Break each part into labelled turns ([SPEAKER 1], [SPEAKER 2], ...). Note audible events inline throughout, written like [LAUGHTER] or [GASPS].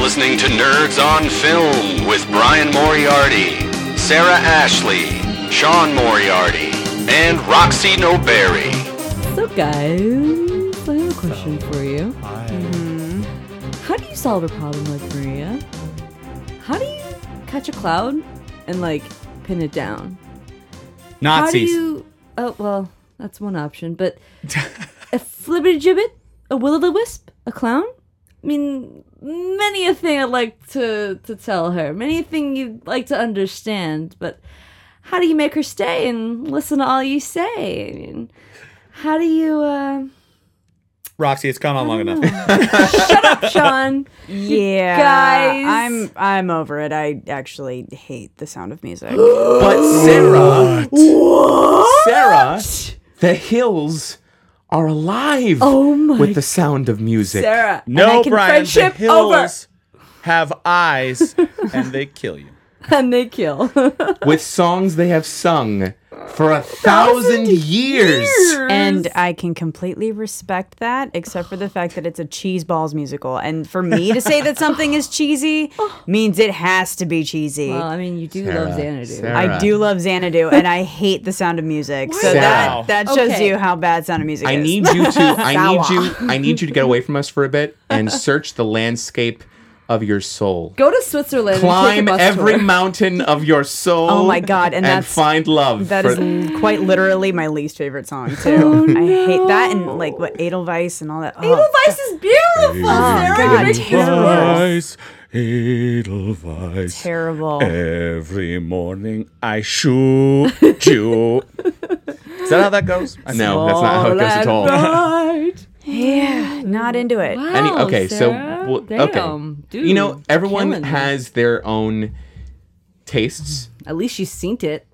[SPEAKER 1] listening to Nerds on Film with Brian Moriarty, Sarah Ashley, Sean Moriarty, and Roxy Noberry.
[SPEAKER 2] So, guys, I have a question for you. Mm-hmm. How do you solve a problem like Maria? How do you catch a cloud and like pin it down?
[SPEAKER 3] Nazis.
[SPEAKER 2] How do you? Oh well, that's one option. But a flibbertigibbet, a will o' the wisp, a clown. I mean, many a thing I'd like to to tell her. Many a thing you'd like to understand. But how do you make her stay and listen to all you say? I mean, how do you? Uh...
[SPEAKER 3] Roxy, it's gone on long enough.
[SPEAKER 2] Shut up, Sean.
[SPEAKER 4] Yeah,
[SPEAKER 2] guys.
[SPEAKER 4] I'm I'm over it. I actually hate the sound of music.
[SPEAKER 2] [GASPS]
[SPEAKER 5] But Sarah, Sarah, the hills are alive
[SPEAKER 2] [LAUGHS] Oh my
[SPEAKER 5] with the sound of music.
[SPEAKER 2] Sarah. and I
[SPEAKER 3] No,
[SPEAKER 2] can
[SPEAKER 3] Brian. The
[SPEAKER 2] Friendship over. [LAUGHS]
[SPEAKER 3] hills have eyes and they kill you.
[SPEAKER 2] And they kill.
[SPEAKER 5] With songs they have sung for a thousand years.
[SPEAKER 4] And I can completely respect that, except for the fact that it's a cheese balls musical. And for me to say that something
[SPEAKER 2] [GASPS]
[SPEAKER 4] is cheesy means it has to be cheesy.
[SPEAKER 2] well, I mean, you do love Xanadu.
[SPEAKER 5] Sarah.
[SPEAKER 4] I do love Xanadu, and I hate the sound of music. So
[SPEAKER 5] Sarah.
[SPEAKER 4] that that shows
[SPEAKER 2] Okay.
[SPEAKER 4] you how bad sound of music
[SPEAKER 5] I
[SPEAKER 4] is.
[SPEAKER 5] need you to I need you I need you to get away from us for a bit [LAUGHS] and search the landscape of your soul.
[SPEAKER 2] Go to Switzerland. and
[SPEAKER 5] Climb
[SPEAKER 2] take a bus
[SPEAKER 5] every
[SPEAKER 2] [LAUGHS] tour.
[SPEAKER 5] mountain of your soul.
[SPEAKER 4] Oh my God, and that's-
[SPEAKER 5] find love.
[SPEAKER 4] That
[SPEAKER 5] for-
[SPEAKER 4] is l- quite literally my least favorite song too. I hate that and like what Edelweiss and all that. Oh,
[SPEAKER 2] Oh, Edelweiss is beautiful,
[SPEAKER 5] Oh,
[SPEAKER 2] Sarah.
[SPEAKER 4] God.
[SPEAKER 2] You're making it worse.
[SPEAKER 3] Edelweiss, Edelweiss.
[SPEAKER 4] terrible.
[SPEAKER 5] [LAUGHS]
[SPEAKER 3] Every morning I shoot
[SPEAKER 2] [LAUGHS]
[SPEAKER 3] you. Is that how that goes? I
[SPEAKER 5] no, that's not how it goes at all. [LAUGHS]
[SPEAKER 2] Right.
[SPEAKER 4] Yeah, not into it.
[SPEAKER 5] Any,
[SPEAKER 2] Wow,
[SPEAKER 5] okay,
[SPEAKER 2] Sarah.
[SPEAKER 5] so well,
[SPEAKER 2] Damn,
[SPEAKER 5] okay,
[SPEAKER 2] dude,
[SPEAKER 5] you know everyone
[SPEAKER 2] killing me.
[SPEAKER 5] has their own tastes,
[SPEAKER 2] At least she's seen it.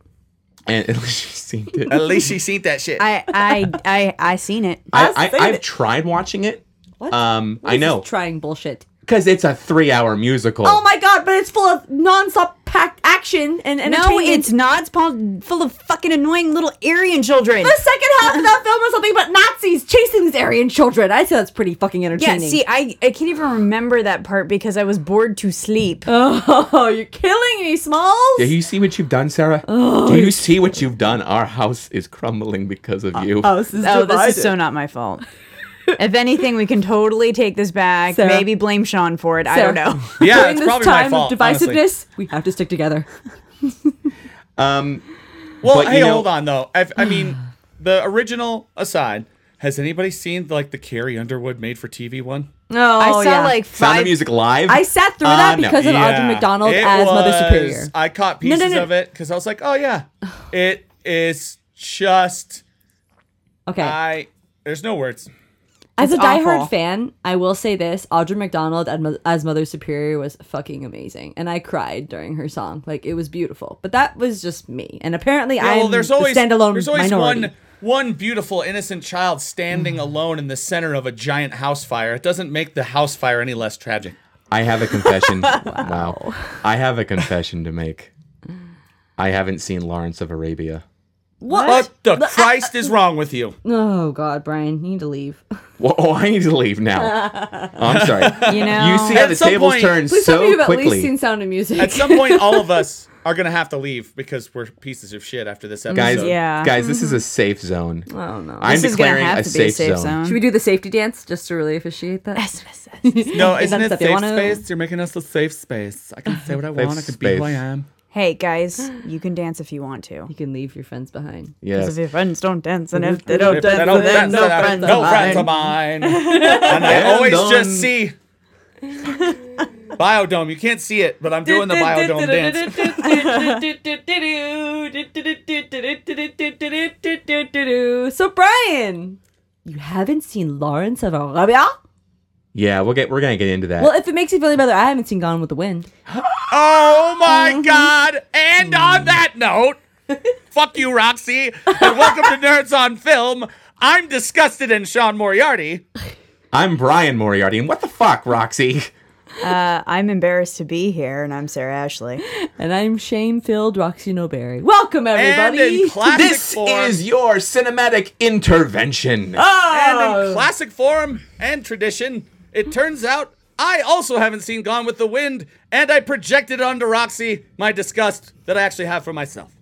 [SPEAKER 5] and [LAUGHS] at least she's seen it.
[SPEAKER 3] At least she seen that shit.
[SPEAKER 4] I I I I seen it.
[SPEAKER 5] I,
[SPEAKER 2] say
[SPEAKER 5] I, I've
[SPEAKER 2] that-
[SPEAKER 5] tried watching it.
[SPEAKER 2] What?
[SPEAKER 5] Um,
[SPEAKER 2] What
[SPEAKER 5] I
[SPEAKER 2] is this
[SPEAKER 5] know
[SPEAKER 2] Trying bullshit.
[SPEAKER 5] because it's a three-hour musical.
[SPEAKER 2] Oh my god, but it's full of nonstop packed action and
[SPEAKER 4] No,
[SPEAKER 2] entertainment.
[SPEAKER 4] it's not. It's full- full of fucking annoying little Aryan children.
[SPEAKER 2] the second half of that film is something about Nazis chasing these Aryan children. I say that's pretty fucking
[SPEAKER 4] Yeah,
[SPEAKER 2] entertaining.
[SPEAKER 4] see, I, I can't even remember that part because I was bored to sleep.
[SPEAKER 2] [LAUGHS] Oh, you're killing me, Smalls.
[SPEAKER 5] Do you see what you've done, Sarah?
[SPEAKER 2] Oh,
[SPEAKER 5] Do you see what you've done? Our house is crumbling because
[SPEAKER 2] Uh,
[SPEAKER 5] of you.
[SPEAKER 2] House is
[SPEAKER 4] oh, this
[SPEAKER 2] divided.
[SPEAKER 4] is so not my fault. if anything, we can totally take this back.
[SPEAKER 2] Sarah.
[SPEAKER 4] Maybe blame Sean for it. I
[SPEAKER 3] [LAUGHS]
[SPEAKER 4] don't
[SPEAKER 2] Sarah. [LAUGHS]
[SPEAKER 4] know.
[SPEAKER 3] Yeah,
[SPEAKER 2] During
[SPEAKER 3] it's
[SPEAKER 2] this
[SPEAKER 3] probably my
[SPEAKER 2] time
[SPEAKER 3] fault,
[SPEAKER 2] of
[SPEAKER 3] honestly.
[SPEAKER 2] divisiveness, we have to stick
[SPEAKER 4] [LAUGHS]
[SPEAKER 2] together.
[SPEAKER 3] well,
[SPEAKER 5] But, you
[SPEAKER 3] hey,
[SPEAKER 5] know-
[SPEAKER 3] hold on though. I've,
[SPEAKER 2] [SIGHS]
[SPEAKER 3] I mean, the original aside. Has anybody seen like the Carrie Underwood made for TV one?
[SPEAKER 2] No,
[SPEAKER 4] I saw like
[SPEAKER 5] Sound of
[SPEAKER 4] five.
[SPEAKER 5] Music live.
[SPEAKER 2] I sat through
[SPEAKER 5] Uh,
[SPEAKER 2] that
[SPEAKER 5] no.
[SPEAKER 2] because of Audrey McDonald
[SPEAKER 3] Ah, It
[SPEAKER 2] as Mother
[SPEAKER 3] was-
[SPEAKER 2] Superior.
[SPEAKER 3] I caught
[SPEAKER 2] no,
[SPEAKER 3] pieces
[SPEAKER 2] no.
[SPEAKER 3] of it because I was like,
[SPEAKER 2] [SIGHS]
[SPEAKER 3] oh yeah, it is just
[SPEAKER 2] Okay,
[SPEAKER 3] I. There's no words.
[SPEAKER 2] as a
[SPEAKER 4] it's awful.
[SPEAKER 2] diehard fan, I will say this: Audrey McDonald as Mo- as Mother Superior was fucking amazing, and I cried during her song. Like it was beautiful, but that was just me. And apparently,
[SPEAKER 3] Yeah,
[SPEAKER 2] I'm
[SPEAKER 3] well, there's always
[SPEAKER 2] the standalone
[SPEAKER 3] there's always
[SPEAKER 2] minority. Mm.
[SPEAKER 3] one one beautiful innocent child standing alone in the center of a giant house fire. It doesn't make the house fire any less tragic.
[SPEAKER 5] I have a confession. wow. I have a confession to make. I haven't seen Lawrence of Arabia.
[SPEAKER 3] What the Christ is wrong with you?
[SPEAKER 2] Oh God, Brian, you need to leave.
[SPEAKER 5] [LAUGHS] Whoa, oh, I need to leave now. Oh, I'm sorry.
[SPEAKER 4] You know,
[SPEAKER 5] You see how
[SPEAKER 3] At
[SPEAKER 5] the
[SPEAKER 3] some
[SPEAKER 5] tables
[SPEAKER 3] point-
[SPEAKER 5] turn
[SPEAKER 2] [LAUGHS] Please tell me
[SPEAKER 5] so
[SPEAKER 2] you've at least
[SPEAKER 5] quickly.
[SPEAKER 2] seen Sound of Music.
[SPEAKER 4] [LAUGHS]
[SPEAKER 2] [LAUGHS]
[SPEAKER 3] At some point, all of us are gonna have to leave because we're pieces of shit after this episode.
[SPEAKER 5] guys,
[SPEAKER 4] Yeah.
[SPEAKER 5] guys, this is a safe zone.
[SPEAKER 2] oh no.
[SPEAKER 5] I'm
[SPEAKER 4] this is gonna
[SPEAKER 5] declaring
[SPEAKER 4] have
[SPEAKER 5] a
[SPEAKER 4] to be a
[SPEAKER 5] safe,
[SPEAKER 4] safe
[SPEAKER 5] zone.
[SPEAKER 4] zone.
[SPEAKER 2] Should we do the safety dance just to really officiate that? [LAUGHS]
[SPEAKER 3] no, isn't it
[SPEAKER 2] that's if you
[SPEAKER 3] safe
[SPEAKER 2] wanna-
[SPEAKER 3] space? You're making us a safe space. I can say what I want. I can be who I
[SPEAKER 5] space.
[SPEAKER 3] am.
[SPEAKER 4] Hey guys, you can dance if you want to.
[SPEAKER 2] You can leave your friends behind.
[SPEAKER 5] Yes.
[SPEAKER 4] If your friends don't dance, and if they
[SPEAKER 3] That
[SPEAKER 4] don't dance,
[SPEAKER 3] don't- that-
[SPEAKER 4] then no
[SPEAKER 3] that-
[SPEAKER 4] friends.
[SPEAKER 3] no
[SPEAKER 4] of
[SPEAKER 3] friends
[SPEAKER 4] mine.
[SPEAKER 3] of mine.
[SPEAKER 4] [LAUGHS]
[SPEAKER 3] and I
[SPEAKER 5] And
[SPEAKER 3] always
[SPEAKER 5] done.
[SPEAKER 3] just see biodome. You can't see it, but I'm [LAUGHS] doing the biodome dance.
[SPEAKER 2] dance. [LAUGHS] so Brian, you haven't seen Lawrence of Arabia?
[SPEAKER 5] Yeah, we'll get we're gonna get into that.
[SPEAKER 2] Well, if it makes you feel any better, I haven't seen Gone with the Wind.
[SPEAKER 3] Oh my
[SPEAKER 4] Mm-hmm.
[SPEAKER 3] god! And
[SPEAKER 5] Mm.
[SPEAKER 3] on that note, fuck you, Roxy, and welcome to Nerds on Film. I'm disgusted in Sean Moriarty.
[SPEAKER 5] I'm Brian Moriarty, and what the fuck, Roxy?
[SPEAKER 4] Uh, I'm embarrassed to be here, and I'm Sarah Ashley.
[SPEAKER 2] And I'm shame-filled Roxy Noberry. Welcome
[SPEAKER 3] And
[SPEAKER 2] everybody.
[SPEAKER 3] in classic
[SPEAKER 5] this
[SPEAKER 3] form,
[SPEAKER 5] is your cinematic intervention.
[SPEAKER 3] and in classic form and tradition, it turns out I also haven't seen Gone with the Wind, and I projected onto Roxy my disgust that I actually have for myself.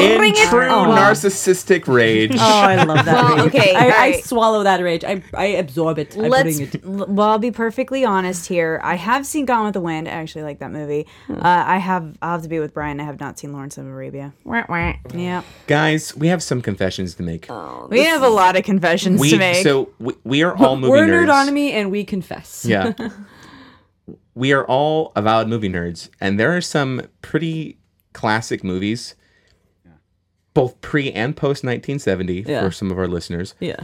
[SPEAKER 5] In true
[SPEAKER 2] on.
[SPEAKER 5] narcissistic rage.
[SPEAKER 4] Oh, I love that.
[SPEAKER 6] Well,
[SPEAKER 4] rage.
[SPEAKER 6] okay,
[SPEAKER 4] I,
[SPEAKER 6] all
[SPEAKER 4] I
[SPEAKER 6] right.
[SPEAKER 4] swallow that rage. I, I absorb it. I'm
[SPEAKER 6] Let's-
[SPEAKER 4] putting it. l- Well, I'll be perfectly honest here. I have seen Gone with the Wind. I actually like that movie. Uh, I have. I'll have to be with Brian. I have not seen Lawrence of Arabia. Yeah,
[SPEAKER 5] Guys, we have some confessions to make.
[SPEAKER 4] we have a lot of confessions
[SPEAKER 5] we
[SPEAKER 4] to make.
[SPEAKER 5] so we, we are all
[SPEAKER 2] [LAUGHS]
[SPEAKER 5] movie
[SPEAKER 2] We're
[SPEAKER 5] nerds.
[SPEAKER 2] nerdonomy and we confess.
[SPEAKER 5] [LAUGHS] Yeah.
[SPEAKER 2] [LAUGHS]
[SPEAKER 5] we are all avowed movie nerds, and there are some pretty classic movies, both pre and post 1970,
[SPEAKER 2] Yeah.
[SPEAKER 5] for some of our listeners
[SPEAKER 2] [LAUGHS] Yeah.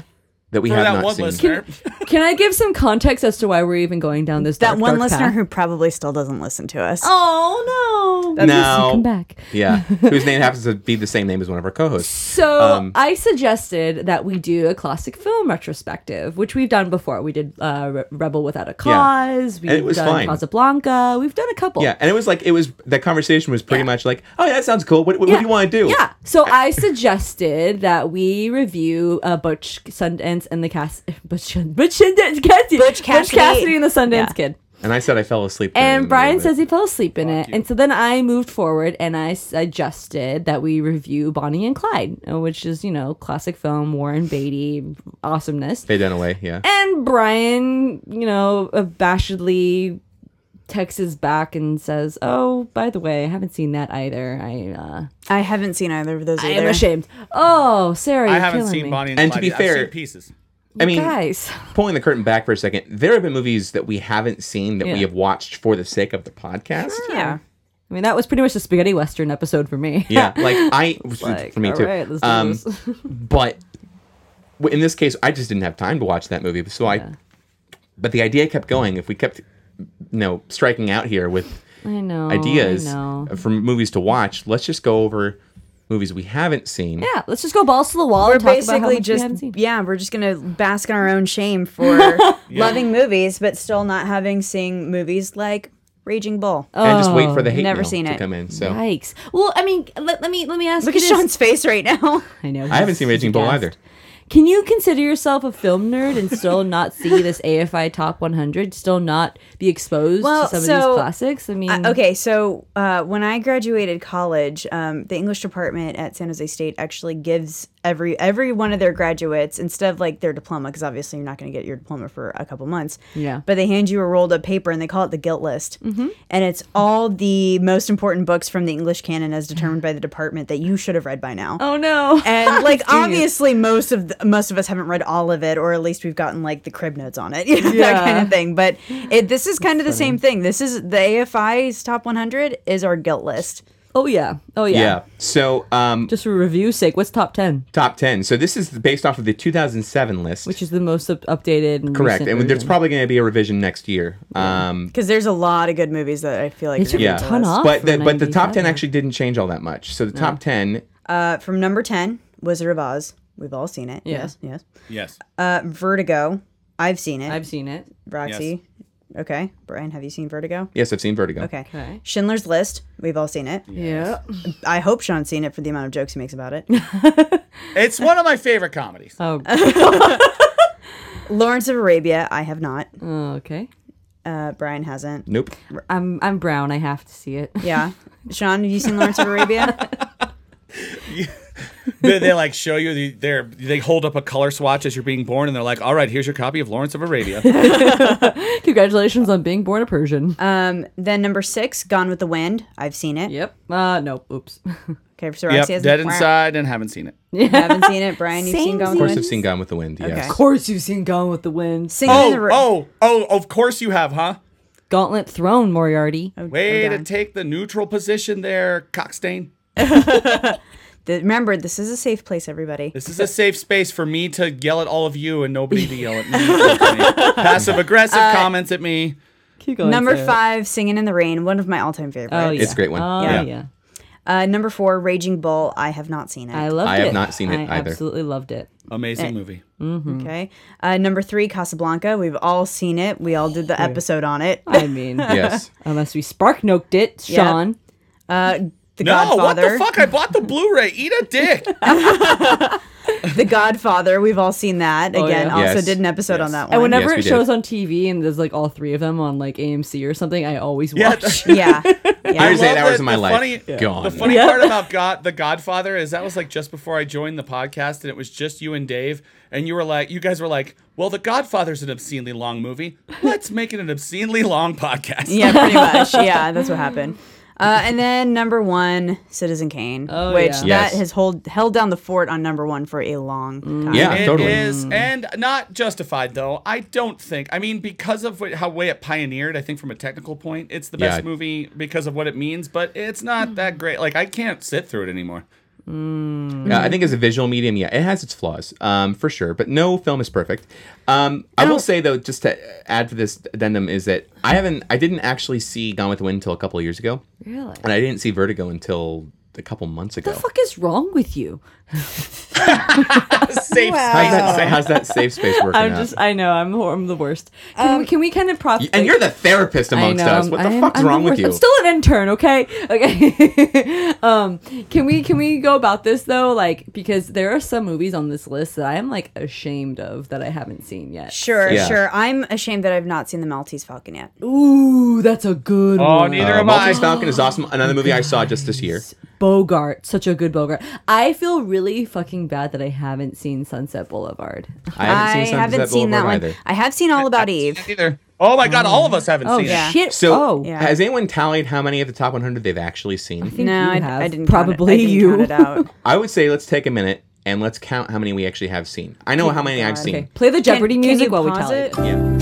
[SPEAKER 5] that we
[SPEAKER 3] For
[SPEAKER 5] have
[SPEAKER 3] that
[SPEAKER 5] not
[SPEAKER 3] one
[SPEAKER 5] seen.
[SPEAKER 3] listener.
[SPEAKER 2] Can I give some context as to why we're even going down this?
[SPEAKER 4] that
[SPEAKER 2] dark,
[SPEAKER 4] one
[SPEAKER 2] dark
[SPEAKER 4] listener
[SPEAKER 2] path?
[SPEAKER 4] who probably still doesn't listen to us.
[SPEAKER 2] Oh no!
[SPEAKER 5] No.
[SPEAKER 2] come back. [LAUGHS]
[SPEAKER 5] Yeah, whose name happens to be the same name as one of our co-hosts.
[SPEAKER 2] So
[SPEAKER 5] um,
[SPEAKER 2] I suggested that we do a classic film retrospective, which we've done before. We did uh, Re- Rebel Without a Cause. We've
[SPEAKER 5] And it was
[SPEAKER 2] done
[SPEAKER 5] fine.
[SPEAKER 2] Casablanca. We've done a couple.
[SPEAKER 5] Yeah, and it was like it was that conversation was pretty much like, oh yeah, that sounds cool. What, what, what do you want to do?
[SPEAKER 2] Yeah. So I suggested that we review uh, Butch Sundance and the Cass [LAUGHS] Butch Butch Sundance Cassidy
[SPEAKER 4] Butch Cassidy.
[SPEAKER 2] Cassidy and the Sundance Kid.
[SPEAKER 5] And I said I fell asleep. during
[SPEAKER 2] And
[SPEAKER 5] the
[SPEAKER 2] Brian
[SPEAKER 5] movie.
[SPEAKER 2] says he fell asleep in it. And so then I moved forward and I suggested that we review Bonnie and Clyde, uh, which is, you know, classic film, Warren Beatty, awesomeness.
[SPEAKER 5] Fade down away, yeah.
[SPEAKER 2] And Brian, you know, abashedly texts us back and says, Oh, by the way, I haven't seen that either. I, uh,
[SPEAKER 4] I haven't seen either of those
[SPEAKER 2] I
[SPEAKER 4] either.
[SPEAKER 2] am ashamed. Oh, Sarah,
[SPEAKER 3] I
[SPEAKER 2] you're
[SPEAKER 3] haven't
[SPEAKER 2] killing
[SPEAKER 3] seen
[SPEAKER 2] me.
[SPEAKER 3] Bonnie and,
[SPEAKER 5] And
[SPEAKER 3] Clyde
[SPEAKER 5] to be
[SPEAKER 3] yet. I've
[SPEAKER 5] fair-
[SPEAKER 3] seen pieces.
[SPEAKER 5] I mean,
[SPEAKER 2] Guys,
[SPEAKER 5] pulling the curtain back for a second, there have been movies that we haven't seen that
[SPEAKER 2] Yeah.
[SPEAKER 5] we have watched for the sake of the podcast.
[SPEAKER 4] Yeah.
[SPEAKER 2] [LAUGHS] I mean, that was pretty much the spaghetti western episode for me.
[SPEAKER 5] Yeah,
[SPEAKER 2] [LAUGHS]
[SPEAKER 5] like I
[SPEAKER 2] Like,
[SPEAKER 5] for me
[SPEAKER 2] all
[SPEAKER 5] too.
[SPEAKER 2] right, let's do
[SPEAKER 5] um,
[SPEAKER 2] this. [LAUGHS]
[SPEAKER 5] but w- in this case, I just didn't have time to watch that movie. So I, but the idea kept going. If we kept, you know, striking out here with
[SPEAKER 2] Oh, I know.
[SPEAKER 5] ideas
[SPEAKER 2] I know.
[SPEAKER 5] for movies to watch, let's just go over movies we haven't seen.
[SPEAKER 2] Yeah, let's just go balls to the wall.
[SPEAKER 4] We're
[SPEAKER 2] and talk about how
[SPEAKER 4] basically
[SPEAKER 2] much we haven't
[SPEAKER 4] just
[SPEAKER 2] seen.
[SPEAKER 4] yeah, we're just gonna bask in our own [LAUGHS] shame for loving movies, but still not having seen movies like Raging Bull.
[SPEAKER 5] And just wait for
[SPEAKER 2] Oh,
[SPEAKER 5] the hate
[SPEAKER 4] never
[SPEAKER 5] mail
[SPEAKER 4] seen
[SPEAKER 5] to
[SPEAKER 4] it.
[SPEAKER 5] come in. So
[SPEAKER 2] Yikes. Well, I mean, let, let me let me ask
[SPEAKER 4] Look
[SPEAKER 2] you
[SPEAKER 4] at
[SPEAKER 2] this.
[SPEAKER 4] Sean's face right [LAUGHS] now.
[SPEAKER 2] I know.
[SPEAKER 5] I haven't seen Raging Bull
[SPEAKER 2] Gassed.
[SPEAKER 5] either.
[SPEAKER 2] Can you consider yourself a film nerd and still [LAUGHS] not see this AFI Top 100? Still not be exposed
[SPEAKER 4] Well,
[SPEAKER 2] to some of
[SPEAKER 4] so-
[SPEAKER 2] these classics? I mean,
[SPEAKER 4] Uh, okay, so uh, when I graduated college, um, the English department at San Jose State actually gives every every one of their graduates instead of like their diploma, because obviously you're not going to get your diploma for a couple months.
[SPEAKER 2] Yeah. Mm-hmm.
[SPEAKER 4] But they hand you a rolled up paper and they call it the guilt list, and it's all the most important books from the English canon as determined by the department that you should have read by now.
[SPEAKER 2] Oh no.
[SPEAKER 4] And like obviously most of the, most of us haven't read all of it or at least we've gotten like the crib notes on it, [LAUGHS] you know, that kind
[SPEAKER 2] Yeah.
[SPEAKER 4] of thing. But it this is kind of the same thing. This is the AFI's top 100 is our guilt list.
[SPEAKER 2] oh yeah. Oh yeah.
[SPEAKER 5] Yeah. So um,
[SPEAKER 2] Just for review's sake, what's top 10?
[SPEAKER 5] top ten. So this is based off of the 2007 list.
[SPEAKER 2] Which is the most up- updated and
[SPEAKER 5] Correct,
[SPEAKER 2] recent
[SPEAKER 5] and there's
[SPEAKER 2] version.
[SPEAKER 5] probably going to be a revision next year. Um,
[SPEAKER 4] Cuz there's a lot of good movies that I feel like
[SPEAKER 2] They
[SPEAKER 4] are
[SPEAKER 2] took
[SPEAKER 4] gonna
[SPEAKER 5] yeah,
[SPEAKER 2] a
[SPEAKER 4] be on
[SPEAKER 2] ton
[SPEAKER 4] the list.
[SPEAKER 2] off.
[SPEAKER 5] but the
[SPEAKER 2] from
[SPEAKER 5] but the top ten
[SPEAKER 2] 97.
[SPEAKER 5] actually didn't change all that much. So the top ten
[SPEAKER 4] Uh, from number 10, Wizard of Oz. We've all seen it.
[SPEAKER 2] Yeah.
[SPEAKER 4] Yes, yes.
[SPEAKER 3] Yes.
[SPEAKER 4] Uh, Vertigo. I've seen it.
[SPEAKER 2] I've seen it.
[SPEAKER 4] Roxy. Okay. Brian, have you seen Vertigo?
[SPEAKER 5] Yes, I've seen Vertigo.
[SPEAKER 4] Okay.
[SPEAKER 2] Okay.
[SPEAKER 4] Schindler's List. We've all seen it.
[SPEAKER 2] Yeah.
[SPEAKER 4] I hope Sean's seen it for the amount of jokes he makes about it. [LAUGHS]
[SPEAKER 3] It's one of my favorite comedies.
[SPEAKER 2] [LAUGHS] Oh,
[SPEAKER 4] Lawrence of Arabia, I have not.
[SPEAKER 2] oh, okay.
[SPEAKER 4] Uh, Brian hasn't.
[SPEAKER 5] Nope.
[SPEAKER 2] I'm I'm brown. I have to see [LAUGHS] it.
[SPEAKER 4] Yeah. Sean, have you seen Lawrence
[SPEAKER 2] [LAUGHS]
[SPEAKER 4] of Arabia?
[SPEAKER 3] they, they like show you the, they're they hold up a color swatch as you're being born and they're like all right here's your copy of lawrence of arabia
[SPEAKER 2] Congratulations on being born a Persian. Uh,
[SPEAKER 4] Um, then number six, Gone with the Wind. I've seen it.
[SPEAKER 2] yep. Uh no. Oops.
[SPEAKER 4] Okay, so
[SPEAKER 3] yep
[SPEAKER 4] Roxy hasn't.
[SPEAKER 3] dead inside and haven't seen it
[SPEAKER 4] haven't seen it. Brian, you've seen Gone
[SPEAKER 5] Of
[SPEAKER 4] with
[SPEAKER 5] course,
[SPEAKER 4] the
[SPEAKER 5] I've
[SPEAKER 4] Wind.
[SPEAKER 5] seen Gone with the Wind. Yes.
[SPEAKER 2] [LAUGHS]
[SPEAKER 4] Okay.
[SPEAKER 2] course you've seen Gone with the Wind.
[SPEAKER 4] Singing in
[SPEAKER 3] oh
[SPEAKER 4] the Ra-
[SPEAKER 3] oh oh of course you have huh
[SPEAKER 2] Gauntlet Throne, Moriarty.
[SPEAKER 3] way
[SPEAKER 4] I'm
[SPEAKER 3] to
[SPEAKER 4] done.
[SPEAKER 3] take the neutral position there cockstain
[SPEAKER 4] The- remember, this is a safe place, everybody.
[SPEAKER 3] this is a safe space for me to yell at all of you and nobody to yell at
[SPEAKER 4] [LAUGHS]
[SPEAKER 3] me passive aggressive
[SPEAKER 4] Uh,
[SPEAKER 3] comments at me
[SPEAKER 2] Keep going.
[SPEAKER 4] Number
[SPEAKER 2] Sarah.
[SPEAKER 4] five, Singing in the Rain, one of my all-time
[SPEAKER 2] Oh,
[SPEAKER 4] favorites.
[SPEAKER 2] yeah.
[SPEAKER 5] It's a great one.
[SPEAKER 2] Oh yeah.
[SPEAKER 5] Yeah.
[SPEAKER 4] Uh, number four, Raging Bull. I have not seen it.
[SPEAKER 2] I loved it.
[SPEAKER 5] I have not seen it
[SPEAKER 2] I
[SPEAKER 5] either.
[SPEAKER 2] Absolutely loved [LAUGHS] it.
[SPEAKER 4] eh,
[SPEAKER 3] amazing movie
[SPEAKER 2] Um,
[SPEAKER 4] okay. Uh, number three, Casablanca. We've all seen it. We all did the episode on it.
[SPEAKER 2] I mean,
[SPEAKER 5] Yes.
[SPEAKER 2] unless we spark noked it, Sean.
[SPEAKER 4] Uh, the
[SPEAKER 3] no
[SPEAKER 4] Godfather.
[SPEAKER 3] what the fuck i bought the blu-ray eat a dick
[SPEAKER 4] The Godfather, we've all seen that.
[SPEAKER 2] Oh,
[SPEAKER 4] Again,
[SPEAKER 2] yeah.
[SPEAKER 4] also
[SPEAKER 5] Yes.
[SPEAKER 4] did an episode on that one.
[SPEAKER 2] And whenever
[SPEAKER 5] Yes, we
[SPEAKER 2] it
[SPEAKER 5] did.
[SPEAKER 2] shows on TV and there's like all three of them on like AMC or something, I always
[SPEAKER 3] Yeah,
[SPEAKER 2] watch.
[SPEAKER 4] [LAUGHS] yeah. yeah.
[SPEAKER 5] There's
[SPEAKER 3] love
[SPEAKER 5] eight hours
[SPEAKER 3] that
[SPEAKER 5] of my
[SPEAKER 3] the
[SPEAKER 5] life
[SPEAKER 3] funny-
[SPEAKER 5] gone.
[SPEAKER 3] [LAUGHS] The funny
[SPEAKER 2] Yeah.
[SPEAKER 3] part about God, The Godfather is that was like just before I joined the podcast, and it was just you and Dave, and you were like, you guys were like, well, The Godfather's an obscenely long movie. Let's make it an obscenely long podcast.
[SPEAKER 4] Yeah, pretty much. Yeah, that's what happened. Uh, and then number one, Citizen Kane,
[SPEAKER 2] Oh,
[SPEAKER 4] which
[SPEAKER 2] yeah.
[SPEAKER 4] that
[SPEAKER 5] Yes.
[SPEAKER 4] has hold held down the fort on number one for a long
[SPEAKER 2] Mm.
[SPEAKER 4] time.
[SPEAKER 5] Yeah.
[SPEAKER 3] It is,
[SPEAKER 5] totally.
[SPEAKER 4] Mm.
[SPEAKER 3] and not justified though. I don't think. I mean, because of what, how way it pioneered, I think from a technical point, it's the best
[SPEAKER 5] Yeah.
[SPEAKER 3] movie because of what it means. But it's not
[SPEAKER 4] Mm.
[SPEAKER 3] that great. Like I can't sit through it anymore.
[SPEAKER 5] Yeah, Uh,
[SPEAKER 2] Mm-hmm.
[SPEAKER 5] I think as a visual medium, yeah, it has its flaws, um, for sure. But no film is perfect. Um, I
[SPEAKER 2] Oh.
[SPEAKER 5] will say though, just to add to this addendum, is that I haven't, I didn't actually see Gone with the Wind until a couple of years ago,
[SPEAKER 2] [LAUGHS] Really?
[SPEAKER 5] and I didn't see Vertigo until a couple months ago.
[SPEAKER 2] What the fuck is wrong with you?
[SPEAKER 3] Safe [LAUGHS]
[SPEAKER 5] How's
[SPEAKER 3] space.
[SPEAKER 5] that, how's that safe space
[SPEAKER 2] [LAUGHS]
[SPEAKER 5] working
[SPEAKER 2] I'm
[SPEAKER 5] out?
[SPEAKER 2] just, I know, I'm, hor- I'm the worst. Can, we, can we kind of prop?
[SPEAKER 5] Um, Y- and
[SPEAKER 2] like-
[SPEAKER 5] you're the therapist amongst us. What the
[SPEAKER 2] I'm-
[SPEAKER 5] fuck's
[SPEAKER 2] I'm
[SPEAKER 5] wrong with
[SPEAKER 2] worst.
[SPEAKER 5] you?
[SPEAKER 2] I'm still an intern, okay? [LAUGHS] Okay. [LAUGHS] um, can we can we go about this though? Like, because there are some movies on this list that I am like ashamed of that I haven't seen yet.
[SPEAKER 4] Sure,
[SPEAKER 5] Yeah.
[SPEAKER 4] sure. I'm ashamed that I've not seen the Maltese Falcon yet.
[SPEAKER 2] Ooh, that's a good
[SPEAKER 3] Oh,
[SPEAKER 2] one.
[SPEAKER 3] neither
[SPEAKER 5] uh,
[SPEAKER 3] am I.
[SPEAKER 5] Maltese Falcon is awesome. Another movie I saw just this year.
[SPEAKER 2] Bogart, such a good Bogart. I feel really fucking bad that I haven't seen Sunset Boulevard.
[SPEAKER 5] I haven't seen, Sunset Boulevard
[SPEAKER 4] that one.
[SPEAKER 5] either.
[SPEAKER 4] I have seen All About Eve.
[SPEAKER 3] Either. Oh my god, all of us haven't
[SPEAKER 2] Oh
[SPEAKER 3] seen it.
[SPEAKER 4] yeah.
[SPEAKER 2] shit!
[SPEAKER 5] So,
[SPEAKER 2] oh,
[SPEAKER 4] Yeah.
[SPEAKER 5] has anyone tallied how many of the top 100 they've actually seen?
[SPEAKER 2] think
[SPEAKER 4] No,
[SPEAKER 2] you
[SPEAKER 4] I,
[SPEAKER 2] have.
[SPEAKER 4] I didn't.
[SPEAKER 2] Probably
[SPEAKER 4] count it. I didn't
[SPEAKER 2] you.
[SPEAKER 4] count
[SPEAKER 2] [LAUGHS]
[SPEAKER 4] it out.
[SPEAKER 5] I would say let's take a minute and let's count how many we actually have seen. I know how many I've
[SPEAKER 4] God.
[SPEAKER 5] seen.
[SPEAKER 2] Okay, play the Jeopardy
[SPEAKER 4] can
[SPEAKER 2] music
[SPEAKER 4] you
[SPEAKER 2] while we
[SPEAKER 4] pause
[SPEAKER 2] tell
[SPEAKER 4] it?
[SPEAKER 2] it.
[SPEAKER 5] Yeah.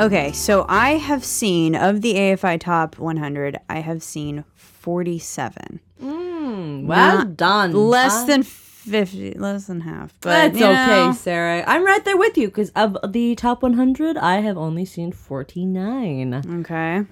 [SPEAKER 4] Okay, so I have seen of the AFI Top 100, I have seen 47.
[SPEAKER 2] Well done.
[SPEAKER 4] Less than 50, less than half. But
[SPEAKER 2] Mm. Ah. That's
[SPEAKER 4] you know,
[SPEAKER 2] okay, Sarah. I'm right there with you because of the top 100, I have only seen 49.
[SPEAKER 4] Okay.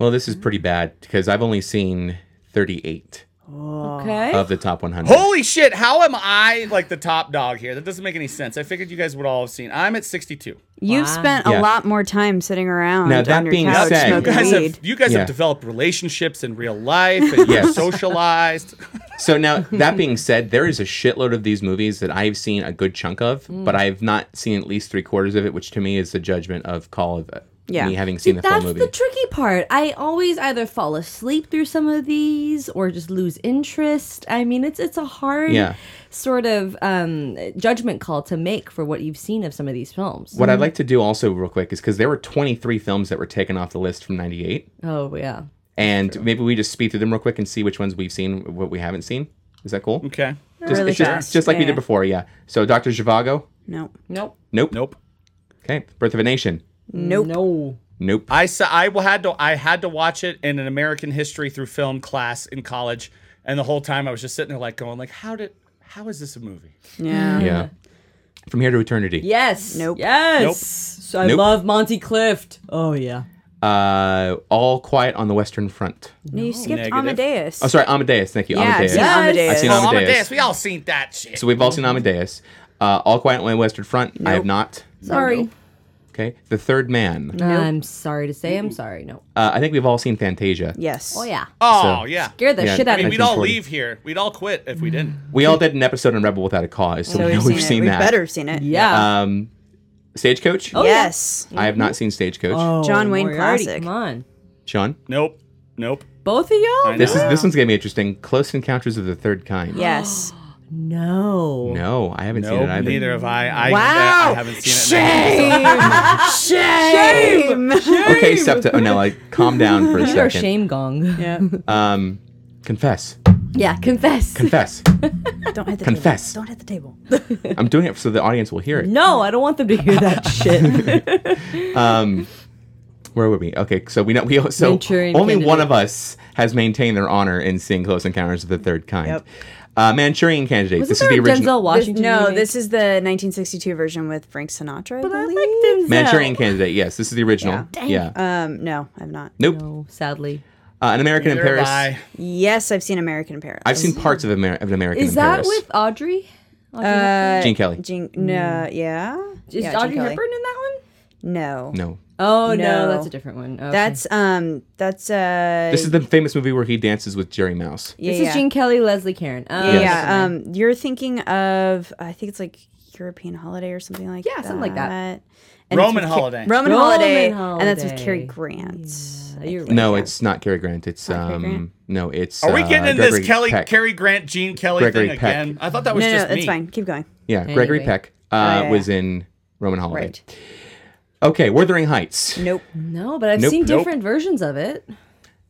[SPEAKER 5] Well, this is pretty bad because I've only seen 38
[SPEAKER 2] Okay.
[SPEAKER 5] of the top 100.
[SPEAKER 3] Holy shit, how am I like the top dog here? That doesn't make any sense. I figured you guys would all have seen. I'm at 62.
[SPEAKER 4] You've spent a
[SPEAKER 5] Yeah.
[SPEAKER 4] lot more time sitting around
[SPEAKER 5] Now,
[SPEAKER 4] on
[SPEAKER 5] that
[SPEAKER 4] your
[SPEAKER 5] being
[SPEAKER 4] couch
[SPEAKER 5] said-
[SPEAKER 3] You
[SPEAKER 4] smoking
[SPEAKER 3] guys
[SPEAKER 4] weed.
[SPEAKER 3] have you guys
[SPEAKER 5] Yeah.
[SPEAKER 3] have developed relationships in real life
[SPEAKER 5] [LAUGHS]
[SPEAKER 3] and you're
[SPEAKER 5] Yes.
[SPEAKER 3] socialized.
[SPEAKER 5] So
[SPEAKER 4] [LAUGHS]
[SPEAKER 5] now that being said, there is a shitload of these movies that I've seen a good chunk of,
[SPEAKER 4] Mm.
[SPEAKER 5] but I've not seen at least three quarters of it, which to me is the judgment of call of uh,
[SPEAKER 4] Yeah.
[SPEAKER 5] me having seen the full
[SPEAKER 2] That's
[SPEAKER 5] movie.
[SPEAKER 2] the tricky part. I always either fall asleep through some of these or just lose interest. I mean, it's it's a hard
[SPEAKER 5] Yeah.
[SPEAKER 2] sort of um, judgment call to make for what you've seen of some of these films.
[SPEAKER 5] what I'd like to do also real quick is because there were 23 films that were taken off the list from 98,
[SPEAKER 2] Oh, yeah.
[SPEAKER 5] and maybe we just speed through them real quick and see which ones we've seen, what we haven't seen. Is that cool?
[SPEAKER 3] Okay.
[SPEAKER 5] Just,
[SPEAKER 4] Really
[SPEAKER 5] it's just-
[SPEAKER 4] fast.
[SPEAKER 5] just like we
[SPEAKER 4] Yeah.
[SPEAKER 5] did before, yeah. So Dr. Zhivago,
[SPEAKER 4] No.
[SPEAKER 2] Nope.
[SPEAKER 5] nope.
[SPEAKER 3] Nope.
[SPEAKER 5] Okay. Birth of a Nation,
[SPEAKER 4] Nope.
[SPEAKER 2] No.
[SPEAKER 5] nope.
[SPEAKER 3] I saw I had to I had to watch it in an American history through film class in college and the whole time I was just sitting there like going like how did how is this a movie?
[SPEAKER 4] Yeah.
[SPEAKER 5] yeah. From Here to Eternity.
[SPEAKER 2] Yes.
[SPEAKER 4] Nope.
[SPEAKER 2] Yes.
[SPEAKER 3] Nope.
[SPEAKER 2] So I
[SPEAKER 5] Nope.
[SPEAKER 2] love Monty Clift. Oh, yeah.
[SPEAKER 5] Uh, All Quiet on the Western Front.
[SPEAKER 4] No, you skipped
[SPEAKER 3] Negative.
[SPEAKER 4] Amadeus.
[SPEAKER 5] Oh, sorry, Amadeus. Thank you.
[SPEAKER 4] yeah, I've
[SPEAKER 5] Amadeus.
[SPEAKER 4] seen
[SPEAKER 2] Yes.
[SPEAKER 4] Amadeus.
[SPEAKER 5] I've seen
[SPEAKER 3] Oh,
[SPEAKER 5] Amadeus.
[SPEAKER 3] Amadeus, we all seen that shit.
[SPEAKER 5] So we've all seen Amadeus. Uh, all Quiet on the Western Front. I have not.
[SPEAKER 2] Sorry.
[SPEAKER 5] Okay. The Third Man.
[SPEAKER 2] I'm sorry to say. I'm sorry. No.
[SPEAKER 5] Uh, I think we've all seen Fantasia.
[SPEAKER 4] Yes.
[SPEAKER 2] Oh, yeah.
[SPEAKER 3] oh,
[SPEAKER 5] So-
[SPEAKER 3] yeah.
[SPEAKER 2] Scared the
[SPEAKER 5] Yeah.
[SPEAKER 2] shit
[SPEAKER 3] I
[SPEAKER 2] out of
[SPEAKER 3] mean,
[SPEAKER 2] me.
[SPEAKER 3] we'd all
[SPEAKER 5] 1940.
[SPEAKER 3] leave here. We'd all quit if we didn't.
[SPEAKER 5] We all did an episode on Rebel Without a Cause,
[SPEAKER 4] So
[SPEAKER 5] so, we know
[SPEAKER 4] we've
[SPEAKER 5] we've
[SPEAKER 4] seen, it. we
[SPEAKER 5] that.
[SPEAKER 4] better have seen it.
[SPEAKER 2] Yeah.
[SPEAKER 5] Um, Stagecoach.
[SPEAKER 2] Oh, yeah.
[SPEAKER 4] yes.
[SPEAKER 5] I have not seen Stagecoach.
[SPEAKER 4] John Wayne
[SPEAKER 2] Moriarty,
[SPEAKER 4] classic.
[SPEAKER 2] Come on,
[SPEAKER 5] Sean.
[SPEAKER 3] Nope. Nope.
[SPEAKER 2] both of y'all.
[SPEAKER 3] I
[SPEAKER 5] This is
[SPEAKER 3] know.
[SPEAKER 5] this one's gonna be interesting. Close Encounters of the Third Kind.
[SPEAKER 4] Yes.
[SPEAKER 2] No.
[SPEAKER 5] No, I haven't seen
[SPEAKER 3] Nope,
[SPEAKER 5] it either.
[SPEAKER 3] neither have I. I,
[SPEAKER 4] Wow.
[SPEAKER 3] I haven't seen it.
[SPEAKER 4] Shame. [LAUGHS] Shame.
[SPEAKER 5] Okay, Septa. Oh no, like calm down
[SPEAKER 4] [LAUGHS]
[SPEAKER 5] for a
[SPEAKER 2] You're a
[SPEAKER 5] second.
[SPEAKER 2] shame gong.
[SPEAKER 4] yeah.
[SPEAKER 5] Um, confess,
[SPEAKER 4] [LAUGHS]
[SPEAKER 2] Yeah, [LAUGHS] confess.
[SPEAKER 5] confess.
[SPEAKER 4] Don't hit the
[SPEAKER 5] Confess.
[SPEAKER 4] table. Don't hit the table.
[SPEAKER 5] I'm doing it so the audience will hear it.
[SPEAKER 2] no, I don't want them to hear that
[SPEAKER 5] [LAUGHS]
[SPEAKER 2] shit.
[SPEAKER 5] Where were we? Okay, so we know we [LAUGHS] so
[SPEAKER 2] Manchurian
[SPEAKER 5] only
[SPEAKER 2] Candidate.
[SPEAKER 5] one of us has maintained their honor in seeing Close Encounters of the Third Kind.
[SPEAKER 4] Yep.
[SPEAKER 5] Uh, Manchurian Candidate.
[SPEAKER 2] Wasn't
[SPEAKER 5] this is
[SPEAKER 2] there a
[SPEAKER 5] the original
[SPEAKER 2] Denzel Washington?
[SPEAKER 4] This- no,
[SPEAKER 2] remake?
[SPEAKER 4] this is the 1962 version with Frank Sinatra. I
[SPEAKER 2] I
[SPEAKER 4] believe.
[SPEAKER 2] like Denzel.
[SPEAKER 5] Manchurian Candidate. Yes, this is the original. Yeah.
[SPEAKER 4] Um, no, I've not.
[SPEAKER 5] nope.
[SPEAKER 2] No, sadly.
[SPEAKER 5] Uh, an American in
[SPEAKER 3] Neither
[SPEAKER 5] Paris.
[SPEAKER 3] have I.
[SPEAKER 4] Yes, I've seen American in Paris.
[SPEAKER 5] I've seen parts of Amer- of an American
[SPEAKER 2] Is
[SPEAKER 5] in
[SPEAKER 2] that
[SPEAKER 5] Paris.
[SPEAKER 2] with Audrey? Audrey
[SPEAKER 4] Uh,
[SPEAKER 5] Gene Kelly?
[SPEAKER 4] Jing, no, yeah.
[SPEAKER 2] Hepburn? Is
[SPEAKER 4] yeah,
[SPEAKER 2] Audrey
[SPEAKER 4] Gene Kelly.
[SPEAKER 2] Hepburn in that one?
[SPEAKER 4] No.
[SPEAKER 5] no.
[SPEAKER 2] Oh no,
[SPEAKER 4] No.
[SPEAKER 2] that's a different one. Okay.
[SPEAKER 4] That's um that's uh
[SPEAKER 5] This is the famous movie where he dances with Jerry Mouse.
[SPEAKER 4] yeah,
[SPEAKER 2] this
[SPEAKER 4] yeah.
[SPEAKER 2] is Gene Kelly, Leslie Karen. Um,
[SPEAKER 4] Yeah,
[SPEAKER 5] Yes.
[SPEAKER 4] yeah. Um you're thinking of I think it's like European holiday or something like
[SPEAKER 2] Yeah,
[SPEAKER 4] that.
[SPEAKER 2] something like that.
[SPEAKER 4] And it's
[SPEAKER 3] Roman
[SPEAKER 4] with Ca-
[SPEAKER 3] holiday.
[SPEAKER 2] Roman
[SPEAKER 4] Roman, holiday, And that's with
[SPEAKER 2] holiday.
[SPEAKER 4] Cary Grant.
[SPEAKER 2] Yeah, you're right.
[SPEAKER 5] No, it's not Cary Grant. It's
[SPEAKER 4] Not Cary
[SPEAKER 5] um
[SPEAKER 4] Grant?
[SPEAKER 5] no, it's
[SPEAKER 3] Are we
[SPEAKER 5] uh,
[SPEAKER 3] getting in
[SPEAKER 5] Gregory
[SPEAKER 3] this Kelly,
[SPEAKER 5] Peck.
[SPEAKER 3] Cary Grant, Gene Kelly
[SPEAKER 5] Gregory
[SPEAKER 3] thing
[SPEAKER 5] Peck.
[SPEAKER 3] again? I thought that
[SPEAKER 4] No,
[SPEAKER 3] was
[SPEAKER 4] no,
[SPEAKER 3] just
[SPEAKER 4] that's
[SPEAKER 3] me.
[SPEAKER 4] fine. Keep going.
[SPEAKER 5] Yeah, Gregory
[SPEAKER 2] Anyway.
[SPEAKER 5] Peck uh,
[SPEAKER 4] yeah, yeah.
[SPEAKER 5] was in Roman Holiday.
[SPEAKER 4] Right. Mm.
[SPEAKER 5] Okay, Wuthering Heights.
[SPEAKER 4] Nope.
[SPEAKER 2] No, but I've
[SPEAKER 5] Nope.
[SPEAKER 2] seen
[SPEAKER 5] Nope.
[SPEAKER 2] different versions of it.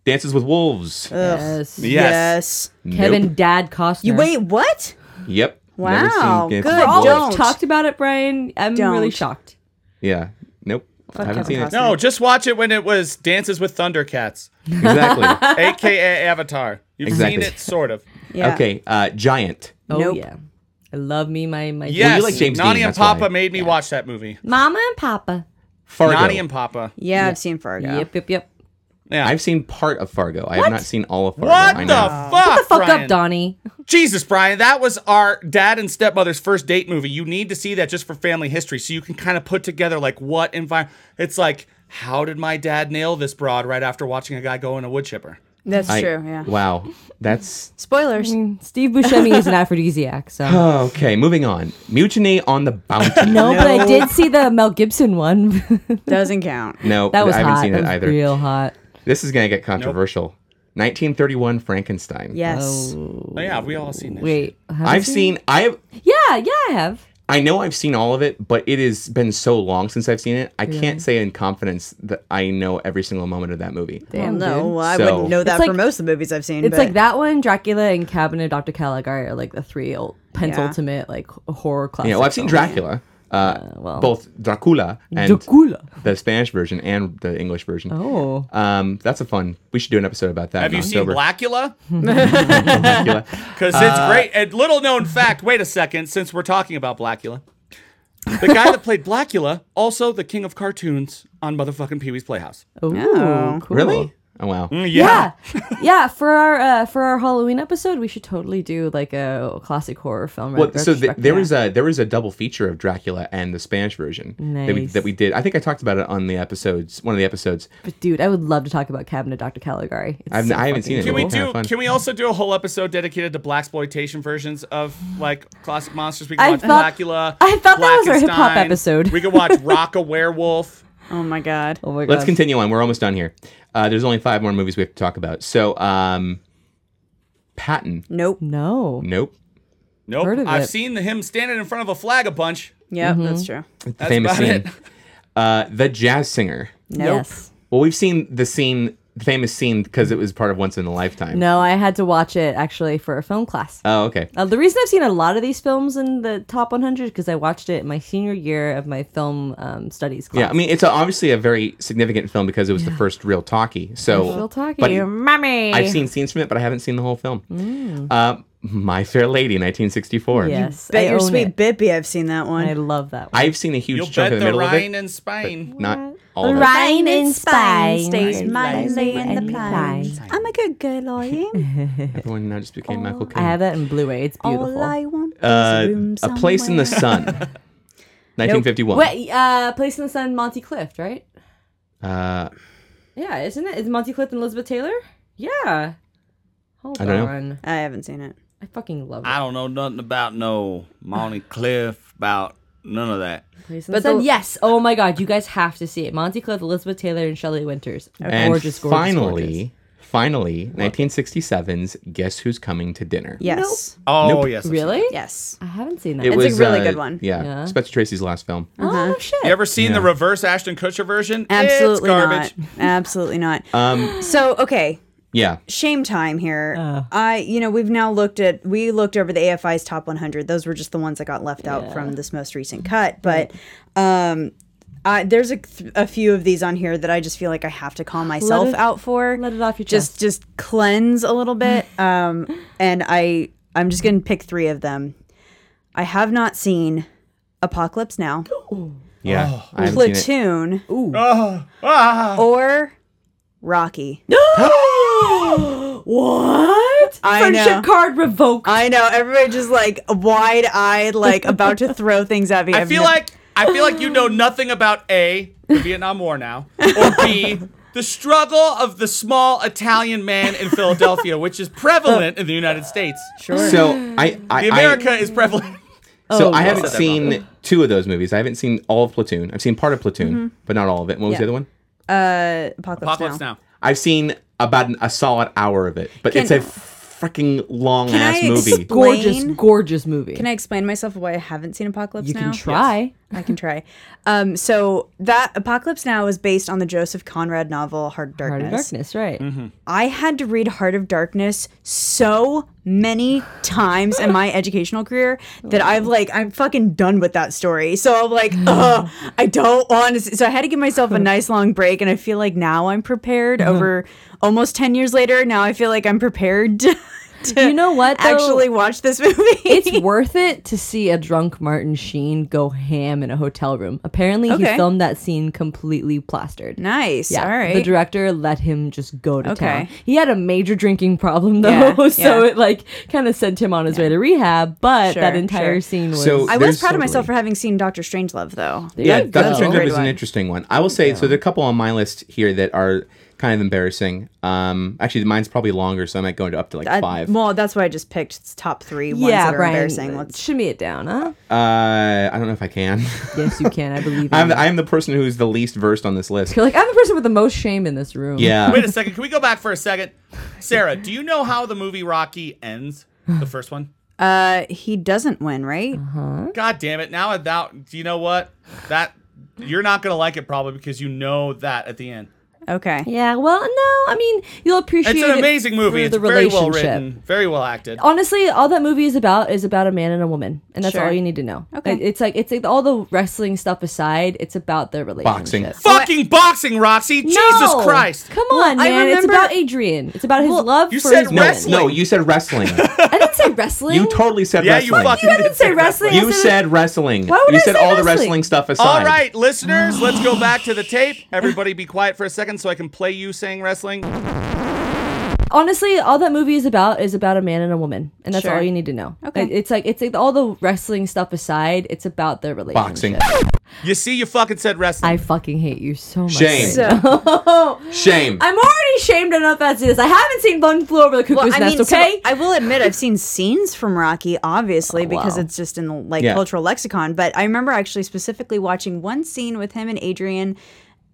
[SPEAKER 5] Dances with Wolves.
[SPEAKER 2] Yes.
[SPEAKER 4] Yes.
[SPEAKER 2] Kevin
[SPEAKER 5] Nope.
[SPEAKER 2] Dad Costner.
[SPEAKER 4] You wait, what?
[SPEAKER 5] Yep.
[SPEAKER 4] Wow,
[SPEAKER 5] Never seen Dances
[SPEAKER 4] good.
[SPEAKER 5] with
[SPEAKER 2] We're all
[SPEAKER 5] Wolves.
[SPEAKER 4] Don't.
[SPEAKER 2] talked about it, Brian. I'm really
[SPEAKER 4] Don't.
[SPEAKER 2] shocked.
[SPEAKER 5] Yeah. Nope. I
[SPEAKER 4] Kevin
[SPEAKER 5] haven't seen it.
[SPEAKER 3] No, just watch it when it was Dances with Thundercats,
[SPEAKER 2] [LAUGHS]
[SPEAKER 5] Exactly.
[SPEAKER 3] aka Avatar. You've
[SPEAKER 5] Exactly.
[SPEAKER 3] seen it, sort of.
[SPEAKER 4] Yeah.
[SPEAKER 5] Okay. Uh, Giant.
[SPEAKER 2] Oh
[SPEAKER 4] Nope.
[SPEAKER 2] yeah. I love me my my
[SPEAKER 3] Yes,
[SPEAKER 5] like James
[SPEAKER 3] Nani
[SPEAKER 5] Dean,
[SPEAKER 3] and
[SPEAKER 5] that's why.
[SPEAKER 3] Papa made me watch that movie.
[SPEAKER 2] mama and papa.
[SPEAKER 5] Fargo.
[SPEAKER 3] Nani and Papa.
[SPEAKER 4] Yeah, I've seen Fargo.
[SPEAKER 2] Yep, yep, yep.
[SPEAKER 3] Yeah.
[SPEAKER 5] I've seen part of Fargo. I have not seen all of Fargo.
[SPEAKER 3] what the
[SPEAKER 5] I know.
[SPEAKER 3] fuck?
[SPEAKER 2] Shut the fuck
[SPEAKER 3] Brian?
[SPEAKER 2] up, Donnie.
[SPEAKER 3] Jesus, Brian, that was our dad and stepmother's first date movie. You need to see that just for family history so you can kind of put together like what environment. It's like, how did my dad nail this broad right after watching a guy go in a wood chipper?
[SPEAKER 4] That's
[SPEAKER 5] I-
[SPEAKER 4] true. Yeah.
[SPEAKER 5] Wow. That's
[SPEAKER 2] [LAUGHS]
[SPEAKER 4] Spoilers.
[SPEAKER 2] [LAUGHS] Steve Buscemi is an aphrodisiac,
[SPEAKER 5] [LAUGHS]
[SPEAKER 2] so
[SPEAKER 5] okay. Moving on. Mutiny on the Bounty.
[SPEAKER 2] [LAUGHS] no, but I did see the Mel Gibson one. [LAUGHS]
[SPEAKER 4] Doesn't count.
[SPEAKER 5] no,
[SPEAKER 2] that was
[SPEAKER 5] I haven't
[SPEAKER 2] hot.
[SPEAKER 5] seen
[SPEAKER 2] that
[SPEAKER 5] it
[SPEAKER 2] was
[SPEAKER 5] either.
[SPEAKER 2] real hot.
[SPEAKER 5] This is gonna get controversial. 1931 Frankenstein.
[SPEAKER 4] Yes.
[SPEAKER 3] Oh, yeah, we all seen that. shit.
[SPEAKER 2] Wait, have you
[SPEAKER 5] I've seen. I have.
[SPEAKER 2] Yeah, yeah, I have.
[SPEAKER 5] I know I've seen all of it, but it has been so long since I've seen it. I can't say in confidence that I know every single moment of that movie.
[SPEAKER 4] Well,
[SPEAKER 2] Damn,
[SPEAKER 4] no,
[SPEAKER 2] dude.
[SPEAKER 4] well, I
[SPEAKER 5] So-
[SPEAKER 4] wouldn't know that
[SPEAKER 2] It's
[SPEAKER 4] for
[SPEAKER 2] like-
[SPEAKER 4] most of the movies I've seen.
[SPEAKER 2] It's
[SPEAKER 4] but
[SPEAKER 2] like that one, Dracula and Cabinet of Dr. Caligari are like the three old penultimate like h- horror classics.
[SPEAKER 5] You know, I've seen Dracula, uh,
[SPEAKER 2] well.
[SPEAKER 5] both Dracula and
[SPEAKER 2] Dracula.
[SPEAKER 5] the Spanish version and the English version.
[SPEAKER 2] Oh.
[SPEAKER 5] Um, that's a fun. We should do an episode about that.
[SPEAKER 3] Have you
[SPEAKER 5] not
[SPEAKER 3] seen
[SPEAKER 2] [LAUGHS]
[SPEAKER 5] sober. Uh,
[SPEAKER 3] Blackula?
[SPEAKER 5] Dracula?
[SPEAKER 3] Because it's great. And little known fact, wait a second, since we're talking about Blackula. The guy that played Blackula, also the king of cartoons on motherfucking Pee Wee's Playhouse.
[SPEAKER 2] Ooh,
[SPEAKER 4] No.
[SPEAKER 2] cool.
[SPEAKER 5] Really? Oh wow.
[SPEAKER 3] Mm.
[SPEAKER 2] Yeah. yeah, for our uh, for our Halloween episode, we should totally do like a classic horror film.
[SPEAKER 5] Well, so th-
[SPEAKER 2] retrospective.
[SPEAKER 5] there was a there was a double feature of Dracula and the Spanish version that, we,
[SPEAKER 2] Nice.
[SPEAKER 5] that we did. I think I talked about it on the episodes, one of the episodes.
[SPEAKER 2] But dude, I would love to talk about Cabinet of Dr. Caligari. It's
[SPEAKER 5] I've,
[SPEAKER 2] so
[SPEAKER 5] I
[SPEAKER 2] fucking
[SPEAKER 5] haven't seen it.
[SPEAKER 3] Can
[SPEAKER 5] It'd
[SPEAKER 3] we
[SPEAKER 5] be kinda
[SPEAKER 3] do?
[SPEAKER 5] fun.
[SPEAKER 3] Can we also do a whole episode dedicated to black exploitation versions of like classic monsters? We
[SPEAKER 2] I
[SPEAKER 3] can watch
[SPEAKER 2] thought-
[SPEAKER 3] Dracula.
[SPEAKER 2] I thought that was our hip hop
[SPEAKER 3] Blackenstein.
[SPEAKER 2] episode.
[SPEAKER 3] We
[SPEAKER 2] [LAUGHS]
[SPEAKER 3] could watch Rock a Werewolf.
[SPEAKER 4] oh my god.
[SPEAKER 2] Oh my god.
[SPEAKER 5] Let's continue on. We're almost done here. Uh, there's only five more movies we have to talk about. So, um, Patton.
[SPEAKER 4] Nope.
[SPEAKER 2] No.
[SPEAKER 5] Nope.
[SPEAKER 3] Nope,
[SPEAKER 2] Heard of
[SPEAKER 3] I've
[SPEAKER 2] it.
[SPEAKER 3] seen him standing in front of a flag a bunch.
[SPEAKER 4] Yep,
[SPEAKER 2] Mm-hmm.
[SPEAKER 4] that's true.
[SPEAKER 5] The famous
[SPEAKER 3] about
[SPEAKER 5] scene.
[SPEAKER 3] it.
[SPEAKER 5] Uh, the Jazz Singer.
[SPEAKER 2] Yes.
[SPEAKER 5] Well, we've seen the scene, the famous scene, because it was part of Once in a Lifetime.
[SPEAKER 2] No, I had to watch it actually for a film class.
[SPEAKER 5] Oh, okay.
[SPEAKER 2] Uh, the reason I've seen a lot of these films in the top 100 is because I watched it my senior year of my film um, studies class.
[SPEAKER 5] Yeah, I mean, it's a, obviously a very significant film because it was the first real talkie. So,
[SPEAKER 2] Real talkie,
[SPEAKER 5] but
[SPEAKER 2] mommy.
[SPEAKER 5] I've seen scenes from it, but I haven't seen the whole film. Uh, My Fair Lady, 1964.
[SPEAKER 2] Mm. Yes,
[SPEAKER 4] Bet
[SPEAKER 2] I
[SPEAKER 4] your
[SPEAKER 2] own
[SPEAKER 4] sweet
[SPEAKER 2] it.
[SPEAKER 4] Bippy, I've seen that
[SPEAKER 2] I
[SPEAKER 4] one.
[SPEAKER 2] love that one.
[SPEAKER 5] I've seen a huge
[SPEAKER 3] You'll bet
[SPEAKER 5] chunk of the
[SPEAKER 3] the
[SPEAKER 5] middle
[SPEAKER 3] Rhine
[SPEAKER 5] of it,
[SPEAKER 3] and Spain.
[SPEAKER 5] not all of it.
[SPEAKER 2] Rhine in Spain
[SPEAKER 4] stays
[SPEAKER 2] stays
[SPEAKER 4] mildly
[SPEAKER 2] mildly
[SPEAKER 4] in the pines. I'm a good girl, I
[SPEAKER 2] [LAUGHS]
[SPEAKER 4] am.
[SPEAKER 5] Everyone now just became Michael Caine.
[SPEAKER 2] I have that in Blu-ray. It's beautiful.
[SPEAKER 4] All I want is
[SPEAKER 5] Uh,
[SPEAKER 4] a room
[SPEAKER 5] a place in the
[SPEAKER 4] somewhere.
[SPEAKER 5] sun
[SPEAKER 2] [LAUGHS]
[SPEAKER 5] 1951
[SPEAKER 2] Wait, uh, Place in the Sun, Monty Clift, right?
[SPEAKER 5] Uh,
[SPEAKER 2] Yeah, isn't it? Is Monty Clift and Elizabeth Taylor? Yeah. Hold
[SPEAKER 5] I don't know.
[SPEAKER 2] on.
[SPEAKER 4] I haven't seen it.
[SPEAKER 2] I fucking love it.
[SPEAKER 6] I don't know nothing about no Monty Cliff, about none of that.
[SPEAKER 4] Ah.
[SPEAKER 2] Place in the Sun. yes. Oh my God, you guys have to see it. Monty Clift, Elizabeth Taylor, and Shelley Winters.
[SPEAKER 5] and
[SPEAKER 2] Gorgeous, gorgeous,
[SPEAKER 5] finally
[SPEAKER 2] gorgeous.
[SPEAKER 5] finally 1967's guess who's coming to dinner
[SPEAKER 4] Yes.
[SPEAKER 3] Oh yes. I've seen it.
[SPEAKER 2] Really?
[SPEAKER 4] Yes.
[SPEAKER 2] I haven't seen that.
[SPEAKER 5] it
[SPEAKER 4] It's a
[SPEAKER 5] was
[SPEAKER 4] really
[SPEAKER 5] uh,
[SPEAKER 4] good one.
[SPEAKER 5] yeah,
[SPEAKER 2] Yeah.
[SPEAKER 5] spencer tracy's last film
[SPEAKER 2] oh
[SPEAKER 4] Uh-huh.
[SPEAKER 2] shit.
[SPEAKER 3] You ever seen the reverse Ashton Kutcher version? it's
[SPEAKER 4] Absolutely
[SPEAKER 3] garbage.
[SPEAKER 5] [LAUGHS]
[SPEAKER 4] not. Absolutely not.
[SPEAKER 5] um
[SPEAKER 4] so okay,
[SPEAKER 5] yeah
[SPEAKER 4] shame time here. I, you know, we've now looked at we looked over the AFI's top 100. Those were just the ones that got left out from this most recent cut. But um, I, there's a, th- a few of these on here that I just feel like I have to call myself
[SPEAKER 2] it-
[SPEAKER 4] out for.
[SPEAKER 2] let it off your
[SPEAKER 4] just just cleanse a little bit. Um, and I I'm just gonna pick three of them. I have not seen Apocalypse Now,
[SPEAKER 5] yeah
[SPEAKER 2] Oh.
[SPEAKER 5] i haven't seen it
[SPEAKER 4] Platoon,
[SPEAKER 3] Ah,
[SPEAKER 4] or Rocky.
[SPEAKER 2] [GASPS] what?
[SPEAKER 4] [GASPS] I
[SPEAKER 2] Friendship
[SPEAKER 4] know. Uh,
[SPEAKER 2] card revoked.
[SPEAKER 4] I know everybody just like wide eyed, like about to throw things at me.
[SPEAKER 3] I feel like I feel like you know nothing about A, the Vietnam War now, or B, the struggle of the small Italian man in Philadelphia, which is prevalent in the United States.
[SPEAKER 4] Sure.
[SPEAKER 5] So I, I,
[SPEAKER 3] The America is prevalent.
[SPEAKER 5] I so I
[SPEAKER 2] Oh, yeah.
[SPEAKER 5] haven't seen two of those movies. I haven't seen all of Platoon. I've seen part of Platoon, but not all of it. What was
[SPEAKER 4] Mm-hmm. Yeah.
[SPEAKER 5] the other one?
[SPEAKER 4] uh, Apocalypse,
[SPEAKER 3] Apocalypse
[SPEAKER 4] now.
[SPEAKER 3] now.
[SPEAKER 5] I've seen about an, a solid hour of it, but it's a
[SPEAKER 4] Can-
[SPEAKER 5] freaking long
[SPEAKER 4] Can
[SPEAKER 5] ass
[SPEAKER 4] I
[SPEAKER 5] movie.
[SPEAKER 4] explain-
[SPEAKER 2] Gorgeous,
[SPEAKER 4] Blaine?
[SPEAKER 2] gorgeous movie.
[SPEAKER 4] Can I explain myself why I haven't seen Apocalypse
[SPEAKER 2] you
[SPEAKER 4] Now?
[SPEAKER 2] can try.
[SPEAKER 4] I can try. Um, so that Apocalypse Now is based on the Joseph Conrad novel Heart
[SPEAKER 2] Heart
[SPEAKER 4] of Darkness.
[SPEAKER 2] of Darkness, right?
[SPEAKER 4] I had to read Heart of Darkness so many times
[SPEAKER 2] [LAUGHS]
[SPEAKER 4] in my educational career that
[SPEAKER 2] Oh.
[SPEAKER 4] I've like I'm fucking done with that story. So
[SPEAKER 2] [LAUGHS]
[SPEAKER 4] I'm like, ugh, I don't want to. See. So I had to give myself a nice long break, and I feel like now I'm prepared.
[SPEAKER 2] Uh-huh.
[SPEAKER 4] Over almost ten years later, now I feel like I'm prepared. [LAUGHS] To,
[SPEAKER 2] You know what, though?
[SPEAKER 4] Actually, watch this movie. [LAUGHS]
[SPEAKER 2] It's worth it to see a drunk Martin Sheen go ham in a hotel room. Apparently, he
[SPEAKER 4] Okay.
[SPEAKER 2] filmed that scene completely plastered.
[SPEAKER 4] nice. All right.
[SPEAKER 2] The director let him just go to
[SPEAKER 4] Okay.
[SPEAKER 2] town. He had a major drinking problem though, [LAUGHS]
[SPEAKER 4] Yeah,
[SPEAKER 2] so
[SPEAKER 4] yeah.
[SPEAKER 2] it like kind of sent him on his way to rehab. But
[SPEAKER 4] Sure,
[SPEAKER 2] that entire
[SPEAKER 4] sure.
[SPEAKER 2] scene was
[SPEAKER 5] So-
[SPEAKER 4] I
[SPEAKER 5] There's
[SPEAKER 4] was proud of
[SPEAKER 5] totally-
[SPEAKER 4] myself for having seen Doctor Strangelove, though.
[SPEAKER 2] There
[SPEAKER 5] yeah,
[SPEAKER 2] you
[SPEAKER 5] Doctor
[SPEAKER 2] go.
[SPEAKER 5] Strangelove
[SPEAKER 4] Great
[SPEAKER 5] is an
[SPEAKER 4] one.
[SPEAKER 5] interesting one. I will say, so there are a couple on my list here that are kind of embarrassing. Um, actually, mine's probably longer, so I might go into up to like
[SPEAKER 4] I-
[SPEAKER 5] five.
[SPEAKER 4] well, that's why I just picked s- top three ones
[SPEAKER 2] yeah,
[SPEAKER 4] that are
[SPEAKER 2] Brian,
[SPEAKER 4] embarrassing. Let's,
[SPEAKER 2] shimmy it down, huh?
[SPEAKER 5] Uh, I don't know if I can. [LAUGHS]
[SPEAKER 2] yes, you
[SPEAKER 4] [LAUGHS]
[SPEAKER 2] can. I believe.
[SPEAKER 5] I'm
[SPEAKER 2] you.
[SPEAKER 5] the, I'm the person who's the least versed on this list.
[SPEAKER 2] You're like I'm the person with the most shame in this room.
[SPEAKER 5] Yeah.
[SPEAKER 3] Wait a second. Can we go back for a second? Sarah, do you know how the movie Rocky ends? The first one?
[SPEAKER 4] uh, he doesn't win,
[SPEAKER 2] Uh-huh.
[SPEAKER 4] right?
[SPEAKER 3] God damn it. Now without do you know what? That you're not gonna like it probably because you know that at the end.
[SPEAKER 4] Okay.
[SPEAKER 2] Yeah. Well, no. I mean, you'll appreciate.
[SPEAKER 3] It's an
[SPEAKER 2] it
[SPEAKER 3] amazing movie.
[SPEAKER 2] for
[SPEAKER 3] It's
[SPEAKER 2] the
[SPEAKER 3] very well
[SPEAKER 2] relationship. Oh,
[SPEAKER 3] written, very well acted.
[SPEAKER 2] honestly, all that movie is about is about a man and a woman, and that's
[SPEAKER 4] Sure.
[SPEAKER 2] all you need to know.
[SPEAKER 4] Okay.
[SPEAKER 2] It- it's like it's like all the wrestling stuff aside. It's about their relationship.
[SPEAKER 5] Boxing.
[SPEAKER 3] Fucking boxing, Roxy! Jesus
[SPEAKER 2] No!
[SPEAKER 3] Christ!
[SPEAKER 2] Come
[SPEAKER 4] Well,
[SPEAKER 2] on,
[SPEAKER 4] I
[SPEAKER 2] man. it's
[SPEAKER 4] remember-
[SPEAKER 2] about Adrian. It's about his love
[SPEAKER 3] you
[SPEAKER 2] for
[SPEAKER 3] said
[SPEAKER 2] his
[SPEAKER 5] No,
[SPEAKER 2] woman.
[SPEAKER 3] wrestling.
[SPEAKER 5] no, you said wrestling.
[SPEAKER 2] I didn't say wrestling.
[SPEAKER 5] you totally said
[SPEAKER 3] Yeah, [LAUGHS] you
[SPEAKER 5] wrestling.
[SPEAKER 3] fucking
[SPEAKER 2] I didn't say wrestling. I
[SPEAKER 5] You said wrestling.
[SPEAKER 2] Why would
[SPEAKER 5] you
[SPEAKER 2] I
[SPEAKER 5] said
[SPEAKER 2] say
[SPEAKER 5] all the
[SPEAKER 2] wrestling?
[SPEAKER 5] wrestling stuff aside.
[SPEAKER 3] All right, listeners, let's go back to the tape. Everybody be quiet for a second so I can play you saying wrestling.
[SPEAKER 2] honestly, all that movie is about is about a man and a woman, and that's
[SPEAKER 4] Sure.
[SPEAKER 2] all you need to know.
[SPEAKER 4] Okay.
[SPEAKER 2] It- it's like it's like all the wrestling stuff aside. It's about their relationship.
[SPEAKER 5] Boxing.
[SPEAKER 3] You see, you fucking said wrestling.
[SPEAKER 2] I fucking hate you so [LAUGHS] much.
[SPEAKER 5] Shame.
[SPEAKER 2] right now.
[SPEAKER 5] Shame.
[SPEAKER 2] I'm already shamed enough as it is. I haven't seen One Flew Over the Cuckoo's
[SPEAKER 4] Well, I
[SPEAKER 2] Nest.
[SPEAKER 4] mean, so
[SPEAKER 2] okay. Oh,
[SPEAKER 4] I will admit I've seen scenes from Rocky, obviously, because
[SPEAKER 2] wow.
[SPEAKER 4] it's just in the like
[SPEAKER 5] Yeah.
[SPEAKER 4] cultural lexicon. But I remember actually specifically watching one scene with him and Adrian,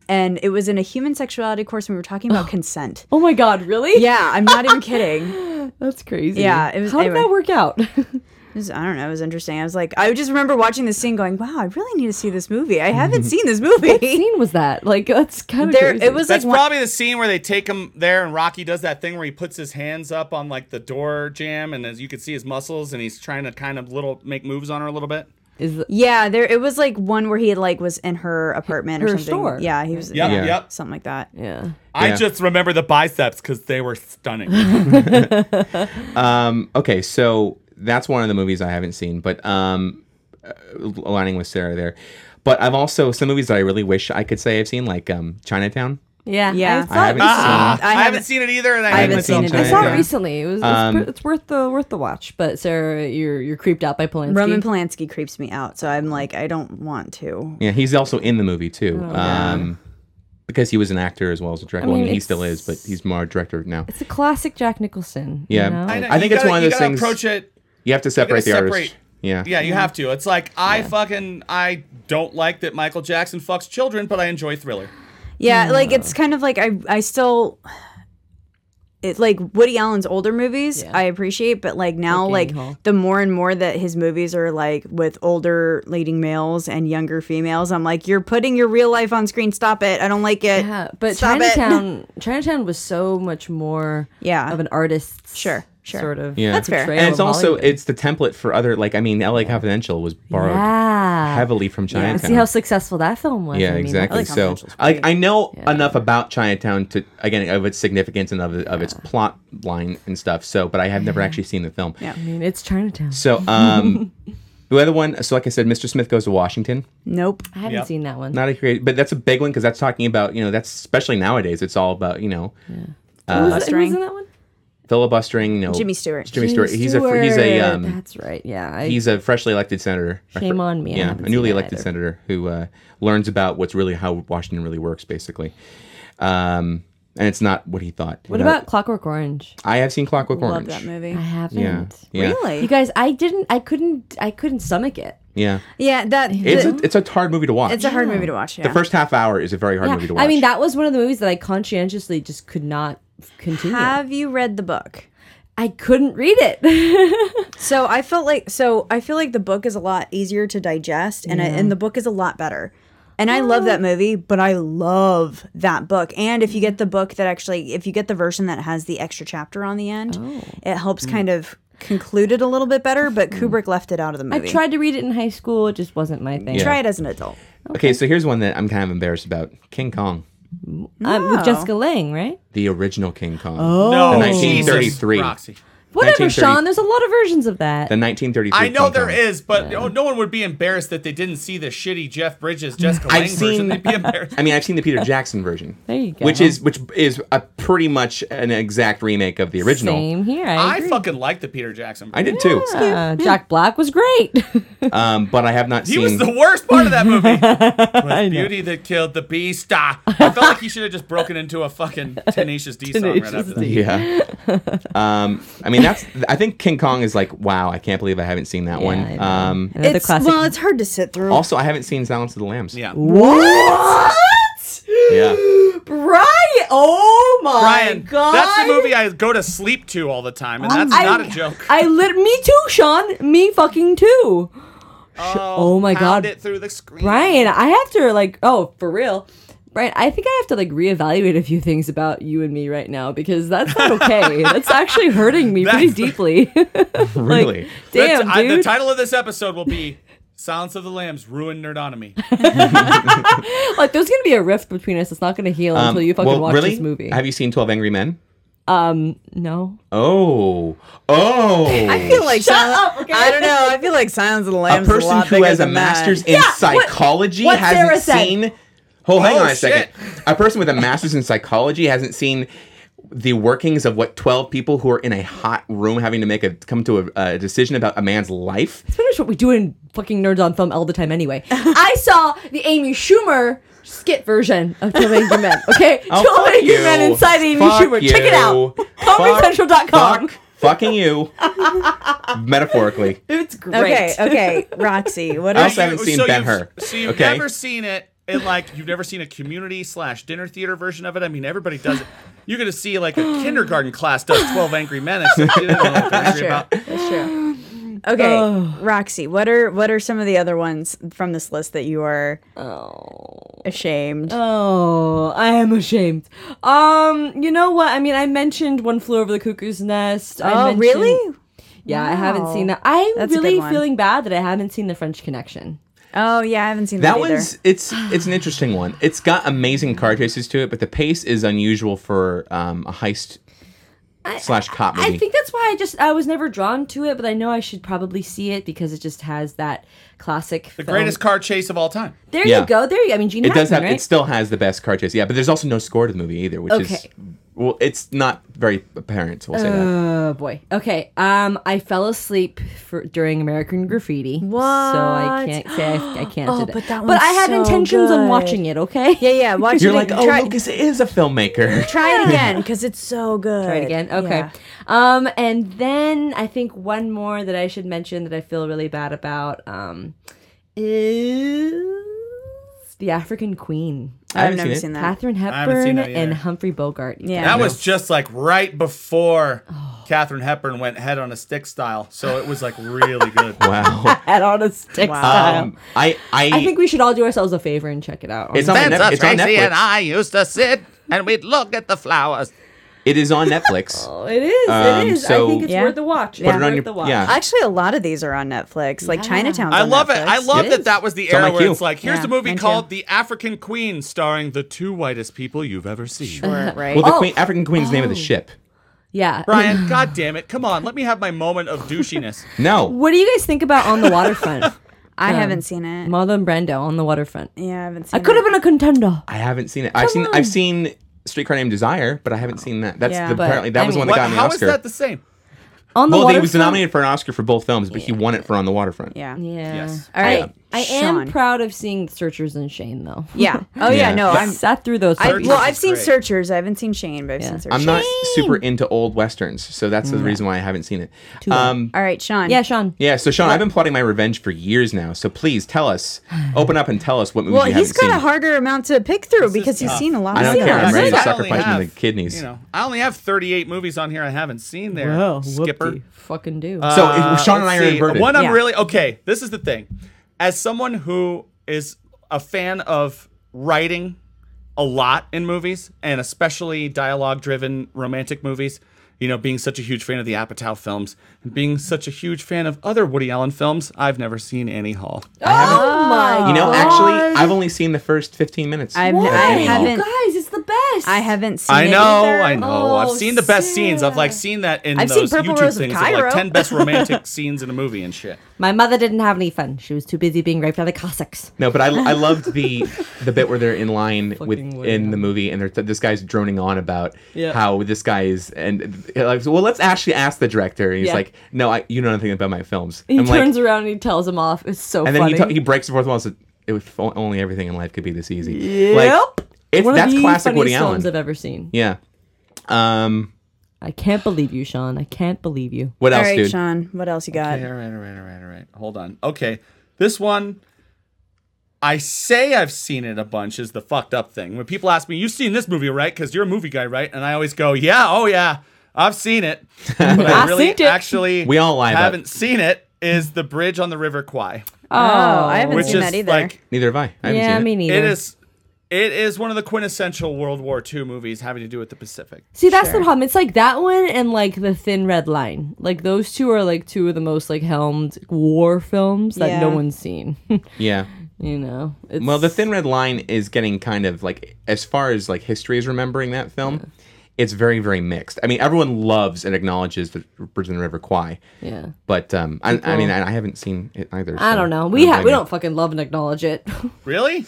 [SPEAKER 4] and it was in a human sexuality course, and we were
[SPEAKER 2] [GASPS]
[SPEAKER 4] talking about consent.
[SPEAKER 2] oh my god, really?
[SPEAKER 4] Yeah, I'm not even kidding. It
[SPEAKER 2] That's crazy.
[SPEAKER 4] Yeah, it was-
[SPEAKER 2] How did
[SPEAKER 4] anyway.
[SPEAKER 2] that work out? [LAUGHS]
[SPEAKER 4] [LAUGHS] was- I don't know. It was interesting. I was like, I just remember watching this scene, going, "Wow, I really need to see this movie. I haven't seen this movie."
[SPEAKER 2] scene was that? Like that's kind of
[SPEAKER 4] There,
[SPEAKER 2] crazy.
[SPEAKER 4] it was
[SPEAKER 3] That's
[SPEAKER 4] like one-
[SPEAKER 3] probably the scene where they take him there and Rocky does that thing where he puts his hands up on like the door jam and as you can see his muscles and he's trying to kind of little make moves on her a little bit.
[SPEAKER 2] Is the-
[SPEAKER 4] Yeah, there it was like one where he like was in her apartment or
[SPEAKER 2] Her
[SPEAKER 4] something.
[SPEAKER 2] store.
[SPEAKER 4] Yeah, he was
[SPEAKER 3] Yep,
[SPEAKER 4] yeah,
[SPEAKER 3] yep.
[SPEAKER 4] something like that.
[SPEAKER 2] yeah.
[SPEAKER 3] I
[SPEAKER 5] Yeah.
[SPEAKER 3] just remember the biceps because they were stunning.
[SPEAKER 5] Um, okay, so that's one of the movies I haven't seen, but um, uh, aligning with Sarah there. But I've also some movies that I really wish I could say I've seen, like um, Chinatown.
[SPEAKER 2] Yeah.
[SPEAKER 4] Yeah.
[SPEAKER 2] I
[SPEAKER 5] I
[SPEAKER 2] saw,
[SPEAKER 5] haven't
[SPEAKER 2] it-
[SPEAKER 3] Ah, I,
[SPEAKER 4] I
[SPEAKER 3] haven't
[SPEAKER 4] haven't-
[SPEAKER 3] seen it either, and I, hate
[SPEAKER 4] haven't
[SPEAKER 3] myself.
[SPEAKER 4] seen it
[SPEAKER 2] I
[SPEAKER 4] either.
[SPEAKER 2] saw it
[SPEAKER 5] Yeah.
[SPEAKER 2] recently. It was it's,
[SPEAKER 5] Um,
[SPEAKER 2] pr- it's worth the worth the watch. But Sarah, you're you're creeped out by Polanski.
[SPEAKER 4] Roman Polanski creeps me out, so I'm like, I don't want to.
[SPEAKER 5] Yeah, he's also in the movie too, um, because he was an actor as well as a director. well, I
[SPEAKER 2] mean,
[SPEAKER 5] mean, he
[SPEAKER 2] it's-
[SPEAKER 5] still is, but he's more a director now.
[SPEAKER 2] It's a classic Jack Nicholson.
[SPEAKER 5] Yeah.
[SPEAKER 2] You know?
[SPEAKER 5] I know.
[SPEAKER 3] You
[SPEAKER 5] think it's
[SPEAKER 3] gotta-
[SPEAKER 5] one of
[SPEAKER 3] you
[SPEAKER 5] those
[SPEAKER 3] gotta
[SPEAKER 5] things-
[SPEAKER 3] Approach it.
[SPEAKER 5] You have to
[SPEAKER 3] gotta
[SPEAKER 5] separate the
[SPEAKER 3] separate-
[SPEAKER 5] artist. Yeah.
[SPEAKER 3] Yeah, you have to. It's like I fucking I don't like that Michael Jackson fucks children, but I enjoy Thriller.
[SPEAKER 4] Yeah, like it's kind of like I I still it like Woody Allen's older movies I appreciate, but like now
[SPEAKER 2] Like
[SPEAKER 4] like,
[SPEAKER 2] Annie Hall.
[SPEAKER 4] the more and more that his movies are like with older leading males and younger females, I'm like, you're putting your real life on screen. Stop it. I don't like it.
[SPEAKER 2] Yeah, but
[SPEAKER 4] Stop it.
[SPEAKER 2] Chinatown, [LAUGHS] Chinatown was so much more
[SPEAKER 4] Yeah.
[SPEAKER 2] of an artist's
[SPEAKER 4] Sure, sure.
[SPEAKER 2] sort of
[SPEAKER 5] Yeah. That's
[SPEAKER 4] fair.
[SPEAKER 2] portrayal
[SPEAKER 5] And it's
[SPEAKER 2] of
[SPEAKER 5] also
[SPEAKER 2] Hollywood.
[SPEAKER 5] it's the template for other like I mean, L.A. Confidential was borrowed
[SPEAKER 2] yeah.
[SPEAKER 5] heavily from
[SPEAKER 2] And
[SPEAKER 5] Chinatown.
[SPEAKER 2] see how successful that film was. I
[SPEAKER 5] Yeah,
[SPEAKER 2] mean,
[SPEAKER 5] exactly.
[SPEAKER 2] that's-
[SPEAKER 5] so,
[SPEAKER 4] Confidential's
[SPEAKER 5] like, I know enough about Chinatown to again of its significance and of, of its plot line and stuff. So, but I have never actually seen the film.
[SPEAKER 4] [LAUGHS] Yeah.
[SPEAKER 2] I mean, it's Chinatown. [LAUGHS]
[SPEAKER 5] So, um, the other one. So, like I said, Mr. Smith goes to Washington.
[SPEAKER 4] Nope.
[SPEAKER 2] I haven't
[SPEAKER 3] Yep.
[SPEAKER 2] seen that one.
[SPEAKER 5] Not a great, but that's a big one because that's talking about you know that's especially nowadays. It's all about you know.
[SPEAKER 2] Who was- who was
[SPEAKER 4] Busterang.
[SPEAKER 2] in that one?
[SPEAKER 5] filibustering. No,
[SPEAKER 4] Jimmy Stewart.
[SPEAKER 5] Jimmy Stewart. He's a he's a
[SPEAKER 2] Stewart,
[SPEAKER 5] um,
[SPEAKER 2] That's right. Yeah. I,
[SPEAKER 5] he's a freshly elected senator. I
[SPEAKER 2] Shame
[SPEAKER 5] fr-
[SPEAKER 2] on me, I
[SPEAKER 5] Yeah,
[SPEAKER 2] haven't
[SPEAKER 5] a newly
[SPEAKER 2] seen that
[SPEAKER 5] elected
[SPEAKER 2] either.
[SPEAKER 5] senator who uh, learns about what's really how Washington really works, basically. Um, and it's not what he thought.
[SPEAKER 2] what
[SPEAKER 5] You know,
[SPEAKER 2] about Clockwork Orange?
[SPEAKER 5] I have seen Clockwork
[SPEAKER 4] Love
[SPEAKER 5] Orange.
[SPEAKER 4] that movie.
[SPEAKER 2] I haven't.
[SPEAKER 5] Yeah, yeah,
[SPEAKER 4] Really?
[SPEAKER 2] You guys, I didn't. I couldn't. I couldn't stomach it.
[SPEAKER 5] yeah.
[SPEAKER 4] yeah, that
[SPEAKER 5] It's
[SPEAKER 4] the-
[SPEAKER 5] a, it's a hard movie to watch.
[SPEAKER 4] it's a hard movie to watch. Yeah.
[SPEAKER 5] the first half hour is a very hard
[SPEAKER 2] Yeah.
[SPEAKER 5] movie to watch.
[SPEAKER 2] I mean, that was one of the movies that I conscientiously just could not continue.
[SPEAKER 4] Have you read the book?
[SPEAKER 2] I couldn't read it. [LAUGHS]
[SPEAKER 4] So I felt like so I feel like the book is a lot easier to digest and I, and the book is a lot better. And I love that movie, but I love that book. And if you get the book that actually if you get the version that has the extra chapter on the end,
[SPEAKER 2] Oh.
[SPEAKER 4] it
[SPEAKER 2] Hmm.
[SPEAKER 4] helps kind of conclude it a little bit better, but Kubrick left it out of the
[SPEAKER 2] I
[SPEAKER 4] movie.
[SPEAKER 2] tried to read it in high school. It just wasn't my thing.
[SPEAKER 4] try it as an adult.
[SPEAKER 5] okay, so here's one that I'm kind of embarrassed about: King Kong,
[SPEAKER 2] Um,
[SPEAKER 4] No.
[SPEAKER 2] With Jessica Lange, right?
[SPEAKER 5] the original King Kong. Oh,
[SPEAKER 3] No,
[SPEAKER 5] 1933.
[SPEAKER 3] Jesus, Roxy.
[SPEAKER 2] Whatever,
[SPEAKER 5] 1930
[SPEAKER 2] Sean. There's a lot of versions of that.
[SPEAKER 5] the 1933.
[SPEAKER 3] I know
[SPEAKER 5] Kong
[SPEAKER 3] there
[SPEAKER 5] Kong.
[SPEAKER 3] is, but no, no one would be embarrassed that they didn't see the shitty Jeff Bridges Jessica
[SPEAKER 5] I've
[SPEAKER 3] Lange
[SPEAKER 5] seen-
[SPEAKER 3] version. They'd be
[SPEAKER 5] [LAUGHS]
[SPEAKER 3] embarrassed.
[SPEAKER 5] I mean, I've seen
[SPEAKER 2] [LAUGHS]
[SPEAKER 5] the Peter Jackson version,
[SPEAKER 2] There you go.
[SPEAKER 5] which is which is a pretty much an exact remake of the original.
[SPEAKER 2] Same here. I,
[SPEAKER 3] I
[SPEAKER 2] agree.
[SPEAKER 3] fucking like the Peter Jackson.
[SPEAKER 5] I
[SPEAKER 3] Version.
[SPEAKER 5] did too,
[SPEAKER 2] Yeah, [LAUGHS] Jack Black was great.
[SPEAKER 5] um, but I have not
[SPEAKER 3] He
[SPEAKER 5] seen.
[SPEAKER 3] was the worst part of that movie.
[SPEAKER 2] [LAUGHS]
[SPEAKER 3] Was Beauty that killed the beast. Ah. I felt like he should have just broken into a
[SPEAKER 2] [LAUGHS]
[SPEAKER 3] fucking Tenacious D song right
[SPEAKER 2] Tenacious
[SPEAKER 3] after
[SPEAKER 2] D.
[SPEAKER 3] that.
[SPEAKER 5] [LAUGHS] yeah. um, I mean, that's. I think King Kong is like, wow, I can't believe I haven't seen that
[SPEAKER 2] I
[SPEAKER 5] one.
[SPEAKER 2] know.
[SPEAKER 5] Um,
[SPEAKER 2] Another
[SPEAKER 4] It's-
[SPEAKER 2] classic.
[SPEAKER 4] well, it's hard to sit through.
[SPEAKER 5] also, I haven't seen Silence of the Lambs.
[SPEAKER 3] Yeah.
[SPEAKER 2] what?
[SPEAKER 5] Yeah.
[SPEAKER 2] Brian! Oh my
[SPEAKER 3] Brian,
[SPEAKER 2] god! Oh
[SPEAKER 3] that's the movie I go to sleep to all the time, and that's
[SPEAKER 2] I-
[SPEAKER 3] not a joke.
[SPEAKER 2] I lit me too, Sean. Me fucking too. Oh my god,
[SPEAKER 3] Pound It through the screen.
[SPEAKER 2] Brian! I have to like. Oh, for real, Brian. I think I have to like reevaluate a few things about you and me right now because that's not okay.
[SPEAKER 3] [LAUGHS]
[SPEAKER 2] that's actually hurting me pretty
[SPEAKER 3] That's-
[SPEAKER 2] deeply. [LAUGHS] Like,
[SPEAKER 5] Really?
[SPEAKER 3] That's-
[SPEAKER 2] damn,
[SPEAKER 3] I- the
[SPEAKER 2] dude.
[SPEAKER 3] title of this episode will
[SPEAKER 2] [LAUGHS]
[SPEAKER 3] be Silence of the Lambs ruined nerdonomy.
[SPEAKER 2] like, there's gonna be a rift between us. It's not gonna heal
[SPEAKER 5] Um,
[SPEAKER 2] until you fucking
[SPEAKER 5] well,
[SPEAKER 2] watch
[SPEAKER 5] really?
[SPEAKER 2] this movie.
[SPEAKER 5] Have you seen Twelve Angry Men?
[SPEAKER 2] no.
[SPEAKER 5] Oh, oh!
[SPEAKER 4] I feel like
[SPEAKER 2] Shut
[SPEAKER 4] Silence-
[SPEAKER 2] up, okay?
[SPEAKER 4] I don't know. I feel like Silence of the
[SPEAKER 5] a
[SPEAKER 4] Lambs is a
[SPEAKER 5] person
[SPEAKER 4] lot
[SPEAKER 5] who
[SPEAKER 4] bigger
[SPEAKER 5] has a
[SPEAKER 4] than that.
[SPEAKER 5] master's in
[SPEAKER 2] what-
[SPEAKER 5] psychology
[SPEAKER 2] what
[SPEAKER 5] hasn't
[SPEAKER 2] Sarah said.
[SPEAKER 5] seen. Oh, hang
[SPEAKER 3] Oh,
[SPEAKER 5] on a second.
[SPEAKER 3] shit.
[SPEAKER 5] A person with a master's in psychology hasn't seen the workings of what twelve people who are in a hot room having to make a come to a, a decision about a man's life.
[SPEAKER 2] It's pretty much what we do in fucking Nerds on Film all the time anyway. [LAUGHS] I saw the Amy Schumer skit version of 12 Angry Men, okay?
[SPEAKER 5] [LAUGHS] Oh,
[SPEAKER 2] 12
[SPEAKER 5] fuck
[SPEAKER 2] Angry
[SPEAKER 5] you.
[SPEAKER 2] Men inside Amy
[SPEAKER 5] Fuck
[SPEAKER 2] Schumer. Check it out. [LAUGHS]
[SPEAKER 5] you.
[SPEAKER 2] HomeryCentral.com.
[SPEAKER 5] Fuck, fucking you. Metaphorically.
[SPEAKER 2] It's great.
[SPEAKER 4] Okay, okay, Roxy. What
[SPEAKER 5] I
[SPEAKER 4] are
[SPEAKER 5] also haven't seen
[SPEAKER 3] you've-
[SPEAKER 5] Ben-Hur.
[SPEAKER 3] So you've
[SPEAKER 5] Okay.
[SPEAKER 3] never seen it, and like you've never seen a community slash dinner theater version of it. I mean, everybody does it. You're gonna see like a kindergarten
[SPEAKER 2] [LAUGHS]
[SPEAKER 3] class does Twelve Angry Men. It's like, you don't know what they're angry about.
[SPEAKER 4] That's true. [SIGHS] Okay, Roxy, what are what are some of the other ones from this list that you are ashamed?
[SPEAKER 2] Oh, I am ashamed. Um, you know what? I mean, I mentioned One Flew Over the Cuckoo's Nest. I
[SPEAKER 4] oh,
[SPEAKER 2] mentioned-
[SPEAKER 4] really?
[SPEAKER 2] Yeah, I haven't
[SPEAKER 4] Wow.
[SPEAKER 2] seen that. I'm
[SPEAKER 4] That's a good
[SPEAKER 2] really
[SPEAKER 4] one.
[SPEAKER 2] feeling bad that I haven't seen The French Connection.
[SPEAKER 4] Oh, yeah, I haven't seen that,
[SPEAKER 5] That
[SPEAKER 4] either.
[SPEAKER 5] one's it's it's an interesting one. It's got amazing car chases to it, but the pace is unusual for um, a heist slash cop movie.
[SPEAKER 2] I think that's why I just I was never drawn to it, but I know I should probably see it because it just has that classic.
[SPEAKER 3] The greatest car chase of all time.
[SPEAKER 2] There
[SPEAKER 5] Yeah.
[SPEAKER 2] you go. There you. I mean, Gene.
[SPEAKER 5] it does have
[SPEAKER 2] Hackman,
[SPEAKER 5] it still has the best car chase yeah but there's also no score to the movie either which is
[SPEAKER 2] Okay.
[SPEAKER 5] well it's not very apparent we'll say that
[SPEAKER 2] right? Oh boy. Okay. Um, I fell asleep for, during American Graffiti. What? So I
[SPEAKER 4] What?
[SPEAKER 2] can't say I, I can't.
[SPEAKER 4] [GASPS] Oh,
[SPEAKER 2] did it.
[SPEAKER 4] but that
[SPEAKER 2] but
[SPEAKER 4] one's
[SPEAKER 2] I had
[SPEAKER 4] so
[SPEAKER 2] intentions on
[SPEAKER 4] good.
[SPEAKER 2] watching it. Okay. [LAUGHS]
[SPEAKER 4] yeah, yeah. Watch
[SPEAKER 5] you're
[SPEAKER 4] it.
[SPEAKER 5] like
[SPEAKER 4] ag-
[SPEAKER 5] oh
[SPEAKER 4] try,
[SPEAKER 5] lucas is a filmmaker
[SPEAKER 4] try it again because it's so good.
[SPEAKER 2] Right again. Okay.
[SPEAKER 4] Yeah.
[SPEAKER 2] Um, and then I think one more that I should mention that I feel really bad about. Um, is the African Queen.
[SPEAKER 5] haven't
[SPEAKER 4] I've never
[SPEAKER 5] seen it.
[SPEAKER 4] seen, that.
[SPEAKER 2] Catherine
[SPEAKER 3] haven't
[SPEAKER 2] Hepburn
[SPEAKER 3] seen that either.
[SPEAKER 2] and Humphrey Bogart.
[SPEAKER 4] Oh. Yeah.
[SPEAKER 3] That was just like right before Katherine Hepburn went head on a stick style, so it was like really
[SPEAKER 5] [LAUGHS]
[SPEAKER 3] good.
[SPEAKER 5] wow
[SPEAKER 2] Head on a stick
[SPEAKER 4] Wow.
[SPEAKER 2] style.
[SPEAKER 5] um, I, I
[SPEAKER 2] I think we should all do ourselves a favor and check it out.
[SPEAKER 5] it's on, Net- it's on netflix
[SPEAKER 6] I used to sit and we'd look at the flowers.
[SPEAKER 5] it is on netflix
[SPEAKER 2] Oh, it is.
[SPEAKER 5] Um,
[SPEAKER 2] it is.
[SPEAKER 5] so-
[SPEAKER 2] I think it's
[SPEAKER 4] Yeah.
[SPEAKER 2] worth the watch.
[SPEAKER 5] Put
[SPEAKER 2] It's
[SPEAKER 5] it on
[SPEAKER 2] worth
[SPEAKER 5] your-
[SPEAKER 2] the watch.
[SPEAKER 5] yeah.
[SPEAKER 4] Actually, a lot of these are on Netflix. Like Chinatown.
[SPEAKER 3] I love it. I
[SPEAKER 4] [LAUGHS]
[SPEAKER 3] love
[SPEAKER 2] It
[SPEAKER 3] that
[SPEAKER 2] is.
[SPEAKER 3] that was the era
[SPEAKER 5] on my
[SPEAKER 3] where
[SPEAKER 5] queue.
[SPEAKER 3] it's like, here's
[SPEAKER 4] Yeah,
[SPEAKER 3] a movie
[SPEAKER 4] mine too.
[SPEAKER 3] called The African Queen, starring the two whitest people you've ever seen.
[SPEAKER 2] [LAUGHS]
[SPEAKER 4] Right.
[SPEAKER 5] well the queen, african queen's name of the ship
[SPEAKER 2] Yeah.
[SPEAKER 3] Brian, god damn it, come on, let me have my moment of douchiness.
[SPEAKER 5] [LAUGHS] no
[SPEAKER 2] What do you guys think about On the [LAUGHS] Waterfront?
[SPEAKER 4] I haven't seen it.
[SPEAKER 2] Marlon Brando on the Waterfront.
[SPEAKER 4] yeah, I haven't
[SPEAKER 2] um, I
[SPEAKER 4] seen.
[SPEAKER 2] could have
[SPEAKER 4] it.
[SPEAKER 2] been a contender.
[SPEAKER 5] i haven't seen it i've seen
[SPEAKER 2] on.
[SPEAKER 5] i've seen Streetcar Named Desire, but I haven't seen that. That's
[SPEAKER 4] Yeah.
[SPEAKER 5] the,
[SPEAKER 2] But,
[SPEAKER 5] apparently that
[SPEAKER 2] I
[SPEAKER 5] was
[SPEAKER 2] mean-
[SPEAKER 5] one that
[SPEAKER 3] What,
[SPEAKER 5] got me
[SPEAKER 3] how
[SPEAKER 5] an
[SPEAKER 3] is
[SPEAKER 5] Oscar.
[SPEAKER 3] that the same?
[SPEAKER 2] On the
[SPEAKER 5] well,
[SPEAKER 2] waterfront.
[SPEAKER 5] he was nominated for an Oscar for both films, but he won it for On the Waterfront.
[SPEAKER 4] Yeah.
[SPEAKER 2] [LAUGHS] Yeah.
[SPEAKER 6] Yes.
[SPEAKER 4] All right.
[SPEAKER 2] I am
[SPEAKER 4] Sean.
[SPEAKER 2] proud of seeing Searchers and Shane though.
[SPEAKER 4] Yeah. Oh yeah.
[SPEAKER 5] Yeah.
[SPEAKER 4] No,
[SPEAKER 2] I
[SPEAKER 4] I'm.
[SPEAKER 2] sat through those.
[SPEAKER 4] I,
[SPEAKER 2] movies.
[SPEAKER 4] well,
[SPEAKER 3] is
[SPEAKER 4] I've seen
[SPEAKER 3] great.
[SPEAKER 4] Searchers. I haven't seen Shane, but I've seen Searchers.
[SPEAKER 5] I'm not super into old westerns, so that's
[SPEAKER 4] Mm.
[SPEAKER 5] the reason why I haven't seen it. Um,
[SPEAKER 4] All right, Sean.
[SPEAKER 2] yeah, Sean.
[SPEAKER 5] yeah, so Sean, I've been plotting my revenge for years now. So please tell
[SPEAKER 4] [SIGHS]
[SPEAKER 5] us, open up and tell us what movies
[SPEAKER 4] Well,
[SPEAKER 5] you
[SPEAKER 4] he's got
[SPEAKER 5] haven't seen.
[SPEAKER 4] a harder amount to pick through because he's seen a lot.
[SPEAKER 5] I
[SPEAKER 4] He's
[SPEAKER 5] don't
[SPEAKER 4] seen a
[SPEAKER 5] care,
[SPEAKER 4] lot.
[SPEAKER 5] I'm ready to
[SPEAKER 3] I only
[SPEAKER 5] sacrifice
[SPEAKER 3] have-
[SPEAKER 5] my kidneys.
[SPEAKER 3] You know, I only have 38 movies on here I haven't seen there.
[SPEAKER 7] Well,
[SPEAKER 3] Skipper.
[SPEAKER 7] whoopty.
[SPEAKER 2] Fucking do.
[SPEAKER 5] so if Sean and
[SPEAKER 3] Uh, let's
[SPEAKER 5] I are
[SPEAKER 3] see,
[SPEAKER 5] inverted.
[SPEAKER 3] One I'm
[SPEAKER 4] Yeah.
[SPEAKER 3] really okay. This is the thing. As someone who is a fan of writing a lot in movies, and especially dialogue-driven romantic movies, you know, being such a huge fan of the Apatow films and being such a huge fan of other Woody Allen films, I've never seen Annie Hall.
[SPEAKER 2] oh my.
[SPEAKER 5] you know, actually, I've only seen the first 15 minutes.
[SPEAKER 4] I've-
[SPEAKER 5] of
[SPEAKER 4] I
[SPEAKER 5] Annie Hall.
[SPEAKER 2] You
[SPEAKER 4] haven't-
[SPEAKER 2] guys, it's the best.
[SPEAKER 4] I haven't seen.
[SPEAKER 3] I
[SPEAKER 4] it
[SPEAKER 3] know,
[SPEAKER 4] either.
[SPEAKER 3] I know. I've
[SPEAKER 2] Oh,
[SPEAKER 3] seen the best scenes. I've like
[SPEAKER 2] Sarah.
[SPEAKER 3] seen that in
[SPEAKER 4] I've seen
[SPEAKER 3] those
[SPEAKER 4] Purple
[SPEAKER 3] YouTube
[SPEAKER 4] Rose of
[SPEAKER 3] things of
[SPEAKER 4] Cairo.
[SPEAKER 3] like 10 best
[SPEAKER 4] [LAUGHS]
[SPEAKER 3] romantic scenes in a movie and shit.
[SPEAKER 2] My mother didn't have any fun. She was too busy being raped by the Cossacks.
[SPEAKER 5] No, but I, I
[SPEAKER 4] [LAUGHS]
[SPEAKER 5] loved the the bit where they're in line with
[SPEAKER 7] Fucking Woody
[SPEAKER 5] in the movie, and they're, this guy's droning on about
[SPEAKER 7] Yeah.
[SPEAKER 5] how this guy is, and uh, like, well, let's actually ask the director. And he's
[SPEAKER 2] Yeah.
[SPEAKER 5] like, "No, I, you know nothing about my films."
[SPEAKER 2] He
[SPEAKER 5] I'm like-
[SPEAKER 2] turns around and he tells him off. It's so
[SPEAKER 5] and then
[SPEAKER 2] funny.
[SPEAKER 5] he, ta- he breaks the fourth wall. and says, "If o- only everything in life could be this easy." Like,
[SPEAKER 2] Yep.
[SPEAKER 5] it's,
[SPEAKER 2] One of
[SPEAKER 5] that's
[SPEAKER 2] the
[SPEAKER 5] classic
[SPEAKER 2] funniest
[SPEAKER 5] Woody Allen.
[SPEAKER 2] films I've ever seen.
[SPEAKER 5] yeah. Um.
[SPEAKER 2] I can't believe you, Sean. I can't believe you.
[SPEAKER 5] What
[SPEAKER 4] All
[SPEAKER 5] else,
[SPEAKER 4] right,
[SPEAKER 5] dude?
[SPEAKER 4] Sean. What else you got?
[SPEAKER 3] Okay, all right, all right, all right, all right. Hold on. Okay, this one. I say I've seen it a bunch is the fucked up thing. When people ask me, "You've seen this movie, right?" Because you're a movie guy, right? And I always go, "Yeah, oh yeah, I've seen it." But I
[SPEAKER 2] I've
[SPEAKER 3] really
[SPEAKER 2] seen it.
[SPEAKER 3] actually
[SPEAKER 5] We all lie about it.
[SPEAKER 3] haven't seen it. Is the bridge on the River Kwai,
[SPEAKER 4] Oh, I haven't
[SPEAKER 3] which
[SPEAKER 4] seen
[SPEAKER 3] is
[SPEAKER 4] that either.
[SPEAKER 3] like
[SPEAKER 5] Neither have I. I haven't
[SPEAKER 2] yeah,
[SPEAKER 5] seen it.
[SPEAKER 2] me neither.
[SPEAKER 3] it is. It is one of the quintessential World War II movies having to do with the Pacific.
[SPEAKER 2] See, that's the problem. It's like that one and like the Thin Red Line. Like those two are like two of the most like helmed war films that no
[SPEAKER 4] Yeah.
[SPEAKER 2] one's seen. [LAUGHS]
[SPEAKER 5] Yeah.
[SPEAKER 2] you know. It's,
[SPEAKER 5] Well, the Thin Red Line is getting kind of like, as far as like history is remembering that film, it's very, very mixed. I mean, everyone loves and acknowledges the Bridge on the River Kwai,
[SPEAKER 2] Yeah.
[SPEAKER 5] but um, I, I mean, I I haven't seen it either.
[SPEAKER 2] I
[SPEAKER 5] so
[SPEAKER 2] don't know.
[SPEAKER 5] I'm
[SPEAKER 2] We ha- we
[SPEAKER 5] blaming-
[SPEAKER 2] don't fucking love and acknowledge it. [LAUGHS]
[SPEAKER 3] Really?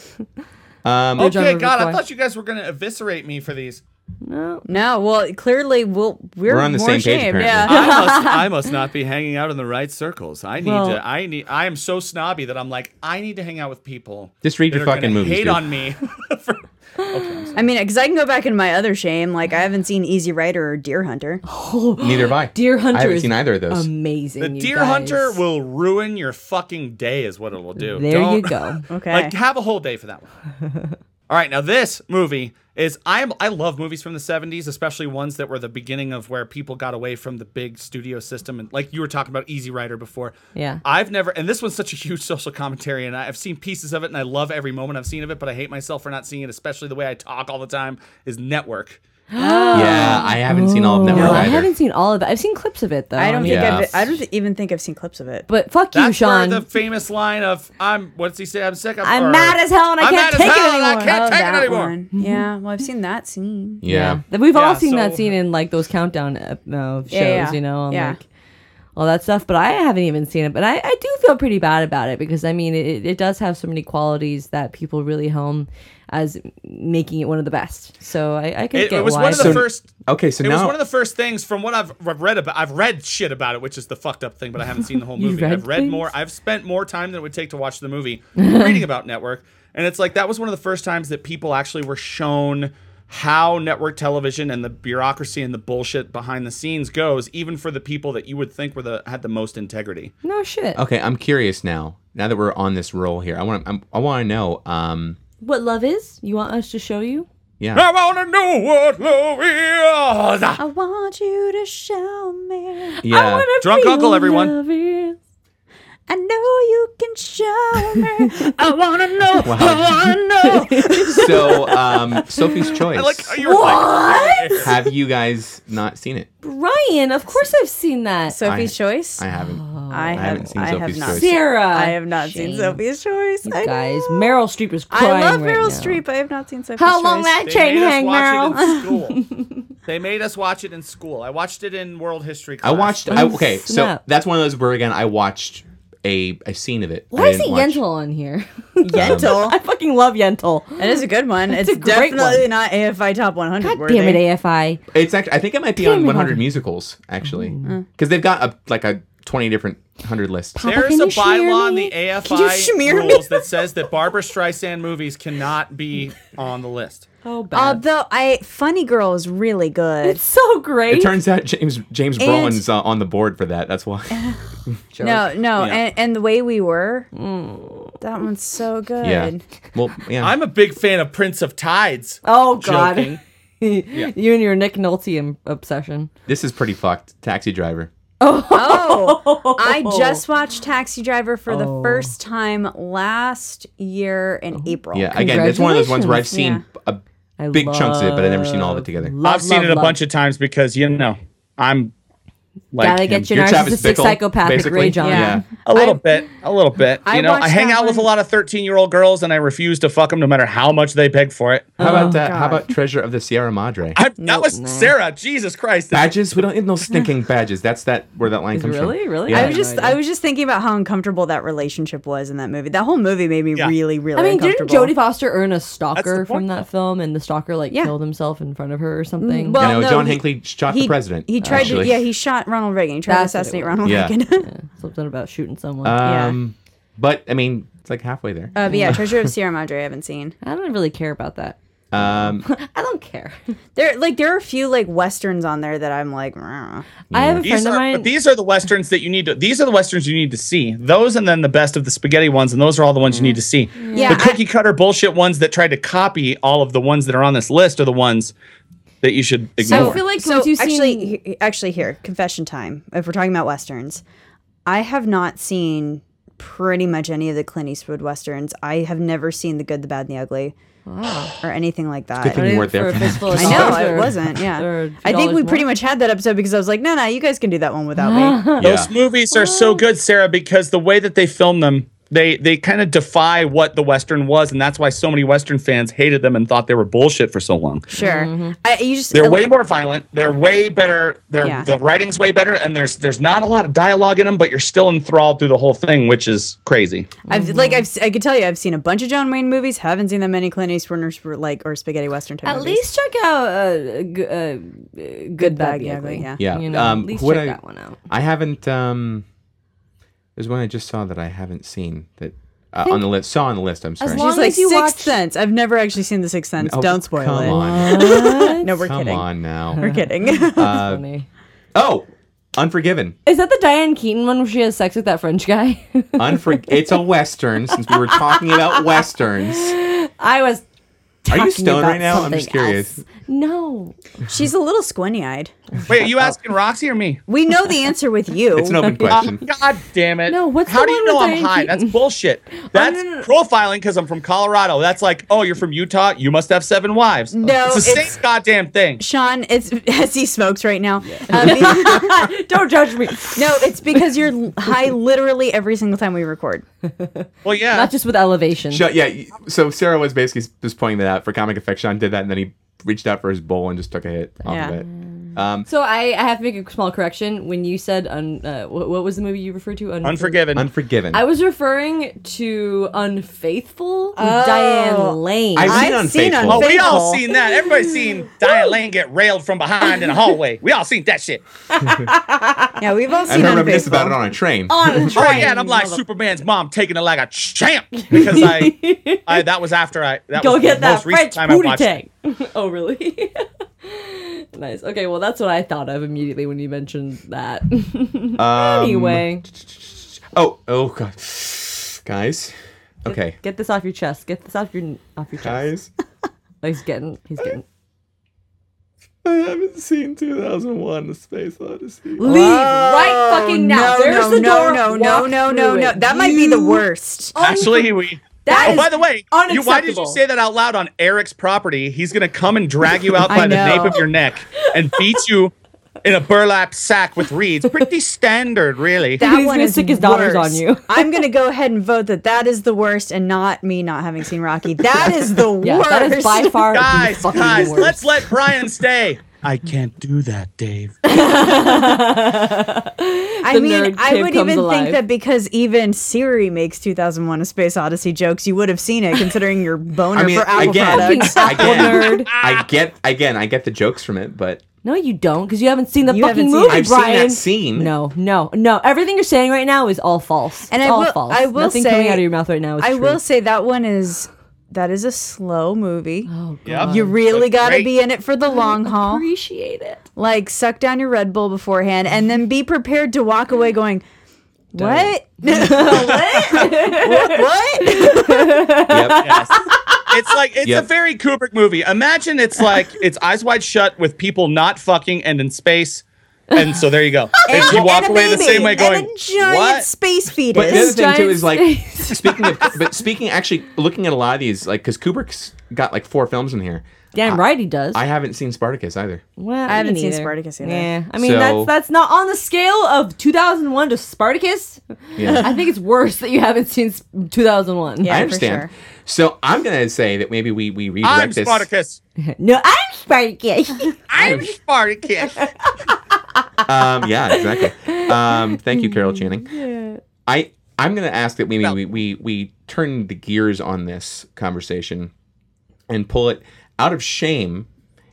[SPEAKER 5] Um,
[SPEAKER 2] on the
[SPEAKER 3] okay,
[SPEAKER 2] River
[SPEAKER 3] God, I
[SPEAKER 2] Kwai.
[SPEAKER 3] thought you guys were gonna eviscerate me for these.
[SPEAKER 2] no.
[SPEAKER 4] no, well, clearly we'll, we're,
[SPEAKER 5] We're on the
[SPEAKER 4] more
[SPEAKER 5] same page,
[SPEAKER 4] ashamed,
[SPEAKER 5] apparently.
[SPEAKER 4] Yeah.
[SPEAKER 3] I
[SPEAKER 2] [LAUGHS]
[SPEAKER 3] must, I must not be hanging out in the right circles. I need
[SPEAKER 2] Well-
[SPEAKER 3] to. I need. I am so snobby that I'm like, I need to hang out with people.
[SPEAKER 5] Just read
[SPEAKER 3] that
[SPEAKER 5] your
[SPEAKER 3] are gonna
[SPEAKER 5] fucking movies,
[SPEAKER 3] Hate
[SPEAKER 5] dude.
[SPEAKER 3] on me. [LAUGHS] for-
[SPEAKER 4] I mean, because I can go back into my other shame. Like I haven't seen Easy Rider or
[SPEAKER 2] [GASPS]
[SPEAKER 4] Deer Hunter.
[SPEAKER 5] Neither have I.
[SPEAKER 2] Deer Um, Hunter
[SPEAKER 5] I haven't
[SPEAKER 2] is
[SPEAKER 5] seen either of those.
[SPEAKER 2] Amazing.
[SPEAKER 3] the
[SPEAKER 2] you
[SPEAKER 3] deer
[SPEAKER 2] guys.
[SPEAKER 3] hunter will ruin your fucking day, is what it will do.
[SPEAKER 2] There
[SPEAKER 3] Don't-
[SPEAKER 2] you go.
[SPEAKER 4] Okay.
[SPEAKER 3] Like, have a whole day for that one.
[SPEAKER 2] [LAUGHS]
[SPEAKER 3] All right, now this movie is I am I love movies from the 70s, especially ones that were the beginning of where people got away from the big studio system and like you were talking about Easy Rider before.
[SPEAKER 2] Yeah.
[SPEAKER 3] I've never and this one's such a huge [LAUGHS] social commentary and I- I've seen pieces of it and I love every moment I've seen of it, but I hate myself for not seeing it, especially the way I talk all the time is Network.
[SPEAKER 5] yeah, I haven't seen all of Network
[SPEAKER 2] No, I
[SPEAKER 5] either.
[SPEAKER 2] haven't seen all of it. I've seen clips of it though.
[SPEAKER 4] I don't
[SPEAKER 2] mean,
[SPEAKER 4] think
[SPEAKER 5] Yeah.
[SPEAKER 4] I've, I don't even think I've seen clips of it.
[SPEAKER 2] But fuck you,
[SPEAKER 3] That's
[SPEAKER 2] Sean.
[SPEAKER 3] where the famous line of I'm what's he say? I'm sick of
[SPEAKER 2] I'm mad as hell and I
[SPEAKER 3] I'm
[SPEAKER 2] can't
[SPEAKER 3] mad as
[SPEAKER 2] take it
[SPEAKER 3] hell and
[SPEAKER 2] anymore.
[SPEAKER 3] I can't
[SPEAKER 4] Oh,
[SPEAKER 3] take
[SPEAKER 4] that
[SPEAKER 3] it
[SPEAKER 2] [LAUGHS]
[SPEAKER 3] anymore.
[SPEAKER 4] one. Yeah. Well, I've seen that scene.
[SPEAKER 5] yeah.
[SPEAKER 2] Th- We've all
[SPEAKER 3] Yeah,
[SPEAKER 2] seen that
[SPEAKER 3] so-
[SPEAKER 2] scene in like those countdown uh, no, shows,
[SPEAKER 4] yeah,
[SPEAKER 2] you know, and
[SPEAKER 4] yeah.
[SPEAKER 2] like all that stuff. But I haven't even seen it. But I, I do feel pretty bad about it because I mean, it, it does have so many qualities that people really home as making it one of the best. So I, I can
[SPEAKER 3] It,
[SPEAKER 2] get
[SPEAKER 3] it was
[SPEAKER 2] why.
[SPEAKER 3] one of the
[SPEAKER 5] So-
[SPEAKER 3] first
[SPEAKER 5] Okay, so
[SPEAKER 3] It was
[SPEAKER 5] now
[SPEAKER 3] one of the first things from what I've I've read about. I've read shit about it, which is the fucked up thing, but I haven't seen the whole
[SPEAKER 2] You
[SPEAKER 3] movie.
[SPEAKER 2] read
[SPEAKER 3] I've read
[SPEAKER 2] things?
[SPEAKER 3] more. I've spent more time than it would take to watch the movie reading about Network. And it's like that was one of the first times that people actually were shown how network television and the bureaucracy and the bullshit behind the scenes goes, even for the people that you would think were the had the most integrity.
[SPEAKER 2] no shit.
[SPEAKER 3] Uh,
[SPEAKER 5] okay, I'm curious now. Now that we're on this roll here, I want to I want to know. Um,
[SPEAKER 2] What love is? You want us to show you?
[SPEAKER 5] yeah,
[SPEAKER 3] I wanna know what love is.
[SPEAKER 4] I want you to show me.
[SPEAKER 5] yeah.
[SPEAKER 3] Drunk uncle, everyone.
[SPEAKER 2] Love is-
[SPEAKER 4] I know you can show
[SPEAKER 5] [LAUGHS]
[SPEAKER 4] me. I wanna know.
[SPEAKER 5] so, um,
[SPEAKER 3] [LAUGHS]
[SPEAKER 5] Sophie's Choice.
[SPEAKER 3] I like how you were like,
[SPEAKER 5] Have you guys not seen it?
[SPEAKER 2] Brian, of course I've seen that.
[SPEAKER 4] Sophie's
[SPEAKER 5] I-
[SPEAKER 4] Choice.
[SPEAKER 5] I
[SPEAKER 4] I,
[SPEAKER 2] Oh,
[SPEAKER 4] have.
[SPEAKER 5] haven't. haven't seen
[SPEAKER 4] I have
[SPEAKER 5] Sophie's
[SPEAKER 4] not.
[SPEAKER 5] Choice.
[SPEAKER 4] seen-
[SPEAKER 2] Sarah,
[SPEAKER 4] I have not
[SPEAKER 2] Shane.
[SPEAKER 4] seen Sophie's Choice. I know.
[SPEAKER 2] Guys, Meryl Streep is
[SPEAKER 4] I
[SPEAKER 2] crying.
[SPEAKER 4] love
[SPEAKER 2] right
[SPEAKER 4] Meryl
[SPEAKER 2] now.
[SPEAKER 4] Streep. I have not seen Sophie's
[SPEAKER 2] How long
[SPEAKER 4] Choice.
[SPEAKER 2] that
[SPEAKER 3] They
[SPEAKER 2] chain
[SPEAKER 3] made us
[SPEAKER 2] hang,
[SPEAKER 3] watch
[SPEAKER 2] Meryl?
[SPEAKER 3] it in school. they made us watch it in school. I watched it in world history class.
[SPEAKER 5] I watched. I,
[SPEAKER 2] Oh,
[SPEAKER 5] okay, so
[SPEAKER 2] snap.
[SPEAKER 5] that's one of those where again I watched a, a scene of it.
[SPEAKER 2] Why
[SPEAKER 5] I
[SPEAKER 2] is it
[SPEAKER 5] didn't watch-
[SPEAKER 2] Yentl on here?
[SPEAKER 4] Yentl.
[SPEAKER 2] [LAUGHS] I fucking love Yentl.
[SPEAKER 4] That is a good one. It's
[SPEAKER 2] a great
[SPEAKER 4] definitely
[SPEAKER 2] one.
[SPEAKER 4] not AFI top 100
[SPEAKER 2] God
[SPEAKER 4] worthy.
[SPEAKER 2] damn it, AFI.
[SPEAKER 5] It's actually I think it might be
[SPEAKER 2] Damn
[SPEAKER 5] on
[SPEAKER 2] it,
[SPEAKER 5] 100
[SPEAKER 2] Marvin.
[SPEAKER 5] musicals actually
[SPEAKER 3] Mm.
[SPEAKER 5] because they've got a like a 20 different 100 list.
[SPEAKER 2] Papa,
[SPEAKER 3] There's
[SPEAKER 2] can
[SPEAKER 3] a
[SPEAKER 2] you smear
[SPEAKER 3] bylaw in
[SPEAKER 2] me?
[SPEAKER 3] the AFI
[SPEAKER 4] Can you smear me?
[SPEAKER 3] rules that says that Barbara Streisand movies cannot be on the list.
[SPEAKER 2] Oh, bad.
[SPEAKER 4] Although I Funny Girl is really good.
[SPEAKER 2] it's so great.
[SPEAKER 5] It turns out James James
[SPEAKER 4] And-
[SPEAKER 5] Brolin's uh, on the board for that. That's why.
[SPEAKER 4] no, no,
[SPEAKER 3] Yeah.
[SPEAKER 4] and, and the way we were.
[SPEAKER 2] Mm.
[SPEAKER 4] That one's so good.
[SPEAKER 5] yeah.
[SPEAKER 2] [LAUGHS]
[SPEAKER 5] Well, yeah.
[SPEAKER 3] I'm a big fan of Prince of Tides.
[SPEAKER 2] oh god,
[SPEAKER 3] Joking.
[SPEAKER 2] [LAUGHS] you and your Nick Nolte im- obsession.
[SPEAKER 5] this is pretty fucked. Taxi driver.
[SPEAKER 4] Oh, I just watched Taxi Driver for
[SPEAKER 2] Oh.
[SPEAKER 4] the first time last year in April.
[SPEAKER 5] Yeah. Again, it's one of those ones where I've seen
[SPEAKER 4] Congratulations.
[SPEAKER 5] a big chunks of it, but I've never seen all of it together.
[SPEAKER 3] I've seen it a bunch of times because you know I'm like
[SPEAKER 2] Gotta
[SPEAKER 3] him.
[SPEAKER 2] get your
[SPEAKER 5] You're Travis
[SPEAKER 2] narcissistic
[SPEAKER 5] Bickle,
[SPEAKER 2] psychopathic
[SPEAKER 5] basically.
[SPEAKER 2] rage on.
[SPEAKER 5] Yeah.
[SPEAKER 3] a little bit, a little bit.
[SPEAKER 4] I
[SPEAKER 3] you know, I
[SPEAKER 4] watched
[SPEAKER 3] hang
[SPEAKER 4] that
[SPEAKER 3] out with a
[SPEAKER 4] one.
[SPEAKER 3] lot of 13 year old girls, and I refuse to fuck them no matter how much they beg for it.
[SPEAKER 5] How about
[SPEAKER 2] Oh,
[SPEAKER 5] that? How
[SPEAKER 4] God.
[SPEAKER 5] about Treasure of the Sierra Madre?
[SPEAKER 3] I, that was Sarah. Jesus Christ!
[SPEAKER 5] badges? We don't need
[SPEAKER 2] [LAUGHS]
[SPEAKER 5] no stinking badges. That's that where that line
[SPEAKER 2] Is
[SPEAKER 5] comes
[SPEAKER 2] really?
[SPEAKER 5] from.
[SPEAKER 2] Really?
[SPEAKER 5] Yeah.
[SPEAKER 4] I was just I was just thinking about how uncomfortable that relationship was in that movie. That whole movie made me
[SPEAKER 3] Yeah.
[SPEAKER 4] really, really
[SPEAKER 2] I mean, didn't
[SPEAKER 4] uncomfortable.
[SPEAKER 2] Jodie Foster earn a stalker
[SPEAKER 3] point,
[SPEAKER 2] from that film, and the stalker like
[SPEAKER 4] Yeah. Mm,
[SPEAKER 2] killed himself in front of her or something?
[SPEAKER 4] well-
[SPEAKER 5] You know,
[SPEAKER 4] no,
[SPEAKER 5] John
[SPEAKER 4] he-
[SPEAKER 5] Hinckley shot the president.
[SPEAKER 4] He tried
[SPEAKER 5] actually.
[SPEAKER 4] to yeah, he shot Ronald Reagan. He tried
[SPEAKER 2] That's
[SPEAKER 4] to
[SPEAKER 2] what it
[SPEAKER 4] assassinate
[SPEAKER 2] was.
[SPEAKER 4] Ronald
[SPEAKER 5] Yeah.
[SPEAKER 4] Reagan.
[SPEAKER 5] [LAUGHS]
[SPEAKER 4] [LAUGHS]
[SPEAKER 2] something about shooting someone.
[SPEAKER 5] Um, But I mean, it's like halfway there.
[SPEAKER 2] Oh.
[SPEAKER 4] Uh, but yeah, Treasure of Sierra Madre, I haven't seen.
[SPEAKER 2] I don't really care about that. Um, [LAUGHS] I don't care.
[SPEAKER 4] There, like, there are a few like westerns on there that I'm like, "Meh."
[SPEAKER 2] I have a
[SPEAKER 3] These
[SPEAKER 2] friend
[SPEAKER 3] are,
[SPEAKER 2] of mine.
[SPEAKER 3] but these are the westerns that you need to. These are the westerns you need to see. Those, and then the best of the spaghetti ones, and those are all the ones you need to see.
[SPEAKER 4] Yeah,
[SPEAKER 3] the
[SPEAKER 4] I-
[SPEAKER 3] cookie cutter bullshit ones that tried to copy all of the ones that are on this list are the ones that you should ignore.
[SPEAKER 2] I feel like
[SPEAKER 4] so
[SPEAKER 2] once you've
[SPEAKER 4] actually,
[SPEAKER 2] seen-
[SPEAKER 4] he- actually, here confession time. If we're talking about westerns, I have not seen pretty much any of the Clint Eastwood westerns. I have never seen The Good, the Bad, and the Ugly, or anything like that.
[SPEAKER 5] Good thing you weren't there. For [LAUGHS] that.
[SPEAKER 4] I know it wasn't. Yeah,
[SPEAKER 2] or
[SPEAKER 4] I think we
[SPEAKER 2] $2
[SPEAKER 4] pretty
[SPEAKER 2] more.
[SPEAKER 4] much had that episode because I was like, no, no, you guys can do that one without
[SPEAKER 2] [LAUGHS]
[SPEAKER 4] me.
[SPEAKER 3] Those movies are so good, Sarah, because the way that they film them, they they kind of defy what the western was, and that's why so many western fans hated them and thought they were bullshit for so long.
[SPEAKER 4] Sure,
[SPEAKER 2] Mm-hmm.
[SPEAKER 4] I you just uh,
[SPEAKER 3] They're way more violent. They're way better. They're,
[SPEAKER 4] Yeah.
[SPEAKER 3] The writing's way better, and there's there's not a lot of dialogue in them, but you're still enthralled through the whole thing, which is crazy.
[SPEAKER 4] I've like I've s- I could tell you I've seen a bunch of John Wayne movies. Haven't seen that many Clint Eastwood or sp- like or spaghetti western type.
[SPEAKER 2] At
[SPEAKER 4] movies.
[SPEAKER 2] least check out uh, g- uh, Good, Bad, the Ugly.
[SPEAKER 4] yeah.
[SPEAKER 5] Yeah.
[SPEAKER 2] You know,
[SPEAKER 5] um,
[SPEAKER 2] at least
[SPEAKER 5] what
[SPEAKER 2] check
[SPEAKER 5] I-
[SPEAKER 2] that one
[SPEAKER 5] [LAUGHS]
[SPEAKER 2] out.
[SPEAKER 5] I haven't. Um, there's one I just saw that I haven't seen that uh, on the list. Saw on the list. I'm sorry.
[SPEAKER 2] As long
[SPEAKER 4] She's like
[SPEAKER 2] as you
[SPEAKER 4] Sixth
[SPEAKER 2] watch
[SPEAKER 4] Sense. I've never actually seen The Sixth Sense.
[SPEAKER 5] Oh,
[SPEAKER 4] Don't spoil
[SPEAKER 5] come
[SPEAKER 4] it.
[SPEAKER 5] On.
[SPEAKER 4] No, we're
[SPEAKER 5] come
[SPEAKER 4] kidding.
[SPEAKER 5] on now.
[SPEAKER 2] [LAUGHS]
[SPEAKER 4] We're kidding. [LAUGHS]
[SPEAKER 5] [LAUGHS] Uh,
[SPEAKER 2] That's funny.
[SPEAKER 5] Oh, Unforgiven.
[SPEAKER 2] Is that the Diane Keaton one where she has sex with that French guy? [LAUGHS]
[SPEAKER 5] Unfor- it's a western. Since we were talking about westerns,
[SPEAKER 2] I was.
[SPEAKER 5] are you
[SPEAKER 2] talking
[SPEAKER 5] stoned
[SPEAKER 2] about
[SPEAKER 5] right now? I'm just
[SPEAKER 2] something
[SPEAKER 5] curious.
[SPEAKER 2] else. No.
[SPEAKER 4] She's a little squinty-eyed.
[SPEAKER 3] Wait, are you asking Roxy or me?
[SPEAKER 4] We know the answer with you.
[SPEAKER 5] It's
[SPEAKER 2] [LAUGHS]
[SPEAKER 5] an open
[SPEAKER 3] Ah,
[SPEAKER 5] question.
[SPEAKER 3] [LAUGHS] God damn it!
[SPEAKER 2] No, what's
[SPEAKER 3] how
[SPEAKER 2] the
[SPEAKER 3] do
[SPEAKER 2] one
[SPEAKER 3] you know
[SPEAKER 2] with
[SPEAKER 3] I'm
[SPEAKER 2] Diane
[SPEAKER 3] high?
[SPEAKER 2] Keaton?
[SPEAKER 3] That's
[SPEAKER 2] [LAUGHS]
[SPEAKER 3] bullshit.
[SPEAKER 2] no,
[SPEAKER 3] That's
[SPEAKER 2] no.
[SPEAKER 3] profiling because I'm from Colorado. That's like, oh, you're from Utah. You must have seven wives.
[SPEAKER 4] No,
[SPEAKER 3] it's the
[SPEAKER 4] it's-
[SPEAKER 3] same goddamn thing.
[SPEAKER 4] Sean, it's [LAUGHS] as he smokes right now. Um, [LAUGHS]
[SPEAKER 2] Don't judge
[SPEAKER 5] [LAUGHS]
[SPEAKER 2] me.
[SPEAKER 4] no, it's because you're l- high literally every single time we record.
[SPEAKER 3] Well, yeah,
[SPEAKER 2] Not just with elevation.
[SPEAKER 5] Sho- yeah. y- So Sarah was basically just pointing that out for comic effect. Sean did that, and then he reached out for his bowl and just took a hit off
[SPEAKER 4] Yeah.
[SPEAKER 5] of it.
[SPEAKER 2] So I, I have to make a small correction. When you said, un, uh, what, what was the movie you referred to? Unforgiven.
[SPEAKER 3] Unforgiven.
[SPEAKER 5] Unforgiven.
[SPEAKER 2] I was referring to Unfaithful with Diane Lane.
[SPEAKER 5] I've seen
[SPEAKER 4] I've seen
[SPEAKER 5] Unfaithful.
[SPEAKER 3] Oh, we all
[SPEAKER 4] Faithful.
[SPEAKER 3] seen that.
[SPEAKER 2] [LAUGHS]
[SPEAKER 3] Everybody's seen Diane Lane get railed from behind in a hallway. We all seen that shit.
[SPEAKER 4] Yeah, we've all
[SPEAKER 5] And
[SPEAKER 4] seen
[SPEAKER 5] her reminisce
[SPEAKER 4] Unfaithful.
[SPEAKER 5] about it on a train.
[SPEAKER 3] Oh yeah, and I'm like Superman's mom taking it like a champ because I, I that was after I that
[SPEAKER 2] Go
[SPEAKER 3] was
[SPEAKER 2] get
[SPEAKER 3] the
[SPEAKER 2] that
[SPEAKER 3] most
[SPEAKER 2] French
[SPEAKER 3] recent time I
[SPEAKER 2] booty
[SPEAKER 3] watched. it.
[SPEAKER 2] tank. [LAUGHS] oh, really? nice. Okay, well, that's what I thought of immediately when you mentioned that. [LAUGHS]
[SPEAKER 4] Um,
[SPEAKER 2] anyway,
[SPEAKER 5] Oh, oh god, guys. Okay,
[SPEAKER 2] get this off your chest. Get this off your off your chest.
[SPEAKER 5] guys.
[SPEAKER 2] Oh, he's getting. He's
[SPEAKER 4] [GASPS]
[SPEAKER 2] getting.
[SPEAKER 5] I haven't seen 2001: The Space Odyssey.
[SPEAKER 2] Leave right fucking now.
[SPEAKER 4] Oh, No,
[SPEAKER 2] There's
[SPEAKER 4] no,
[SPEAKER 2] the
[SPEAKER 4] no,
[SPEAKER 2] door.
[SPEAKER 4] no,
[SPEAKER 2] Walk
[SPEAKER 4] no, no, no,
[SPEAKER 2] through
[SPEAKER 4] no.
[SPEAKER 2] it.
[SPEAKER 4] That might be the worst.
[SPEAKER 3] Actually, we.
[SPEAKER 2] That
[SPEAKER 3] oh,
[SPEAKER 2] is
[SPEAKER 3] by the way, you, why did you
[SPEAKER 2] unacceptable.
[SPEAKER 3] say that out loud on Eric's property? He's gonna come and drag
[SPEAKER 4] [LAUGHS]
[SPEAKER 3] you out
[SPEAKER 4] I
[SPEAKER 3] by the
[SPEAKER 4] know.
[SPEAKER 3] nape of your neck and beat you in a burlap sack with reeds.
[SPEAKER 4] [LAUGHS]
[SPEAKER 3] Pretty standard, really.
[SPEAKER 4] That
[SPEAKER 2] He's
[SPEAKER 4] one
[SPEAKER 2] gonna
[SPEAKER 4] is
[SPEAKER 2] stick his daughters
[SPEAKER 4] worse.
[SPEAKER 2] on you.
[SPEAKER 4] [LAUGHS] I'm gonna go ahead and vote that that is the worst, and not me not having seen Rocky. That is the
[SPEAKER 2] Yeah,
[SPEAKER 4] worst.
[SPEAKER 2] that is by far
[SPEAKER 3] guys,
[SPEAKER 2] the fucking
[SPEAKER 3] guys,
[SPEAKER 2] worst.
[SPEAKER 3] let's let Brian stay. I can't do that, Dave.
[SPEAKER 4] [LAUGHS] I I
[SPEAKER 2] the
[SPEAKER 4] mean,
[SPEAKER 2] nerd
[SPEAKER 4] I
[SPEAKER 2] kid
[SPEAKER 4] would
[SPEAKER 2] comes
[SPEAKER 4] even
[SPEAKER 2] alive.
[SPEAKER 4] think that because even Siri makes 2001: A Space Odyssey jokes, you would have seen it, considering your boner
[SPEAKER 5] I mean,
[SPEAKER 4] for Apple
[SPEAKER 5] again,
[SPEAKER 2] Fucking
[SPEAKER 4] products.
[SPEAKER 2] Apple
[SPEAKER 5] again,
[SPEAKER 2] nerd.
[SPEAKER 5] I get again, I get the jokes from it,
[SPEAKER 4] [LAUGHS]
[SPEAKER 5] but
[SPEAKER 2] No, you don't, because you haven't seen the
[SPEAKER 4] You
[SPEAKER 2] fucking
[SPEAKER 4] haven't seen
[SPEAKER 2] movie,
[SPEAKER 5] I've seen that
[SPEAKER 2] Brian.
[SPEAKER 5] scene.
[SPEAKER 2] No, no, no. Everything you're saying right now is all false.
[SPEAKER 4] And
[SPEAKER 2] It's
[SPEAKER 4] I
[SPEAKER 2] all
[SPEAKER 4] will-
[SPEAKER 2] false.
[SPEAKER 4] I will
[SPEAKER 2] Nothing
[SPEAKER 4] say-
[SPEAKER 2] coming out of your mouth right [LAUGHS] now is
[SPEAKER 4] I
[SPEAKER 2] true.
[SPEAKER 4] will say that one is that is a slow movie.
[SPEAKER 2] Oh, God.
[SPEAKER 3] Yep.
[SPEAKER 4] You really
[SPEAKER 3] That's
[SPEAKER 4] got to
[SPEAKER 3] great.
[SPEAKER 4] be in it for the long haul.
[SPEAKER 2] Appreciate it.
[SPEAKER 4] Like, suck down your Red Bull beforehand, and then be prepared to walk away going, "What? [LAUGHS] what? [LAUGHS] what?
[SPEAKER 5] yep.
[SPEAKER 3] [LAUGHS] It's like it's
[SPEAKER 5] Yep.
[SPEAKER 3] a very Kubrick movie. Imagine it's like it's eyes wide shut with people not fucking and in space. And so there you
[SPEAKER 4] [LAUGHS]
[SPEAKER 3] go. It's you walk
[SPEAKER 4] And a
[SPEAKER 3] away the
[SPEAKER 4] baby,
[SPEAKER 3] same way
[SPEAKER 4] and
[SPEAKER 3] going,
[SPEAKER 4] a giant
[SPEAKER 3] what?
[SPEAKER 4] space fetus.
[SPEAKER 5] But the other thing too
[SPEAKER 2] Giant
[SPEAKER 5] is like
[SPEAKER 2] space.
[SPEAKER 5] speaking of, but speaking actually looking at a lot of these, like because Kubrick's got like four films in here.
[SPEAKER 2] Damn right he does.
[SPEAKER 5] I haven't seen Spartacus either.
[SPEAKER 2] Well, me
[SPEAKER 4] haven't seen
[SPEAKER 2] neither.
[SPEAKER 4] Spartacus either.
[SPEAKER 2] Yeah, I mean
[SPEAKER 5] So-
[SPEAKER 2] that's that's not on the scale of 2001 to Spartacus.
[SPEAKER 5] Yeah.
[SPEAKER 2] [LAUGHS] I think it's worse that you haven't seen s- 2001.
[SPEAKER 4] Yeah.
[SPEAKER 5] I
[SPEAKER 4] for
[SPEAKER 5] understand.
[SPEAKER 4] sure.
[SPEAKER 5] So I'm gonna say that maybe we we redirect
[SPEAKER 3] I'm
[SPEAKER 5] this.
[SPEAKER 3] Spartacus.
[SPEAKER 2] [LAUGHS] No, I'm
[SPEAKER 4] [LAUGHS]
[SPEAKER 2] Spartacus. Oh
[SPEAKER 3] I'm Spartacus.
[SPEAKER 5] Um, yeah, exactly. Um, thank
[SPEAKER 2] [LAUGHS]
[SPEAKER 5] you, Carol Channing. I I'm gonna ask that maybe we, we we turn the gears on this conversation and pull it out of shame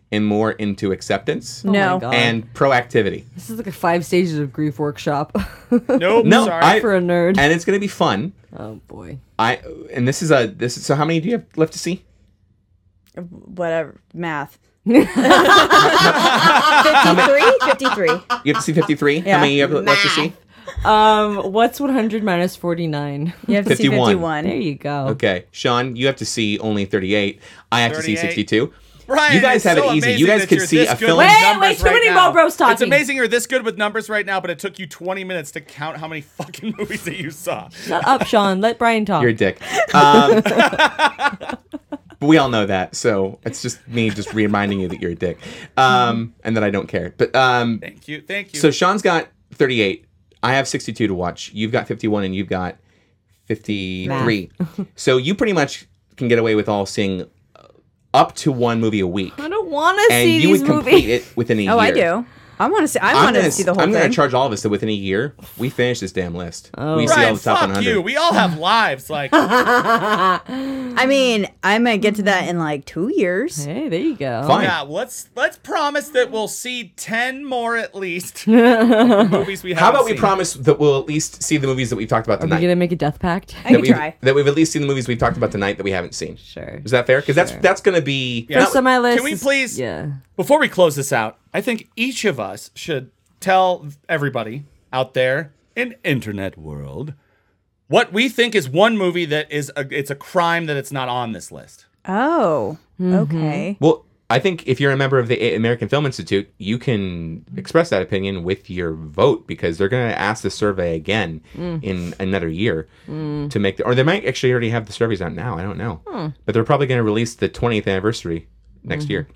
[SPEAKER 5] and more into acceptance
[SPEAKER 4] No.
[SPEAKER 2] Oh God.
[SPEAKER 5] and proactivity.
[SPEAKER 2] this is like a five stages of grief workshop [LAUGHS]
[SPEAKER 3] Nope.
[SPEAKER 5] No,
[SPEAKER 3] sorry.
[SPEAKER 5] I-
[SPEAKER 2] for a [LAUGHS] nerd.
[SPEAKER 5] And it's gonna be fun.
[SPEAKER 2] oh boy.
[SPEAKER 5] I and this is a this is, so how many do you have left to see?
[SPEAKER 4] whatever math [LAUGHS] 53 53
[SPEAKER 5] You have to see 53. How many you have left to see?
[SPEAKER 2] Um, what's 100 minus
[SPEAKER 5] [LAUGHS]
[SPEAKER 2] 49?
[SPEAKER 4] you have to
[SPEAKER 5] 51.
[SPEAKER 4] see
[SPEAKER 2] There
[SPEAKER 4] 51
[SPEAKER 2] you go.
[SPEAKER 5] Okay, Sean, you have to see only 38. I have to see
[SPEAKER 3] 38.
[SPEAKER 5] 62.
[SPEAKER 3] Brian,
[SPEAKER 5] you guys
[SPEAKER 3] it's
[SPEAKER 5] have
[SPEAKER 3] so
[SPEAKER 5] it easy.
[SPEAKER 3] amazing
[SPEAKER 5] You guys
[SPEAKER 3] that
[SPEAKER 5] could
[SPEAKER 3] you're
[SPEAKER 5] see
[SPEAKER 3] this
[SPEAKER 5] a
[SPEAKER 3] good
[SPEAKER 5] film.
[SPEAKER 3] with
[SPEAKER 2] Wait,
[SPEAKER 3] numbers
[SPEAKER 2] wait, too
[SPEAKER 3] right
[SPEAKER 2] many
[SPEAKER 3] now.
[SPEAKER 2] Bobros
[SPEAKER 3] It's
[SPEAKER 2] talking.
[SPEAKER 3] amazing you're this good with numbers right now, but it took you 20 minutes to count how many [LAUGHS] fucking movies that you saw.
[SPEAKER 2] Shut up, Sean. Let Brian talk.
[SPEAKER 5] You're a dick. Um, but we all know that, so it's just me just reminding you that you're a dick, um, and that I don't care. But um,
[SPEAKER 3] Thank you. Thank you.
[SPEAKER 5] so Sean's got 38. I have 62 to watch. You've got 51, and you've got 53.
[SPEAKER 4] [LAUGHS]
[SPEAKER 5] so you pretty much can get away with all seeing uh, up to one movie a week.
[SPEAKER 2] I don't want to
[SPEAKER 5] and
[SPEAKER 2] see
[SPEAKER 5] you
[SPEAKER 2] these
[SPEAKER 5] would complete
[SPEAKER 2] movies.
[SPEAKER 5] it within a year.
[SPEAKER 4] oh i do i want to see i
[SPEAKER 5] I'm
[SPEAKER 4] want
[SPEAKER 5] gonna
[SPEAKER 4] to see the whole
[SPEAKER 5] I'm
[SPEAKER 4] thing Oh.
[SPEAKER 5] gonna charge all of us that within a year we finish this damn list. We see all
[SPEAKER 3] Brian,
[SPEAKER 5] the top
[SPEAKER 3] fuck
[SPEAKER 5] 100.
[SPEAKER 3] you. We all have
[SPEAKER 2] [LAUGHS]
[SPEAKER 3] lives. Like, I
[SPEAKER 4] i mean i might get to that in like two years
[SPEAKER 2] Hey, there you go.
[SPEAKER 5] Fine.
[SPEAKER 3] yeah, let's let's promise that we'll see 10 more
[SPEAKER 2] [LAUGHS]
[SPEAKER 3] at least movies we have.
[SPEAKER 5] How about we promise that we'll at least see the movies that we've talked about
[SPEAKER 2] Are we
[SPEAKER 5] tonight?
[SPEAKER 2] gonna make a death pact? [LAUGHS]
[SPEAKER 4] i
[SPEAKER 5] that,
[SPEAKER 4] can
[SPEAKER 5] we've,
[SPEAKER 4] try
[SPEAKER 5] that we've at least seen the movies we've talked about tonight that we haven't seen.
[SPEAKER 2] Sure.
[SPEAKER 5] Is that fair? Because that's that's gonna be
[SPEAKER 3] Yeah.
[SPEAKER 2] First on my list.
[SPEAKER 3] we
[SPEAKER 2] is-
[SPEAKER 3] please-
[SPEAKER 2] Yeah.
[SPEAKER 3] Before we close this out, I think each of us should tell everybody out there in internet world what we think is one movie that is a, it's a crime that it's not on this list.
[SPEAKER 4] oh okay
[SPEAKER 5] well. I think if you're a member of the A- American Film Institute, you can express that opinion with your vote because they're going to ask the survey again
[SPEAKER 2] Mm.
[SPEAKER 5] in another year to make the, or they might actually already have the surveys out now. I don't know,
[SPEAKER 2] Hmm.
[SPEAKER 5] but they're probably going to release the 20th anniversary
[SPEAKER 2] Mm-hmm.
[SPEAKER 5] next year.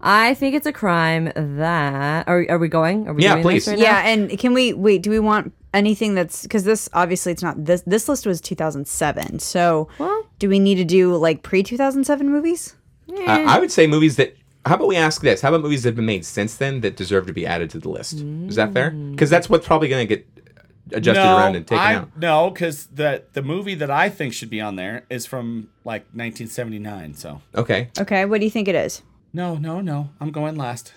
[SPEAKER 2] I think it's a crime that are are we going? Are we
[SPEAKER 5] Yeah,
[SPEAKER 2] doing this
[SPEAKER 5] please.
[SPEAKER 2] right now?
[SPEAKER 4] yeah and can we wait do we want anything that's because this obviously it's not this this list was 2007 so
[SPEAKER 2] Well.
[SPEAKER 4] do we need to do like pre-2007 movies
[SPEAKER 5] Uh,
[SPEAKER 2] [LAUGHS]
[SPEAKER 5] I would say movies that. How about we ask this? How about movies that have been made since then that deserve to be added to the list? Is that fair?
[SPEAKER 2] Mm.
[SPEAKER 5] Because that's what's probably going to get adjusted around and taken
[SPEAKER 3] I,
[SPEAKER 5] out.
[SPEAKER 3] No, because the the movie that I think should be on there is from like 1979. So
[SPEAKER 5] Okay.
[SPEAKER 4] okay what do you think it is
[SPEAKER 3] no, no, no. I'm going last.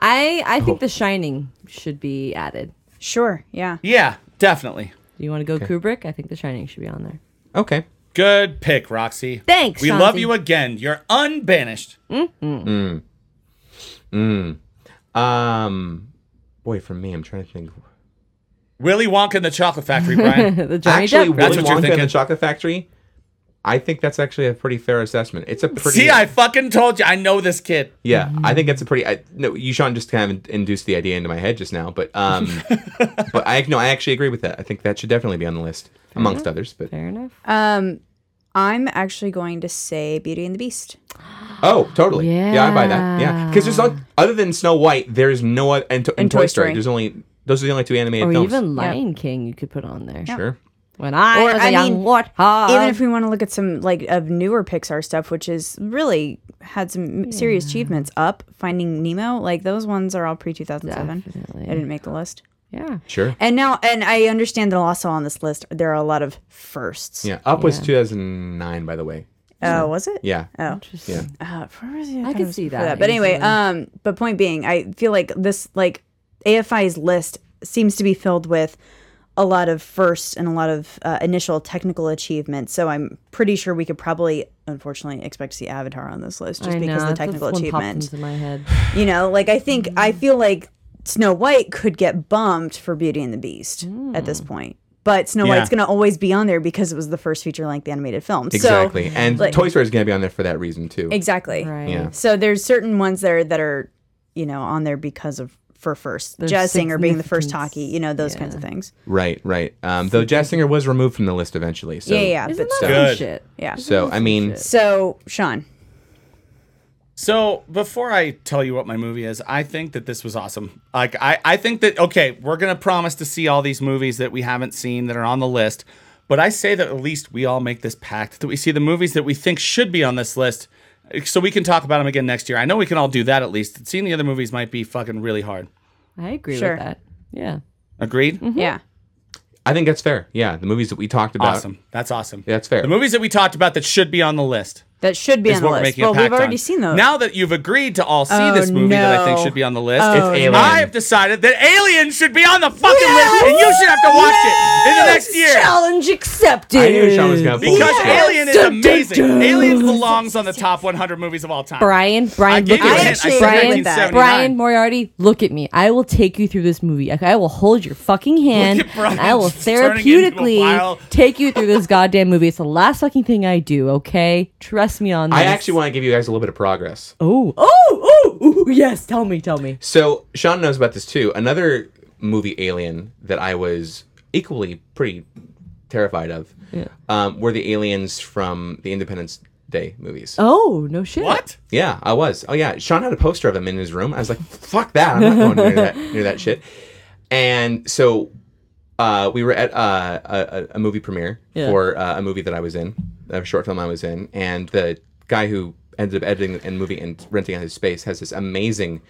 [SPEAKER 2] I I think The Shining should be added.
[SPEAKER 4] sure yeah
[SPEAKER 3] Yeah, definitely.
[SPEAKER 2] Do you want to go Kubrick? I think The Shining should be on there.
[SPEAKER 5] Okay.
[SPEAKER 3] Good pick, Roxy.
[SPEAKER 2] Thanks,
[SPEAKER 3] We
[SPEAKER 2] Chauncey.
[SPEAKER 3] love you again. You're unbanished.
[SPEAKER 5] Um, boy, for me, I'm trying to think.
[SPEAKER 3] Willy Wonka and the Chocolate Factory, Brian.
[SPEAKER 2] The Johnny
[SPEAKER 5] actually,
[SPEAKER 2] Depp.
[SPEAKER 5] Willy
[SPEAKER 3] That's what you're
[SPEAKER 5] Wonka and the
[SPEAKER 3] thinking.
[SPEAKER 5] Chocolate Factory. I think that's actually a pretty fair assessment. It's a pretty.
[SPEAKER 3] See, I fucking told you. I know this kid.
[SPEAKER 5] Yeah, I
[SPEAKER 2] Mm.
[SPEAKER 5] think that's a pretty. I, no, you Sean just kind of in- induced the idea into my head just now, but um,
[SPEAKER 3] [LAUGHS]
[SPEAKER 5] but I no, I actually agree with that. I think that should definitely be on the list amongst others. But
[SPEAKER 2] Fair enough.
[SPEAKER 4] Um, I'm actually going to say Beauty and the Beast.
[SPEAKER 5] Oh, totally. Yeah, I buy that. Yeah, because there's like other than Snow White, there's no other and, to- and, Toy, Story. There's only those are the only two animated
[SPEAKER 2] Or
[SPEAKER 5] films.
[SPEAKER 2] even Lion King, you could put on there.
[SPEAKER 5] Sure.
[SPEAKER 2] When I
[SPEAKER 4] Or,
[SPEAKER 2] was a
[SPEAKER 4] I
[SPEAKER 2] young
[SPEAKER 4] mean,
[SPEAKER 2] warthog.
[SPEAKER 4] Even if we want to look at some like of newer Pixar stuff, which is really had some serious achievements. Up, Finding Nemo, like those ones are all pre 2007. I didn't make the list.
[SPEAKER 2] Yeah.
[SPEAKER 5] Sure.
[SPEAKER 4] And now, and I understand that also on this list there are a lot of firsts.
[SPEAKER 5] Yeah. Up was 2009, by the way.
[SPEAKER 4] Oh, was it?
[SPEAKER 5] Yeah.
[SPEAKER 4] Oh.
[SPEAKER 5] Yeah.
[SPEAKER 4] Uh, where was it?
[SPEAKER 2] I
[SPEAKER 4] thought
[SPEAKER 2] could
[SPEAKER 4] it was
[SPEAKER 2] see
[SPEAKER 4] before
[SPEAKER 2] that
[SPEAKER 4] But anyway,
[SPEAKER 2] easily.
[SPEAKER 4] um, but point being, I feel like this like AFI's list seems to be filled with a lot of firsts and a lot of uh, initial technical achievements. So I'm pretty sure we could probably, unfortunately, expect to see Avatar on this list just
[SPEAKER 2] I
[SPEAKER 4] because
[SPEAKER 2] know,
[SPEAKER 4] of the technical
[SPEAKER 2] that's one popped
[SPEAKER 4] achievement.
[SPEAKER 2] into my head.
[SPEAKER 4] You know, like I think
[SPEAKER 2] Mm.
[SPEAKER 4] I feel like Snow White could get bumped for Beauty and the Beast at
[SPEAKER 2] Mm.
[SPEAKER 4] this point. But Snow
[SPEAKER 6] Yeah.
[SPEAKER 4] White's going to always be on there because it was the first feature-length animated film. So-
[SPEAKER 5] Exactly. and
[SPEAKER 4] like-
[SPEAKER 5] Toy Story is going to be on there for that reason too.
[SPEAKER 4] exactly.
[SPEAKER 2] Right.
[SPEAKER 5] Yeah.
[SPEAKER 4] So there's certain ones there that are, you know, on there because of for first
[SPEAKER 2] Their
[SPEAKER 4] jazz singer being the first
[SPEAKER 2] significance.
[SPEAKER 4] hockey, you know, those kinds of things.
[SPEAKER 5] Right. Right. Um, though Jazz Singer was removed from the list eventually. So,
[SPEAKER 4] yeah, yeah,
[SPEAKER 2] Isn't
[SPEAKER 4] but
[SPEAKER 2] that
[SPEAKER 4] so,
[SPEAKER 2] some
[SPEAKER 3] Good.
[SPEAKER 2] shit?
[SPEAKER 4] yeah.
[SPEAKER 5] So I mean,
[SPEAKER 4] So Sean,
[SPEAKER 3] So before I tell you what my movie is, I think that this was awesome. Like I, I think that okay, we're gonna promise to see all these movies that we haven't seen that are on the list. But I say that at least we all make this pact that we see the movies that we think should be on this list, so we can talk about them again next year. I know we can all do that at least. Seeing the other movies might be fucking really hard.
[SPEAKER 2] I agree
[SPEAKER 4] Sure.
[SPEAKER 2] with that. Yeah.
[SPEAKER 3] Agreed.
[SPEAKER 5] Mm-hmm.
[SPEAKER 2] Mm-hmm.
[SPEAKER 4] yeah,
[SPEAKER 5] I think that's fair. Yeah, the movies that we talked about.
[SPEAKER 3] Awesome. That's awesome.
[SPEAKER 5] That's fair.
[SPEAKER 3] The movies that we talked about that should be on the list.
[SPEAKER 4] that should be
[SPEAKER 3] is
[SPEAKER 4] on the
[SPEAKER 3] what we're
[SPEAKER 4] list.
[SPEAKER 3] making
[SPEAKER 4] Well,
[SPEAKER 3] a pact
[SPEAKER 4] we've already
[SPEAKER 3] on.
[SPEAKER 4] seen those.
[SPEAKER 3] Now that you've agreed to all see
[SPEAKER 4] Oh,
[SPEAKER 3] this movie that I think
[SPEAKER 4] no. Oh,
[SPEAKER 3] should be on the list,
[SPEAKER 5] It's Alien.
[SPEAKER 3] I have decided that Alien should be on the fucking list, and you should have to watch it in the next year
[SPEAKER 2] Challenge accepted.
[SPEAKER 5] I knew Sean was gonna pull
[SPEAKER 3] because
[SPEAKER 5] this shit.
[SPEAKER 3] Alien is amazing. Alien belongs on the top 100 movies of all time.
[SPEAKER 2] Brian, Brian,
[SPEAKER 3] gave
[SPEAKER 2] look
[SPEAKER 3] you
[SPEAKER 4] a
[SPEAKER 2] at
[SPEAKER 4] hint. I
[SPEAKER 2] me.
[SPEAKER 4] said
[SPEAKER 2] Brian,
[SPEAKER 4] 1979.
[SPEAKER 2] Brian Moriarty, look at me. I will take you through this movie. I I will hold your fucking hand.
[SPEAKER 3] Look at Brian
[SPEAKER 2] and I will
[SPEAKER 3] just [LAUGHS] turning into a
[SPEAKER 2] therapeutically
[SPEAKER 3] wild-
[SPEAKER 2] take you through this goddamn movie. It's the last fucking thing I do. Okay, trust me on this.
[SPEAKER 5] I actually want to give you guys a little bit of progress.
[SPEAKER 2] Oh, oh, oh, yes. Tell me, tell me.
[SPEAKER 5] So Sean knows about this too. Another movie Alien that I was equally pretty terrified of um, were the aliens from the Independence Day movies.
[SPEAKER 2] Oh, no shit.
[SPEAKER 3] What?
[SPEAKER 5] Yeah, I was. Oh yeah, Sean had a poster of him in his room. I was like, "Fuck that! I'm not going near that near that shit." And so uh, we were at uh, a, a- a movie premiere
[SPEAKER 2] Yeah.
[SPEAKER 5] for uh, a movie that I was in, a short film I was in, and the guy who ended up editing and movie and renting out his space has this amazing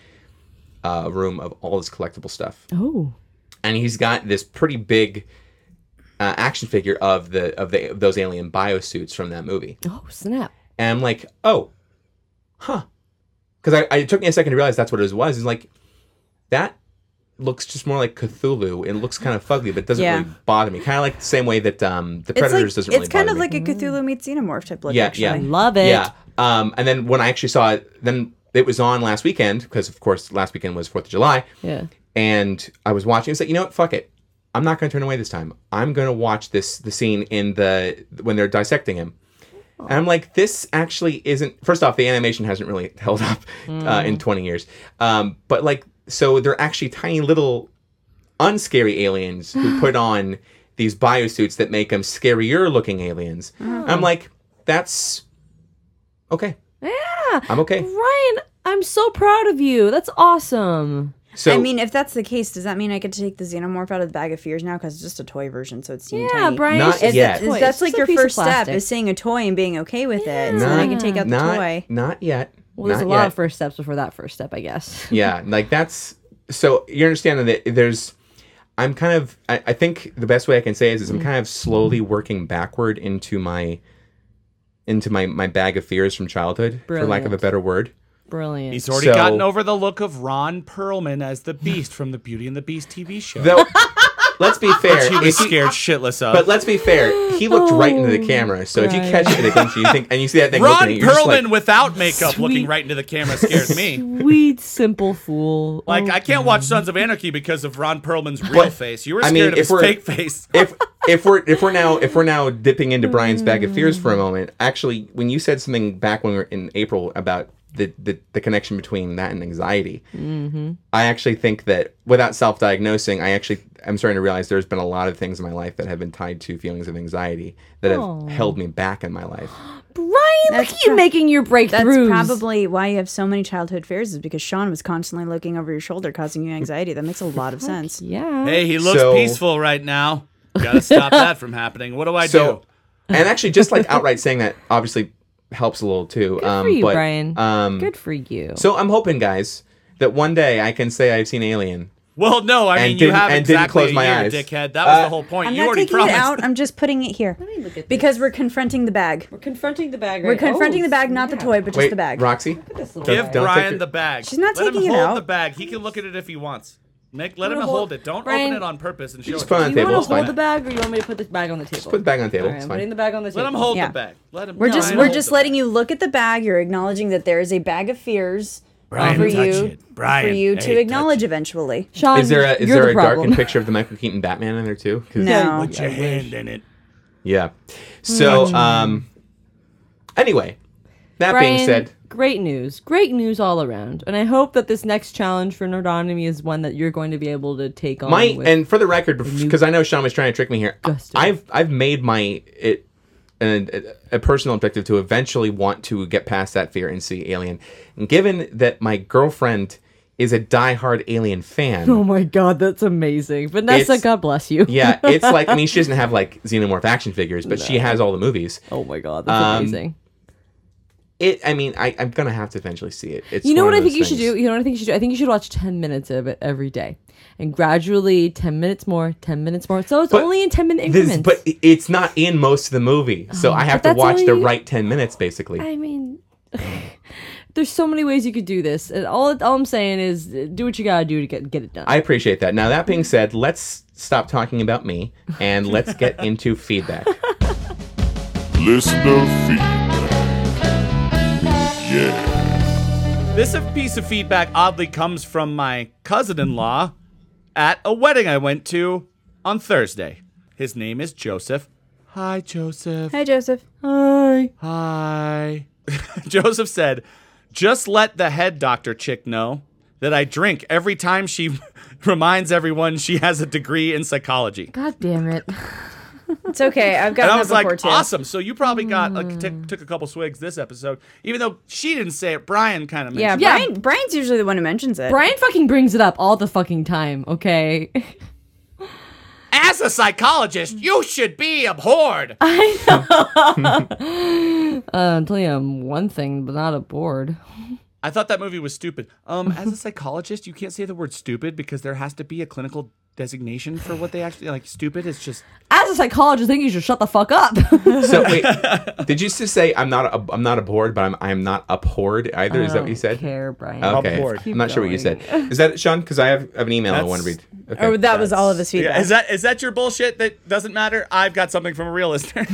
[SPEAKER 5] uh, room of all his collectible stuff
[SPEAKER 2] Oh,
[SPEAKER 5] and he's got this pretty big uh, action figure of the of the of those alien biosuits from that movie.
[SPEAKER 2] oh, snap.
[SPEAKER 5] And I'm like, oh, huh. Because I, I it took me a second to realize that's what it was. It's like that looks just more like Cthulhu. It looks kind of fugly, but doesn't
[SPEAKER 4] Yeah.
[SPEAKER 5] really bother me. Kind of like the same way that um, the
[SPEAKER 4] it's
[SPEAKER 5] Predators
[SPEAKER 4] like
[SPEAKER 5] doesn't
[SPEAKER 4] it's
[SPEAKER 5] really
[SPEAKER 4] kind
[SPEAKER 5] bother
[SPEAKER 4] of
[SPEAKER 5] me.
[SPEAKER 4] like a Cthulhu meets Xenomorph type look.
[SPEAKER 5] Yeah,
[SPEAKER 4] actually.
[SPEAKER 5] yeah.
[SPEAKER 2] Love it.
[SPEAKER 5] Yeah. Um, and then when I actually saw it, then it was on last weekend because of course last weekend was Fourth of July.
[SPEAKER 2] Yeah.
[SPEAKER 5] And I was watching. It's like you know what? Fuck it. I'm not going to turn away this time. I'm going to watch this the scene in the when they're dissecting him. And I'm like, this actually isn't. First off, the animation hasn't really [LAUGHS] held up uh, in 20 years. Um, but like, so they're actually tiny little unscary aliens who put on these biosuits that make them scarier looking aliens. I'm like, that's okay. Yeah. I'm okay.
[SPEAKER 2] Brian, I'm so proud of you. That's awesome.
[SPEAKER 5] So
[SPEAKER 4] I mean, if that's the case, does that mean I get to take the xenomorph out of the bag of fears now? Because it's just a toy version, so it's teeny
[SPEAKER 2] Yeah,
[SPEAKER 4] tiny.
[SPEAKER 2] Brian.
[SPEAKER 5] Not
[SPEAKER 2] it's just a
[SPEAKER 5] yet.
[SPEAKER 2] toy.
[SPEAKER 4] Is-
[SPEAKER 2] It's
[SPEAKER 4] That's
[SPEAKER 2] just
[SPEAKER 4] like
[SPEAKER 2] a
[SPEAKER 4] your
[SPEAKER 2] piece of
[SPEAKER 4] first step
[SPEAKER 2] plastic.
[SPEAKER 4] is seeing a toy and being okay with it, so then I can take out the
[SPEAKER 5] not,
[SPEAKER 4] toy.
[SPEAKER 5] Not yet.
[SPEAKER 2] Well, there's
[SPEAKER 5] Not
[SPEAKER 2] a lot
[SPEAKER 5] yet.
[SPEAKER 2] of first steps before that first step, I guess.
[SPEAKER 5] yeah like that's so you understand that there's i'm kind of I, I think the best way i can say is, is i'm
[SPEAKER 3] Mm.
[SPEAKER 5] kind of slowly working backward into my into my my bag of fears from childhood for lack of a
[SPEAKER 2] Brilliant.
[SPEAKER 5] better word
[SPEAKER 2] [LAUGHS] Brilliant.
[SPEAKER 3] He's already
[SPEAKER 5] So-
[SPEAKER 3] gotten over the look of Ron Perlman as the Beast from the Beauty and the Beast TV show. [LAUGHS]
[SPEAKER 5] though let's be fair
[SPEAKER 3] he was
[SPEAKER 5] if you-
[SPEAKER 3] scared shitless of.
[SPEAKER 5] but let's be fair he looked right into the camera so if you
[SPEAKER 2] Christ.
[SPEAKER 5] catch it against you you think and you see that thing
[SPEAKER 3] Ron
[SPEAKER 5] looking at you, you're just
[SPEAKER 3] Perlman
[SPEAKER 5] like,
[SPEAKER 3] without makeup, looking
[SPEAKER 2] Sweet.
[SPEAKER 3] right into the camera, scares
[SPEAKER 4] [LAUGHS]
[SPEAKER 3] me.
[SPEAKER 2] Sweet, simple
[SPEAKER 5] [LAUGHS]
[SPEAKER 2] fool.
[SPEAKER 3] Like
[SPEAKER 2] Oh,
[SPEAKER 3] I can't watch Sons of Anarchy because of Ron Perlman's real face. You were
[SPEAKER 5] I
[SPEAKER 3] scared
[SPEAKER 5] mean,
[SPEAKER 3] of
[SPEAKER 5] if
[SPEAKER 3] his
[SPEAKER 5] we're-
[SPEAKER 3] fake
[SPEAKER 5] [LAUGHS]
[SPEAKER 3] face.
[SPEAKER 5] if if we're if we're now if we're now dipping into Brian's bag of fears for a moment, actually, when you said something back when we were in April about the the, the connection between that and anxiety,
[SPEAKER 2] Mm-hmm.
[SPEAKER 5] I actually think that without self diagnosing, I actually I'm starting to realize there's been a lot of things in my life that have been tied to feelings of anxiety that have held me back in my life.
[SPEAKER 2] Brian,
[SPEAKER 4] That's
[SPEAKER 2] look at you
[SPEAKER 4] pro-
[SPEAKER 2] making your
[SPEAKER 4] That's
[SPEAKER 2] breakthroughs.
[SPEAKER 4] probably why you have so many childhood fears is because Sean was constantly looking over your shoulder, causing you anxiety. That makes a lot of sense.
[SPEAKER 2] yeah.
[SPEAKER 3] Hey, he looks
[SPEAKER 5] So-
[SPEAKER 3] peaceful right now. Gotta stop
[SPEAKER 5] [LAUGHS]
[SPEAKER 3] that from happening. What do I
[SPEAKER 5] So,
[SPEAKER 3] do?
[SPEAKER 5] and actually, just like outright saying that obviously helps a little too. Good um,
[SPEAKER 2] for you,
[SPEAKER 5] but,
[SPEAKER 2] Brian.
[SPEAKER 5] Um,
[SPEAKER 2] Good for you.
[SPEAKER 5] So I'm hoping, guys, that one day I can say I've seen Alien
[SPEAKER 3] Well, no, I mean
[SPEAKER 5] And
[SPEAKER 3] you
[SPEAKER 5] didn't-
[SPEAKER 3] have
[SPEAKER 5] and didn't
[SPEAKER 3] exactly
[SPEAKER 5] close my
[SPEAKER 3] a year,
[SPEAKER 5] eyes.
[SPEAKER 3] dickhead. That was
[SPEAKER 5] Uh,
[SPEAKER 3] the whole point.
[SPEAKER 4] I'm
[SPEAKER 3] you
[SPEAKER 4] not
[SPEAKER 3] already
[SPEAKER 4] taking
[SPEAKER 3] promised.
[SPEAKER 4] it out. I'm just putting it here
[SPEAKER 2] Let me look at
[SPEAKER 4] because we're confronting the bag.
[SPEAKER 2] we're confronting the bag.
[SPEAKER 4] We're
[SPEAKER 2] Oh,
[SPEAKER 4] confronting the bag, not the toy, but just
[SPEAKER 5] Wait,
[SPEAKER 4] the bag.
[SPEAKER 5] Roxy.
[SPEAKER 2] this little
[SPEAKER 3] Give
[SPEAKER 5] Don't- don't
[SPEAKER 3] Brian
[SPEAKER 5] take it.
[SPEAKER 3] the bag.
[SPEAKER 4] She's not
[SPEAKER 3] let him
[SPEAKER 4] taking it
[SPEAKER 3] hold
[SPEAKER 4] out.
[SPEAKER 3] the bag. He can look at it if he wants. Nick, let
[SPEAKER 2] I'm
[SPEAKER 3] him
[SPEAKER 2] gonna
[SPEAKER 3] hold
[SPEAKER 2] hold-
[SPEAKER 3] it. Don't
[SPEAKER 2] Brian-
[SPEAKER 3] open it on purpose and show
[SPEAKER 5] Just
[SPEAKER 3] it.
[SPEAKER 5] put it
[SPEAKER 3] to
[SPEAKER 5] on
[SPEAKER 3] him.
[SPEAKER 5] the
[SPEAKER 2] You
[SPEAKER 5] table.
[SPEAKER 2] want
[SPEAKER 5] It's
[SPEAKER 2] to hold
[SPEAKER 5] fine.
[SPEAKER 2] the bag, or you want me to put the bag on the table?
[SPEAKER 5] Put the bag on the table.
[SPEAKER 2] All right,
[SPEAKER 5] it's
[SPEAKER 2] I'm
[SPEAKER 5] fine.
[SPEAKER 2] putting the bag on the table.
[SPEAKER 3] Let him hold
[SPEAKER 4] Yeah.
[SPEAKER 3] the bag. Let him.
[SPEAKER 4] We're just
[SPEAKER 3] Brian,
[SPEAKER 4] we're
[SPEAKER 3] hold
[SPEAKER 4] just
[SPEAKER 3] the
[SPEAKER 4] letting
[SPEAKER 3] bag.
[SPEAKER 4] you look at the bag. You're acknowledging that there is a bag of fears
[SPEAKER 6] Brian,
[SPEAKER 4] for
[SPEAKER 6] touch
[SPEAKER 4] you
[SPEAKER 6] it. Brian,
[SPEAKER 4] for you
[SPEAKER 6] hey,
[SPEAKER 4] to
[SPEAKER 6] touch
[SPEAKER 4] acknowledge eventually.
[SPEAKER 2] Sean,
[SPEAKER 5] Is there a is
[SPEAKER 2] Um, you're
[SPEAKER 5] there
[SPEAKER 2] the
[SPEAKER 5] a
[SPEAKER 2] problem.
[SPEAKER 5] darkened picture of the Michael Keaton Batman in there too? 'Cause-
[SPEAKER 4] No.
[SPEAKER 6] Put your hand in it.
[SPEAKER 5] Yeah. So um. Anyway, that being
[SPEAKER 2] Brian,
[SPEAKER 5] said,
[SPEAKER 2] great news. Great news all around. And I hope that this next challenge for Nerdonomy is one that you're going to be able to take on.
[SPEAKER 5] my
[SPEAKER 2] with-
[SPEAKER 5] and for the record, because I know Sean was trying to trick me here,
[SPEAKER 2] Justin.
[SPEAKER 5] I've I've made my it an, a personal objective to eventually want to get past that fear and see Alien. And given that my girlfriend is a diehard Alien fan,
[SPEAKER 2] oh my god, that's amazing. Vanessa,
[SPEAKER 5] It's-
[SPEAKER 2] God bless you.
[SPEAKER 5] yeah, it's like I mean she doesn't have like xenomorph action figures, but she has all the movies.
[SPEAKER 2] [LAUGHS] Oh my god, that's
[SPEAKER 5] Um,
[SPEAKER 2] amazing.
[SPEAKER 5] It I mean I I'm gonna have to eventually see it. It's
[SPEAKER 2] You know
[SPEAKER 5] one
[SPEAKER 2] what I
[SPEAKER 5] of
[SPEAKER 2] think
[SPEAKER 5] those
[SPEAKER 2] you should
[SPEAKER 5] things.
[SPEAKER 2] do? You know what I think you should do? I think you should watch 10 minutes of it every day. And gradually, 10 minutes more, 10 minutes more. So it's
[SPEAKER 5] But
[SPEAKER 2] only in 10 minute
[SPEAKER 5] This-
[SPEAKER 2] increments. Oh,
[SPEAKER 5] but i- it's not in most of the movie, so I have
[SPEAKER 2] but
[SPEAKER 5] to
[SPEAKER 2] that's
[SPEAKER 5] watch
[SPEAKER 2] only-
[SPEAKER 5] the right ten minutes basically.
[SPEAKER 2] I mean, [LAUGHS] there's so many ways you could do this. And all, all I'm saying is uh, do what you gotta do to get, get it done.
[SPEAKER 5] I appreciate that. Now that being said, let's stop talking about me and
[SPEAKER 2] [LAUGHS]
[SPEAKER 5] let's get into feedback.
[SPEAKER 7] Listener feedback. Yeah.
[SPEAKER 3] This piece of feedback oddly comes from my cousin in law at a wedding I went to on Thursday. His name is Joseph. Hi, Joseph.
[SPEAKER 4] Hi, Joseph.
[SPEAKER 2] Hi.
[SPEAKER 3] Hi. [LAUGHS] Joseph said, Just let the head doctor chick know that I drink every time she [LAUGHS] reminds everyone she has a degree in psychology.
[SPEAKER 2] God damn it.
[SPEAKER 4] It's okay. I've got
[SPEAKER 3] And
[SPEAKER 4] that
[SPEAKER 3] I was
[SPEAKER 4] before
[SPEAKER 3] like,
[SPEAKER 4] too. Hmm.
[SPEAKER 3] awesome. So you probably got a, took- took a couple swigs this episode, even though she didn't say it. Brian kind of
[SPEAKER 4] Yeah,
[SPEAKER 3] mentioned.
[SPEAKER 2] Yeah.
[SPEAKER 4] Brian. Brian's usually the one who mentions it.
[SPEAKER 2] Brian fucking brings it up all the fucking time, okay? [LAUGHS]
[SPEAKER 3] As a psychologist, you should be abhorred.
[SPEAKER 2] Uh, I'll tell you um, one thing, but not a board.
[SPEAKER 3] I thought that movie was stupid. Um, as a psychologist, you can't say the word stupid because there has to be a clinical designation for what they actually like. Stupid is just
[SPEAKER 2] As a psychologist, I think you should shut the fuck up. [LAUGHS]
[SPEAKER 5] so wait, did you just say I'm not a, I'm not abhorred, but I'm I'm not abhorred either? Is that
[SPEAKER 2] Oh,
[SPEAKER 5] what you said?
[SPEAKER 2] Care, Brian.
[SPEAKER 5] Okay,
[SPEAKER 3] Abhorred.
[SPEAKER 5] I'm not sure what you said. Is that it, Sean? Because I have, I have an email I want to read.
[SPEAKER 3] That's-
[SPEAKER 5] Okay.
[SPEAKER 4] Oh, that was all of his feedback.
[SPEAKER 3] is that is that your bullshit that doesn't matter? I've got something from a real
[SPEAKER 4] [LAUGHS]
[SPEAKER 3] listener.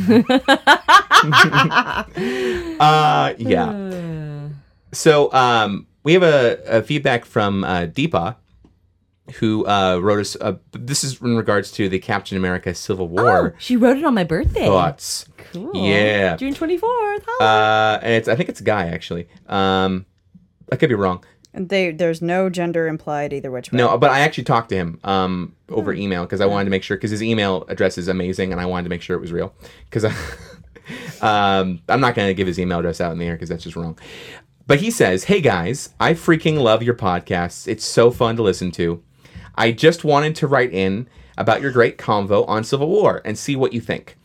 [SPEAKER 5] Uh, yeah. So um, we have a, a feedback from uh, Deepa, who uh, wrote us. Uh, this is in regards to the Captain America Civil War
[SPEAKER 2] She wrote it on my birthday.
[SPEAKER 5] thoughts.
[SPEAKER 2] Oh, Cool.
[SPEAKER 5] Yeah.
[SPEAKER 2] June 24th. huh?
[SPEAKER 5] Uh, and it's I think it's a guy actually. Um, I could be wrong.
[SPEAKER 4] they, there's no gender implied either which way.
[SPEAKER 5] No, but I actually talked to him um, over email because I wanted to make sure because his email address is amazing and I wanted to make sure it was real because [LAUGHS] um, I'm not going to give his email address out in the air because that's just wrong. But he says, "Hey guys, I freaking love your podcasts. It's so fun to listen to. I just wanted to write in about your great convo on Civil War and see what you think.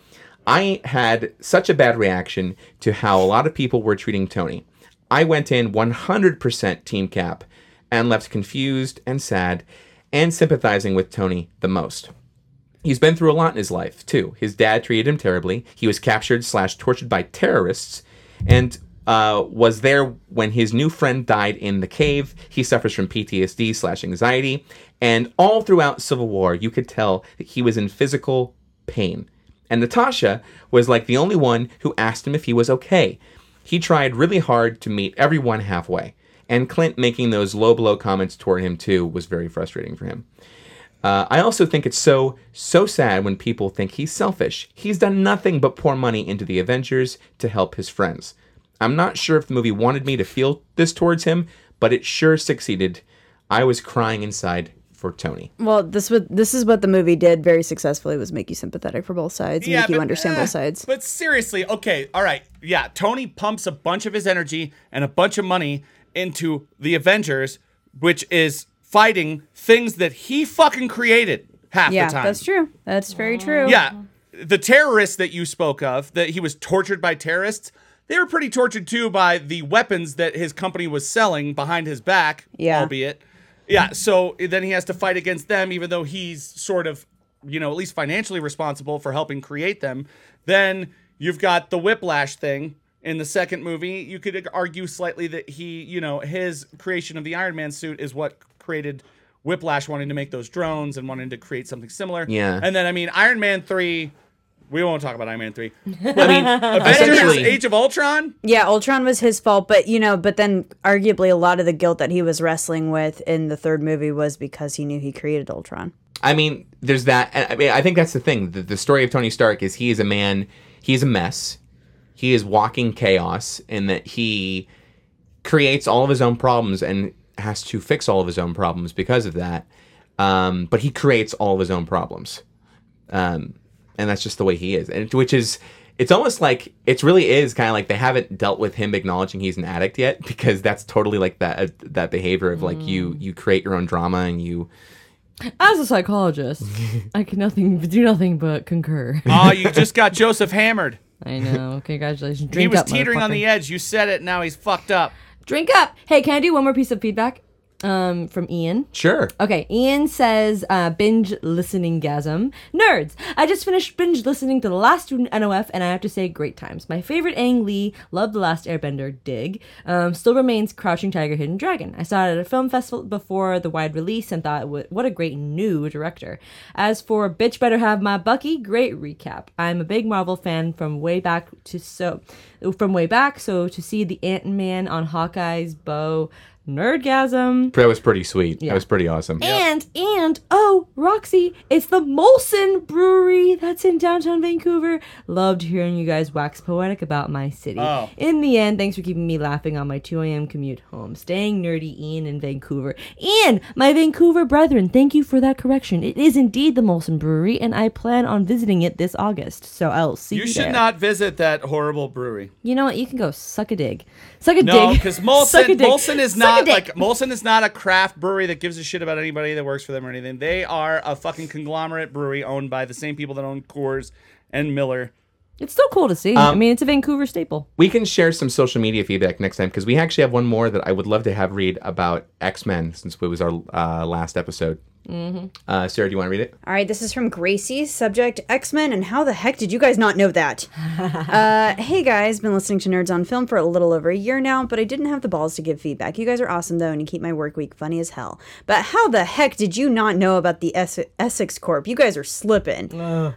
[SPEAKER 5] I had such a bad reaction to how a lot of people were treating Tony. I went in 100% team cap and left confused and sad and sympathizing with Tony the most. He's been through a lot in his life, too. His dad treated him terribly. He was captured slash tortured by terrorists and uh, was there when his new friend died in the cave. He suffers from PTSD slash anxiety. And all throughout Civil War, you could tell that he was in physical pain. And Natasha was like the only one who asked him if he was okay. He tried really hard to meet everyone halfway. And Clint making those low blow comments toward him, too, was very frustrating for him. Uh, I also think it's so, so sad when people think he's selfish. He's done nothing but pour money into the Avengers to help his friends. I'm not sure if the movie wanted me to feel this towards him, but it sure succeeded. I was crying inside for Tony.
[SPEAKER 4] Well, this was this is what the movie did very successfully was make you sympathetic for both sides, and make you
[SPEAKER 3] but,
[SPEAKER 4] understand
[SPEAKER 3] eh,
[SPEAKER 4] both sides.
[SPEAKER 3] But seriously, okay, all right, yeah. Tony pumps a bunch of his energy and a bunch of money into the Avengers, which is fighting things that he fucking created half
[SPEAKER 4] yeah,
[SPEAKER 3] the time.
[SPEAKER 4] that's true. That's very true.
[SPEAKER 3] Yeah, the terrorists that you spoke of, that he was tortured by terrorists. They were pretty tortured too by the weapons that his company was selling behind his back,
[SPEAKER 4] Yeah.
[SPEAKER 3] albeit. Yeah, so then he has to fight against them, even though he's sort of, you know, at least financially responsible for helping create them. Then you've got the whiplash thing in the second movie. You could argue slightly that he, you know, his creation of the Iron Man suit is what created Whiplash wanting to make those drones and wanting to create something similar.
[SPEAKER 5] Yeah.
[SPEAKER 3] And then, I mean, Iron Man 3, we won't talk about Iron Man 3. But, [LAUGHS] I mean, Avengers
[SPEAKER 5] essentially-
[SPEAKER 3] Age of [LAUGHS] Ultron?
[SPEAKER 4] Yeah, Ultron was his fault, but you know, but then arguably a lot of the guilt that he was wrestling with in the third movie was because he knew he created Ultron.
[SPEAKER 5] I mean, there's that. And I mean, I think that's the thing. The, the story of Tony Stark is he is a man. He is a mess. He is walking chaos, in that he creates all of his own problems and has to fix all of his own problems because of that. Um, but he creates all of his own problems, um, and that's just the way he is. And it- which is, it's almost like it really is kind of like they haven't dealt with him acknowledging he's an addict yet [LAUGHS] because that's totally like that uh, that behavior of like you you create your own drama and you
[SPEAKER 2] As a
[SPEAKER 5] [LAUGHS]
[SPEAKER 2] psychologist, I can nothing do nothing but concur.
[SPEAKER 3] Oh, you just got Joseph hammered.
[SPEAKER 2] I know. Congratulations. Drink
[SPEAKER 3] He was
[SPEAKER 2] up,
[SPEAKER 3] teetering on
[SPEAKER 2] motherfucker.
[SPEAKER 3] e- the edge. You said it. Now he's fucked up.
[SPEAKER 2] Drink up. Hey, can I do one more piece of feedback? Um, from Ian.
[SPEAKER 5] sure
[SPEAKER 2] Okay, Ian says, uh, binge listening gasm. Nerds, I just finished binge listening to the last student NOF, and I have to say, great times. My favorite Ang Lee, love The Last Airbender, dig, um, still remains Crouching Tiger, Hidden Dragon. I saw it at a film festival before the wide release and thought, "Wha- what a great new director. As for Bitch Better Have My Bucky, great recap. I'm a big Marvel fan from way back to so, from way back, so to see the Ant-Man on Hawkeye's bow, nerdgasm.
[SPEAKER 5] That was pretty sweet. That was pretty awesome.
[SPEAKER 2] And and oh, Roxy, it's the Molson Brewery that's in downtown Vancouver. Loved hearing you guys wax poetic about my city.
[SPEAKER 3] Oh.
[SPEAKER 2] In the end, thanks for keeping me laughing on my 2 a.m. commute home. Staying nerdy, Ian in Vancouver. Ian, my Vancouver brethren, thank you for that correction. It is indeed the Molson Brewery, and I plan on visiting it this August. So I'll see you.
[SPEAKER 3] You should
[SPEAKER 2] there.
[SPEAKER 3] not visit that horrible brewery.
[SPEAKER 2] You know what? You can go suck a dig, suck a dig. [LAUGHS]
[SPEAKER 3] No, because
[SPEAKER 2] Suck a
[SPEAKER 3] Molson,
[SPEAKER 2] dig.
[SPEAKER 3] Molson is
[SPEAKER 2] Suck a
[SPEAKER 3] not
[SPEAKER 2] dick.
[SPEAKER 3] like Molson is not a craft brewery that gives a shit about anybody that works for them or anything. They are a fucking conglomerate brewery owned by the same people that own Coors and Miller.
[SPEAKER 2] It's still cool to see. I mean, it's a Vancouver staple.
[SPEAKER 5] We can share some social media feedback next time because we actually have one more that I would love to have read about X Men since it was our uh, last episode. Mm-hmm. Uh, Sarah, do you want to read it?
[SPEAKER 4] All right, this is from Gracie, subject X Men, and how the heck did you guys not know
[SPEAKER 5] [LAUGHS]
[SPEAKER 4] that? uh, hey guys, been listening to Nerds on Film for a little over a year now, but I didn't have the balls to give feedback. You guys are awesome though, and you keep my work week funny as hell. But how the heck did you not know about the Ess- Essex Corp? You guys are slipping.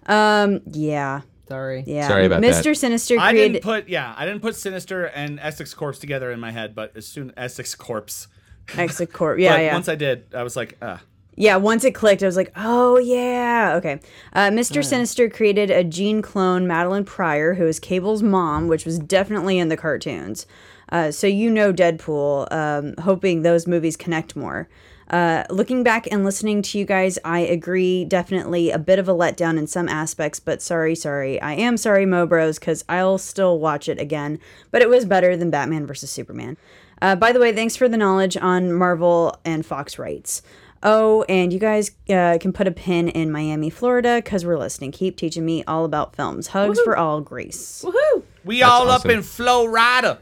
[SPEAKER 4] Um, yeah,
[SPEAKER 2] Sorry.
[SPEAKER 4] yeah.
[SPEAKER 5] Sorry about
[SPEAKER 4] Mr.
[SPEAKER 5] that.
[SPEAKER 4] Sinister
[SPEAKER 3] I
[SPEAKER 4] created.
[SPEAKER 3] didn't put yeah, I didn't put Sinister and Essex Corpse together in my head, but as soon Essex Corpse.
[SPEAKER 4] Essex Corp. Yeah,
[SPEAKER 3] but
[SPEAKER 4] yeah.
[SPEAKER 3] once I did, I was like, uh
[SPEAKER 4] Yeah, once it clicked, I was like, oh, yeah. Okay. Uh, Mr. Sinister created a gene clone, Madeline Pryor, who is Cable's mom, which was definitely in the cartoons. Uh, so you know Deadpool, um, hoping those movies connect more. Uh, looking back and listening to you guys, I agree. Definitely a bit of a letdown in some aspects, but sorry, sorry. I am sorry, Mobros, because I'll still watch it again. But it was better than Batman vs. Superman. Uh, by the way, thanks for the knowledge on Marvel and Fox rights. Oh, and you guys uh, can put a pin in Miami, Florida, because we're listening. Keep teaching me all about films. Hugs for all, Grace.
[SPEAKER 2] Woohoo!
[SPEAKER 3] we
[SPEAKER 5] That's
[SPEAKER 3] all
[SPEAKER 5] awesome.
[SPEAKER 3] up in Flow Rider.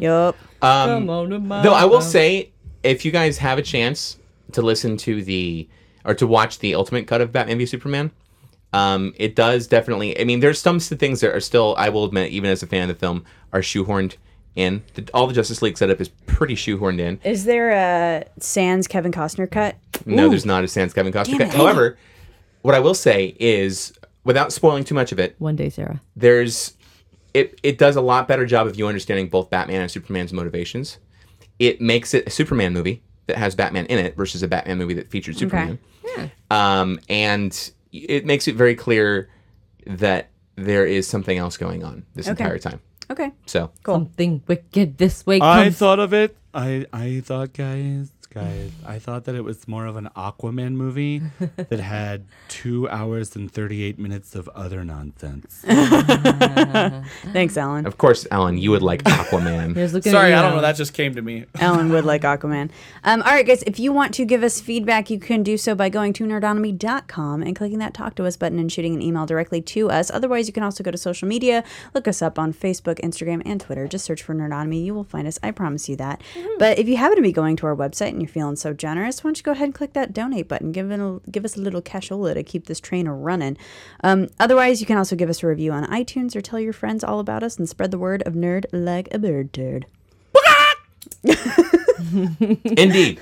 [SPEAKER 4] Yup.
[SPEAKER 2] Mm.
[SPEAKER 5] Um,
[SPEAKER 2] Uh,
[SPEAKER 5] though I will say, if you guys have a chance to listen to the or to watch the ultimate cut of Batman v Superman, um, it does definitely. I mean, there's some s- things that are still, I will admit, even as a fan of the film, are shoehorned in. The, all the Justice League setup is pretty shoehorned in.
[SPEAKER 4] Is there a Sans Kevin Costner cut?
[SPEAKER 5] No, there's not a sans Kevin Costner.
[SPEAKER 4] Damn it.
[SPEAKER 5] However, what I will say is, without spoiling too much of it,
[SPEAKER 2] One day, Sarah.
[SPEAKER 5] there's it it does a lot better job of you understanding both Batman and Superman's motivations. It makes it a Superman movie that has Batman in it versus a Batman movie that featured Superman. Um, and it makes it very clear that there is something else going on this entire time.
[SPEAKER 4] Okay.
[SPEAKER 5] So
[SPEAKER 2] Something wicked this way
[SPEAKER 6] I
[SPEAKER 2] comes.
[SPEAKER 6] thought of it. I I thought guys, guys, I thought that it was more of an Aquaman
[SPEAKER 4] [LAUGHS]
[SPEAKER 6] movie that had 2 hours and 38 minutes of other nonsense.
[SPEAKER 4] Thanks, Alan.
[SPEAKER 5] of course, Alan, you would
[SPEAKER 4] [LAUGHS]
[SPEAKER 5] like Aquaman.
[SPEAKER 2] Here's looking at
[SPEAKER 3] Sorry,
[SPEAKER 2] you
[SPEAKER 3] I
[SPEAKER 4] uh,
[SPEAKER 3] don't
[SPEAKER 2] now.
[SPEAKER 3] know. That just came to me.
[SPEAKER 4] Alan would like Aquaman. Um, all right, guys, if you want to give us feedback, you can do so by going to nerdonomy.com and clicking that Talk to Us button and shooting an email directly to us. Otherwise, you can also go to social media, look us up on Facebook, Instagram, and Twitter. Just search for Nerdonomy. You will find us. I promise you that. But if you happen to be going to our website, and you're feeling so generous, why don't you go ahead and click that donate button? Give it a, give us a little cashola to keep this train a running. Um, otherwise, you can also give us a review on iTunes or tell your friends all about us and spread the word of nerd like a bird turd.
[SPEAKER 5] Indeed.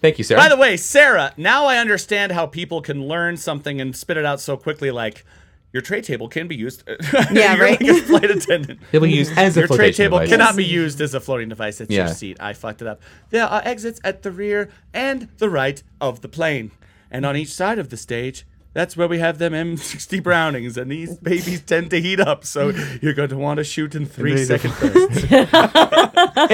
[SPEAKER 5] Thank you, Sarah.
[SPEAKER 3] By the way, Sarah, now I understand how people can learn something and spit it out so quickly. Like your tray table can be used. [LAUGHS]
[SPEAKER 4] Yeah,
[SPEAKER 3] You're
[SPEAKER 4] right.
[SPEAKER 3] Like a flight attendant.
[SPEAKER 5] It'll be used as a
[SPEAKER 3] Your tray
[SPEAKER 5] flotation
[SPEAKER 3] table
[SPEAKER 5] device.
[SPEAKER 3] cannot be used as a floating device. It's
[SPEAKER 5] Yeah.
[SPEAKER 3] your seat. I fucked it up. There are exits at the rear and the right of the plane, and on each side of the stage. That's where we have them M60 Brownings, and these babies tend to heat up,
[SPEAKER 5] [LAUGHS]
[SPEAKER 3] so you're going to want to shoot in three
[SPEAKER 6] Maybe they
[SPEAKER 3] seconds.
[SPEAKER 6] can first.
[SPEAKER 5] In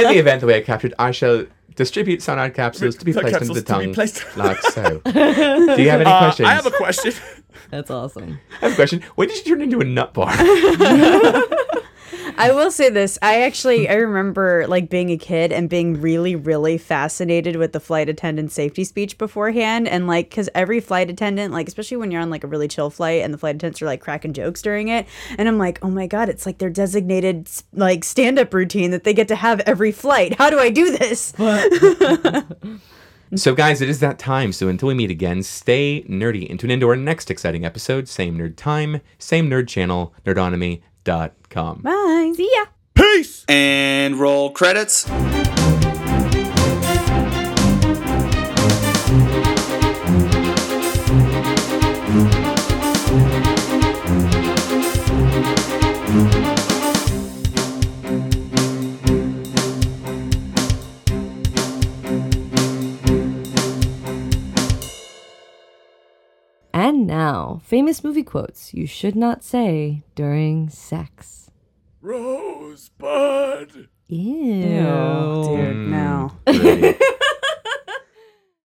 [SPEAKER 5] the event that we are captured, I shall distribute sonar capsules to be
[SPEAKER 3] The
[SPEAKER 5] placed into the
[SPEAKER 3] capsules to be
[SPEAKER 5] tongue,
[SPEAKER 3] placed- [LAUGHS]
[SPEAKER 5] like so. Do you have any
[SPEAKER 3] Uh,
[SPEAKER 5] questions?
[SPEAKER 3] I have a
[SPEAKER 5] [LAUGHS]
[SPEAKER 3] question.
[SPEAKER 2] That's awesome.
[SPEAKER 5] I have a question. When did you turn into a nut bar?
[SPEAKER 3] [LAUGHS]
[SPEAKER 4] I will say this. I actually I remember like being a kid and being really really fascinated with the flight attendant safety speech beforehand and like cuz every flight attendant like especially when you're on like a really chill flight and the flight attendants are like cracking jokes during it and I'm like, "Oh my god, it's like their designated s- like stand-up routine that they get to have every flight. How do I do this?"
[SPEAKER 5] so, guys, it is that time. So, until we meet again, stay nerdy and tune into our next exciting episode. Same nerd time, same nerd channel, nerdonomy.com.
[SPEAKER 4] [LAUGHS] Bye. See ya.
[SPEAKER 3] Peace.
[SPEAKER 1] And roll credits.
[SPEAKER 2] And now, famous movie quotes you should not say during sex.
[SPEAKER 3] Rosebud.
[SPEAKER 2] Ew.
[SPEAKER 4] Dude, no.
[SPEAKER 5] Brilliant.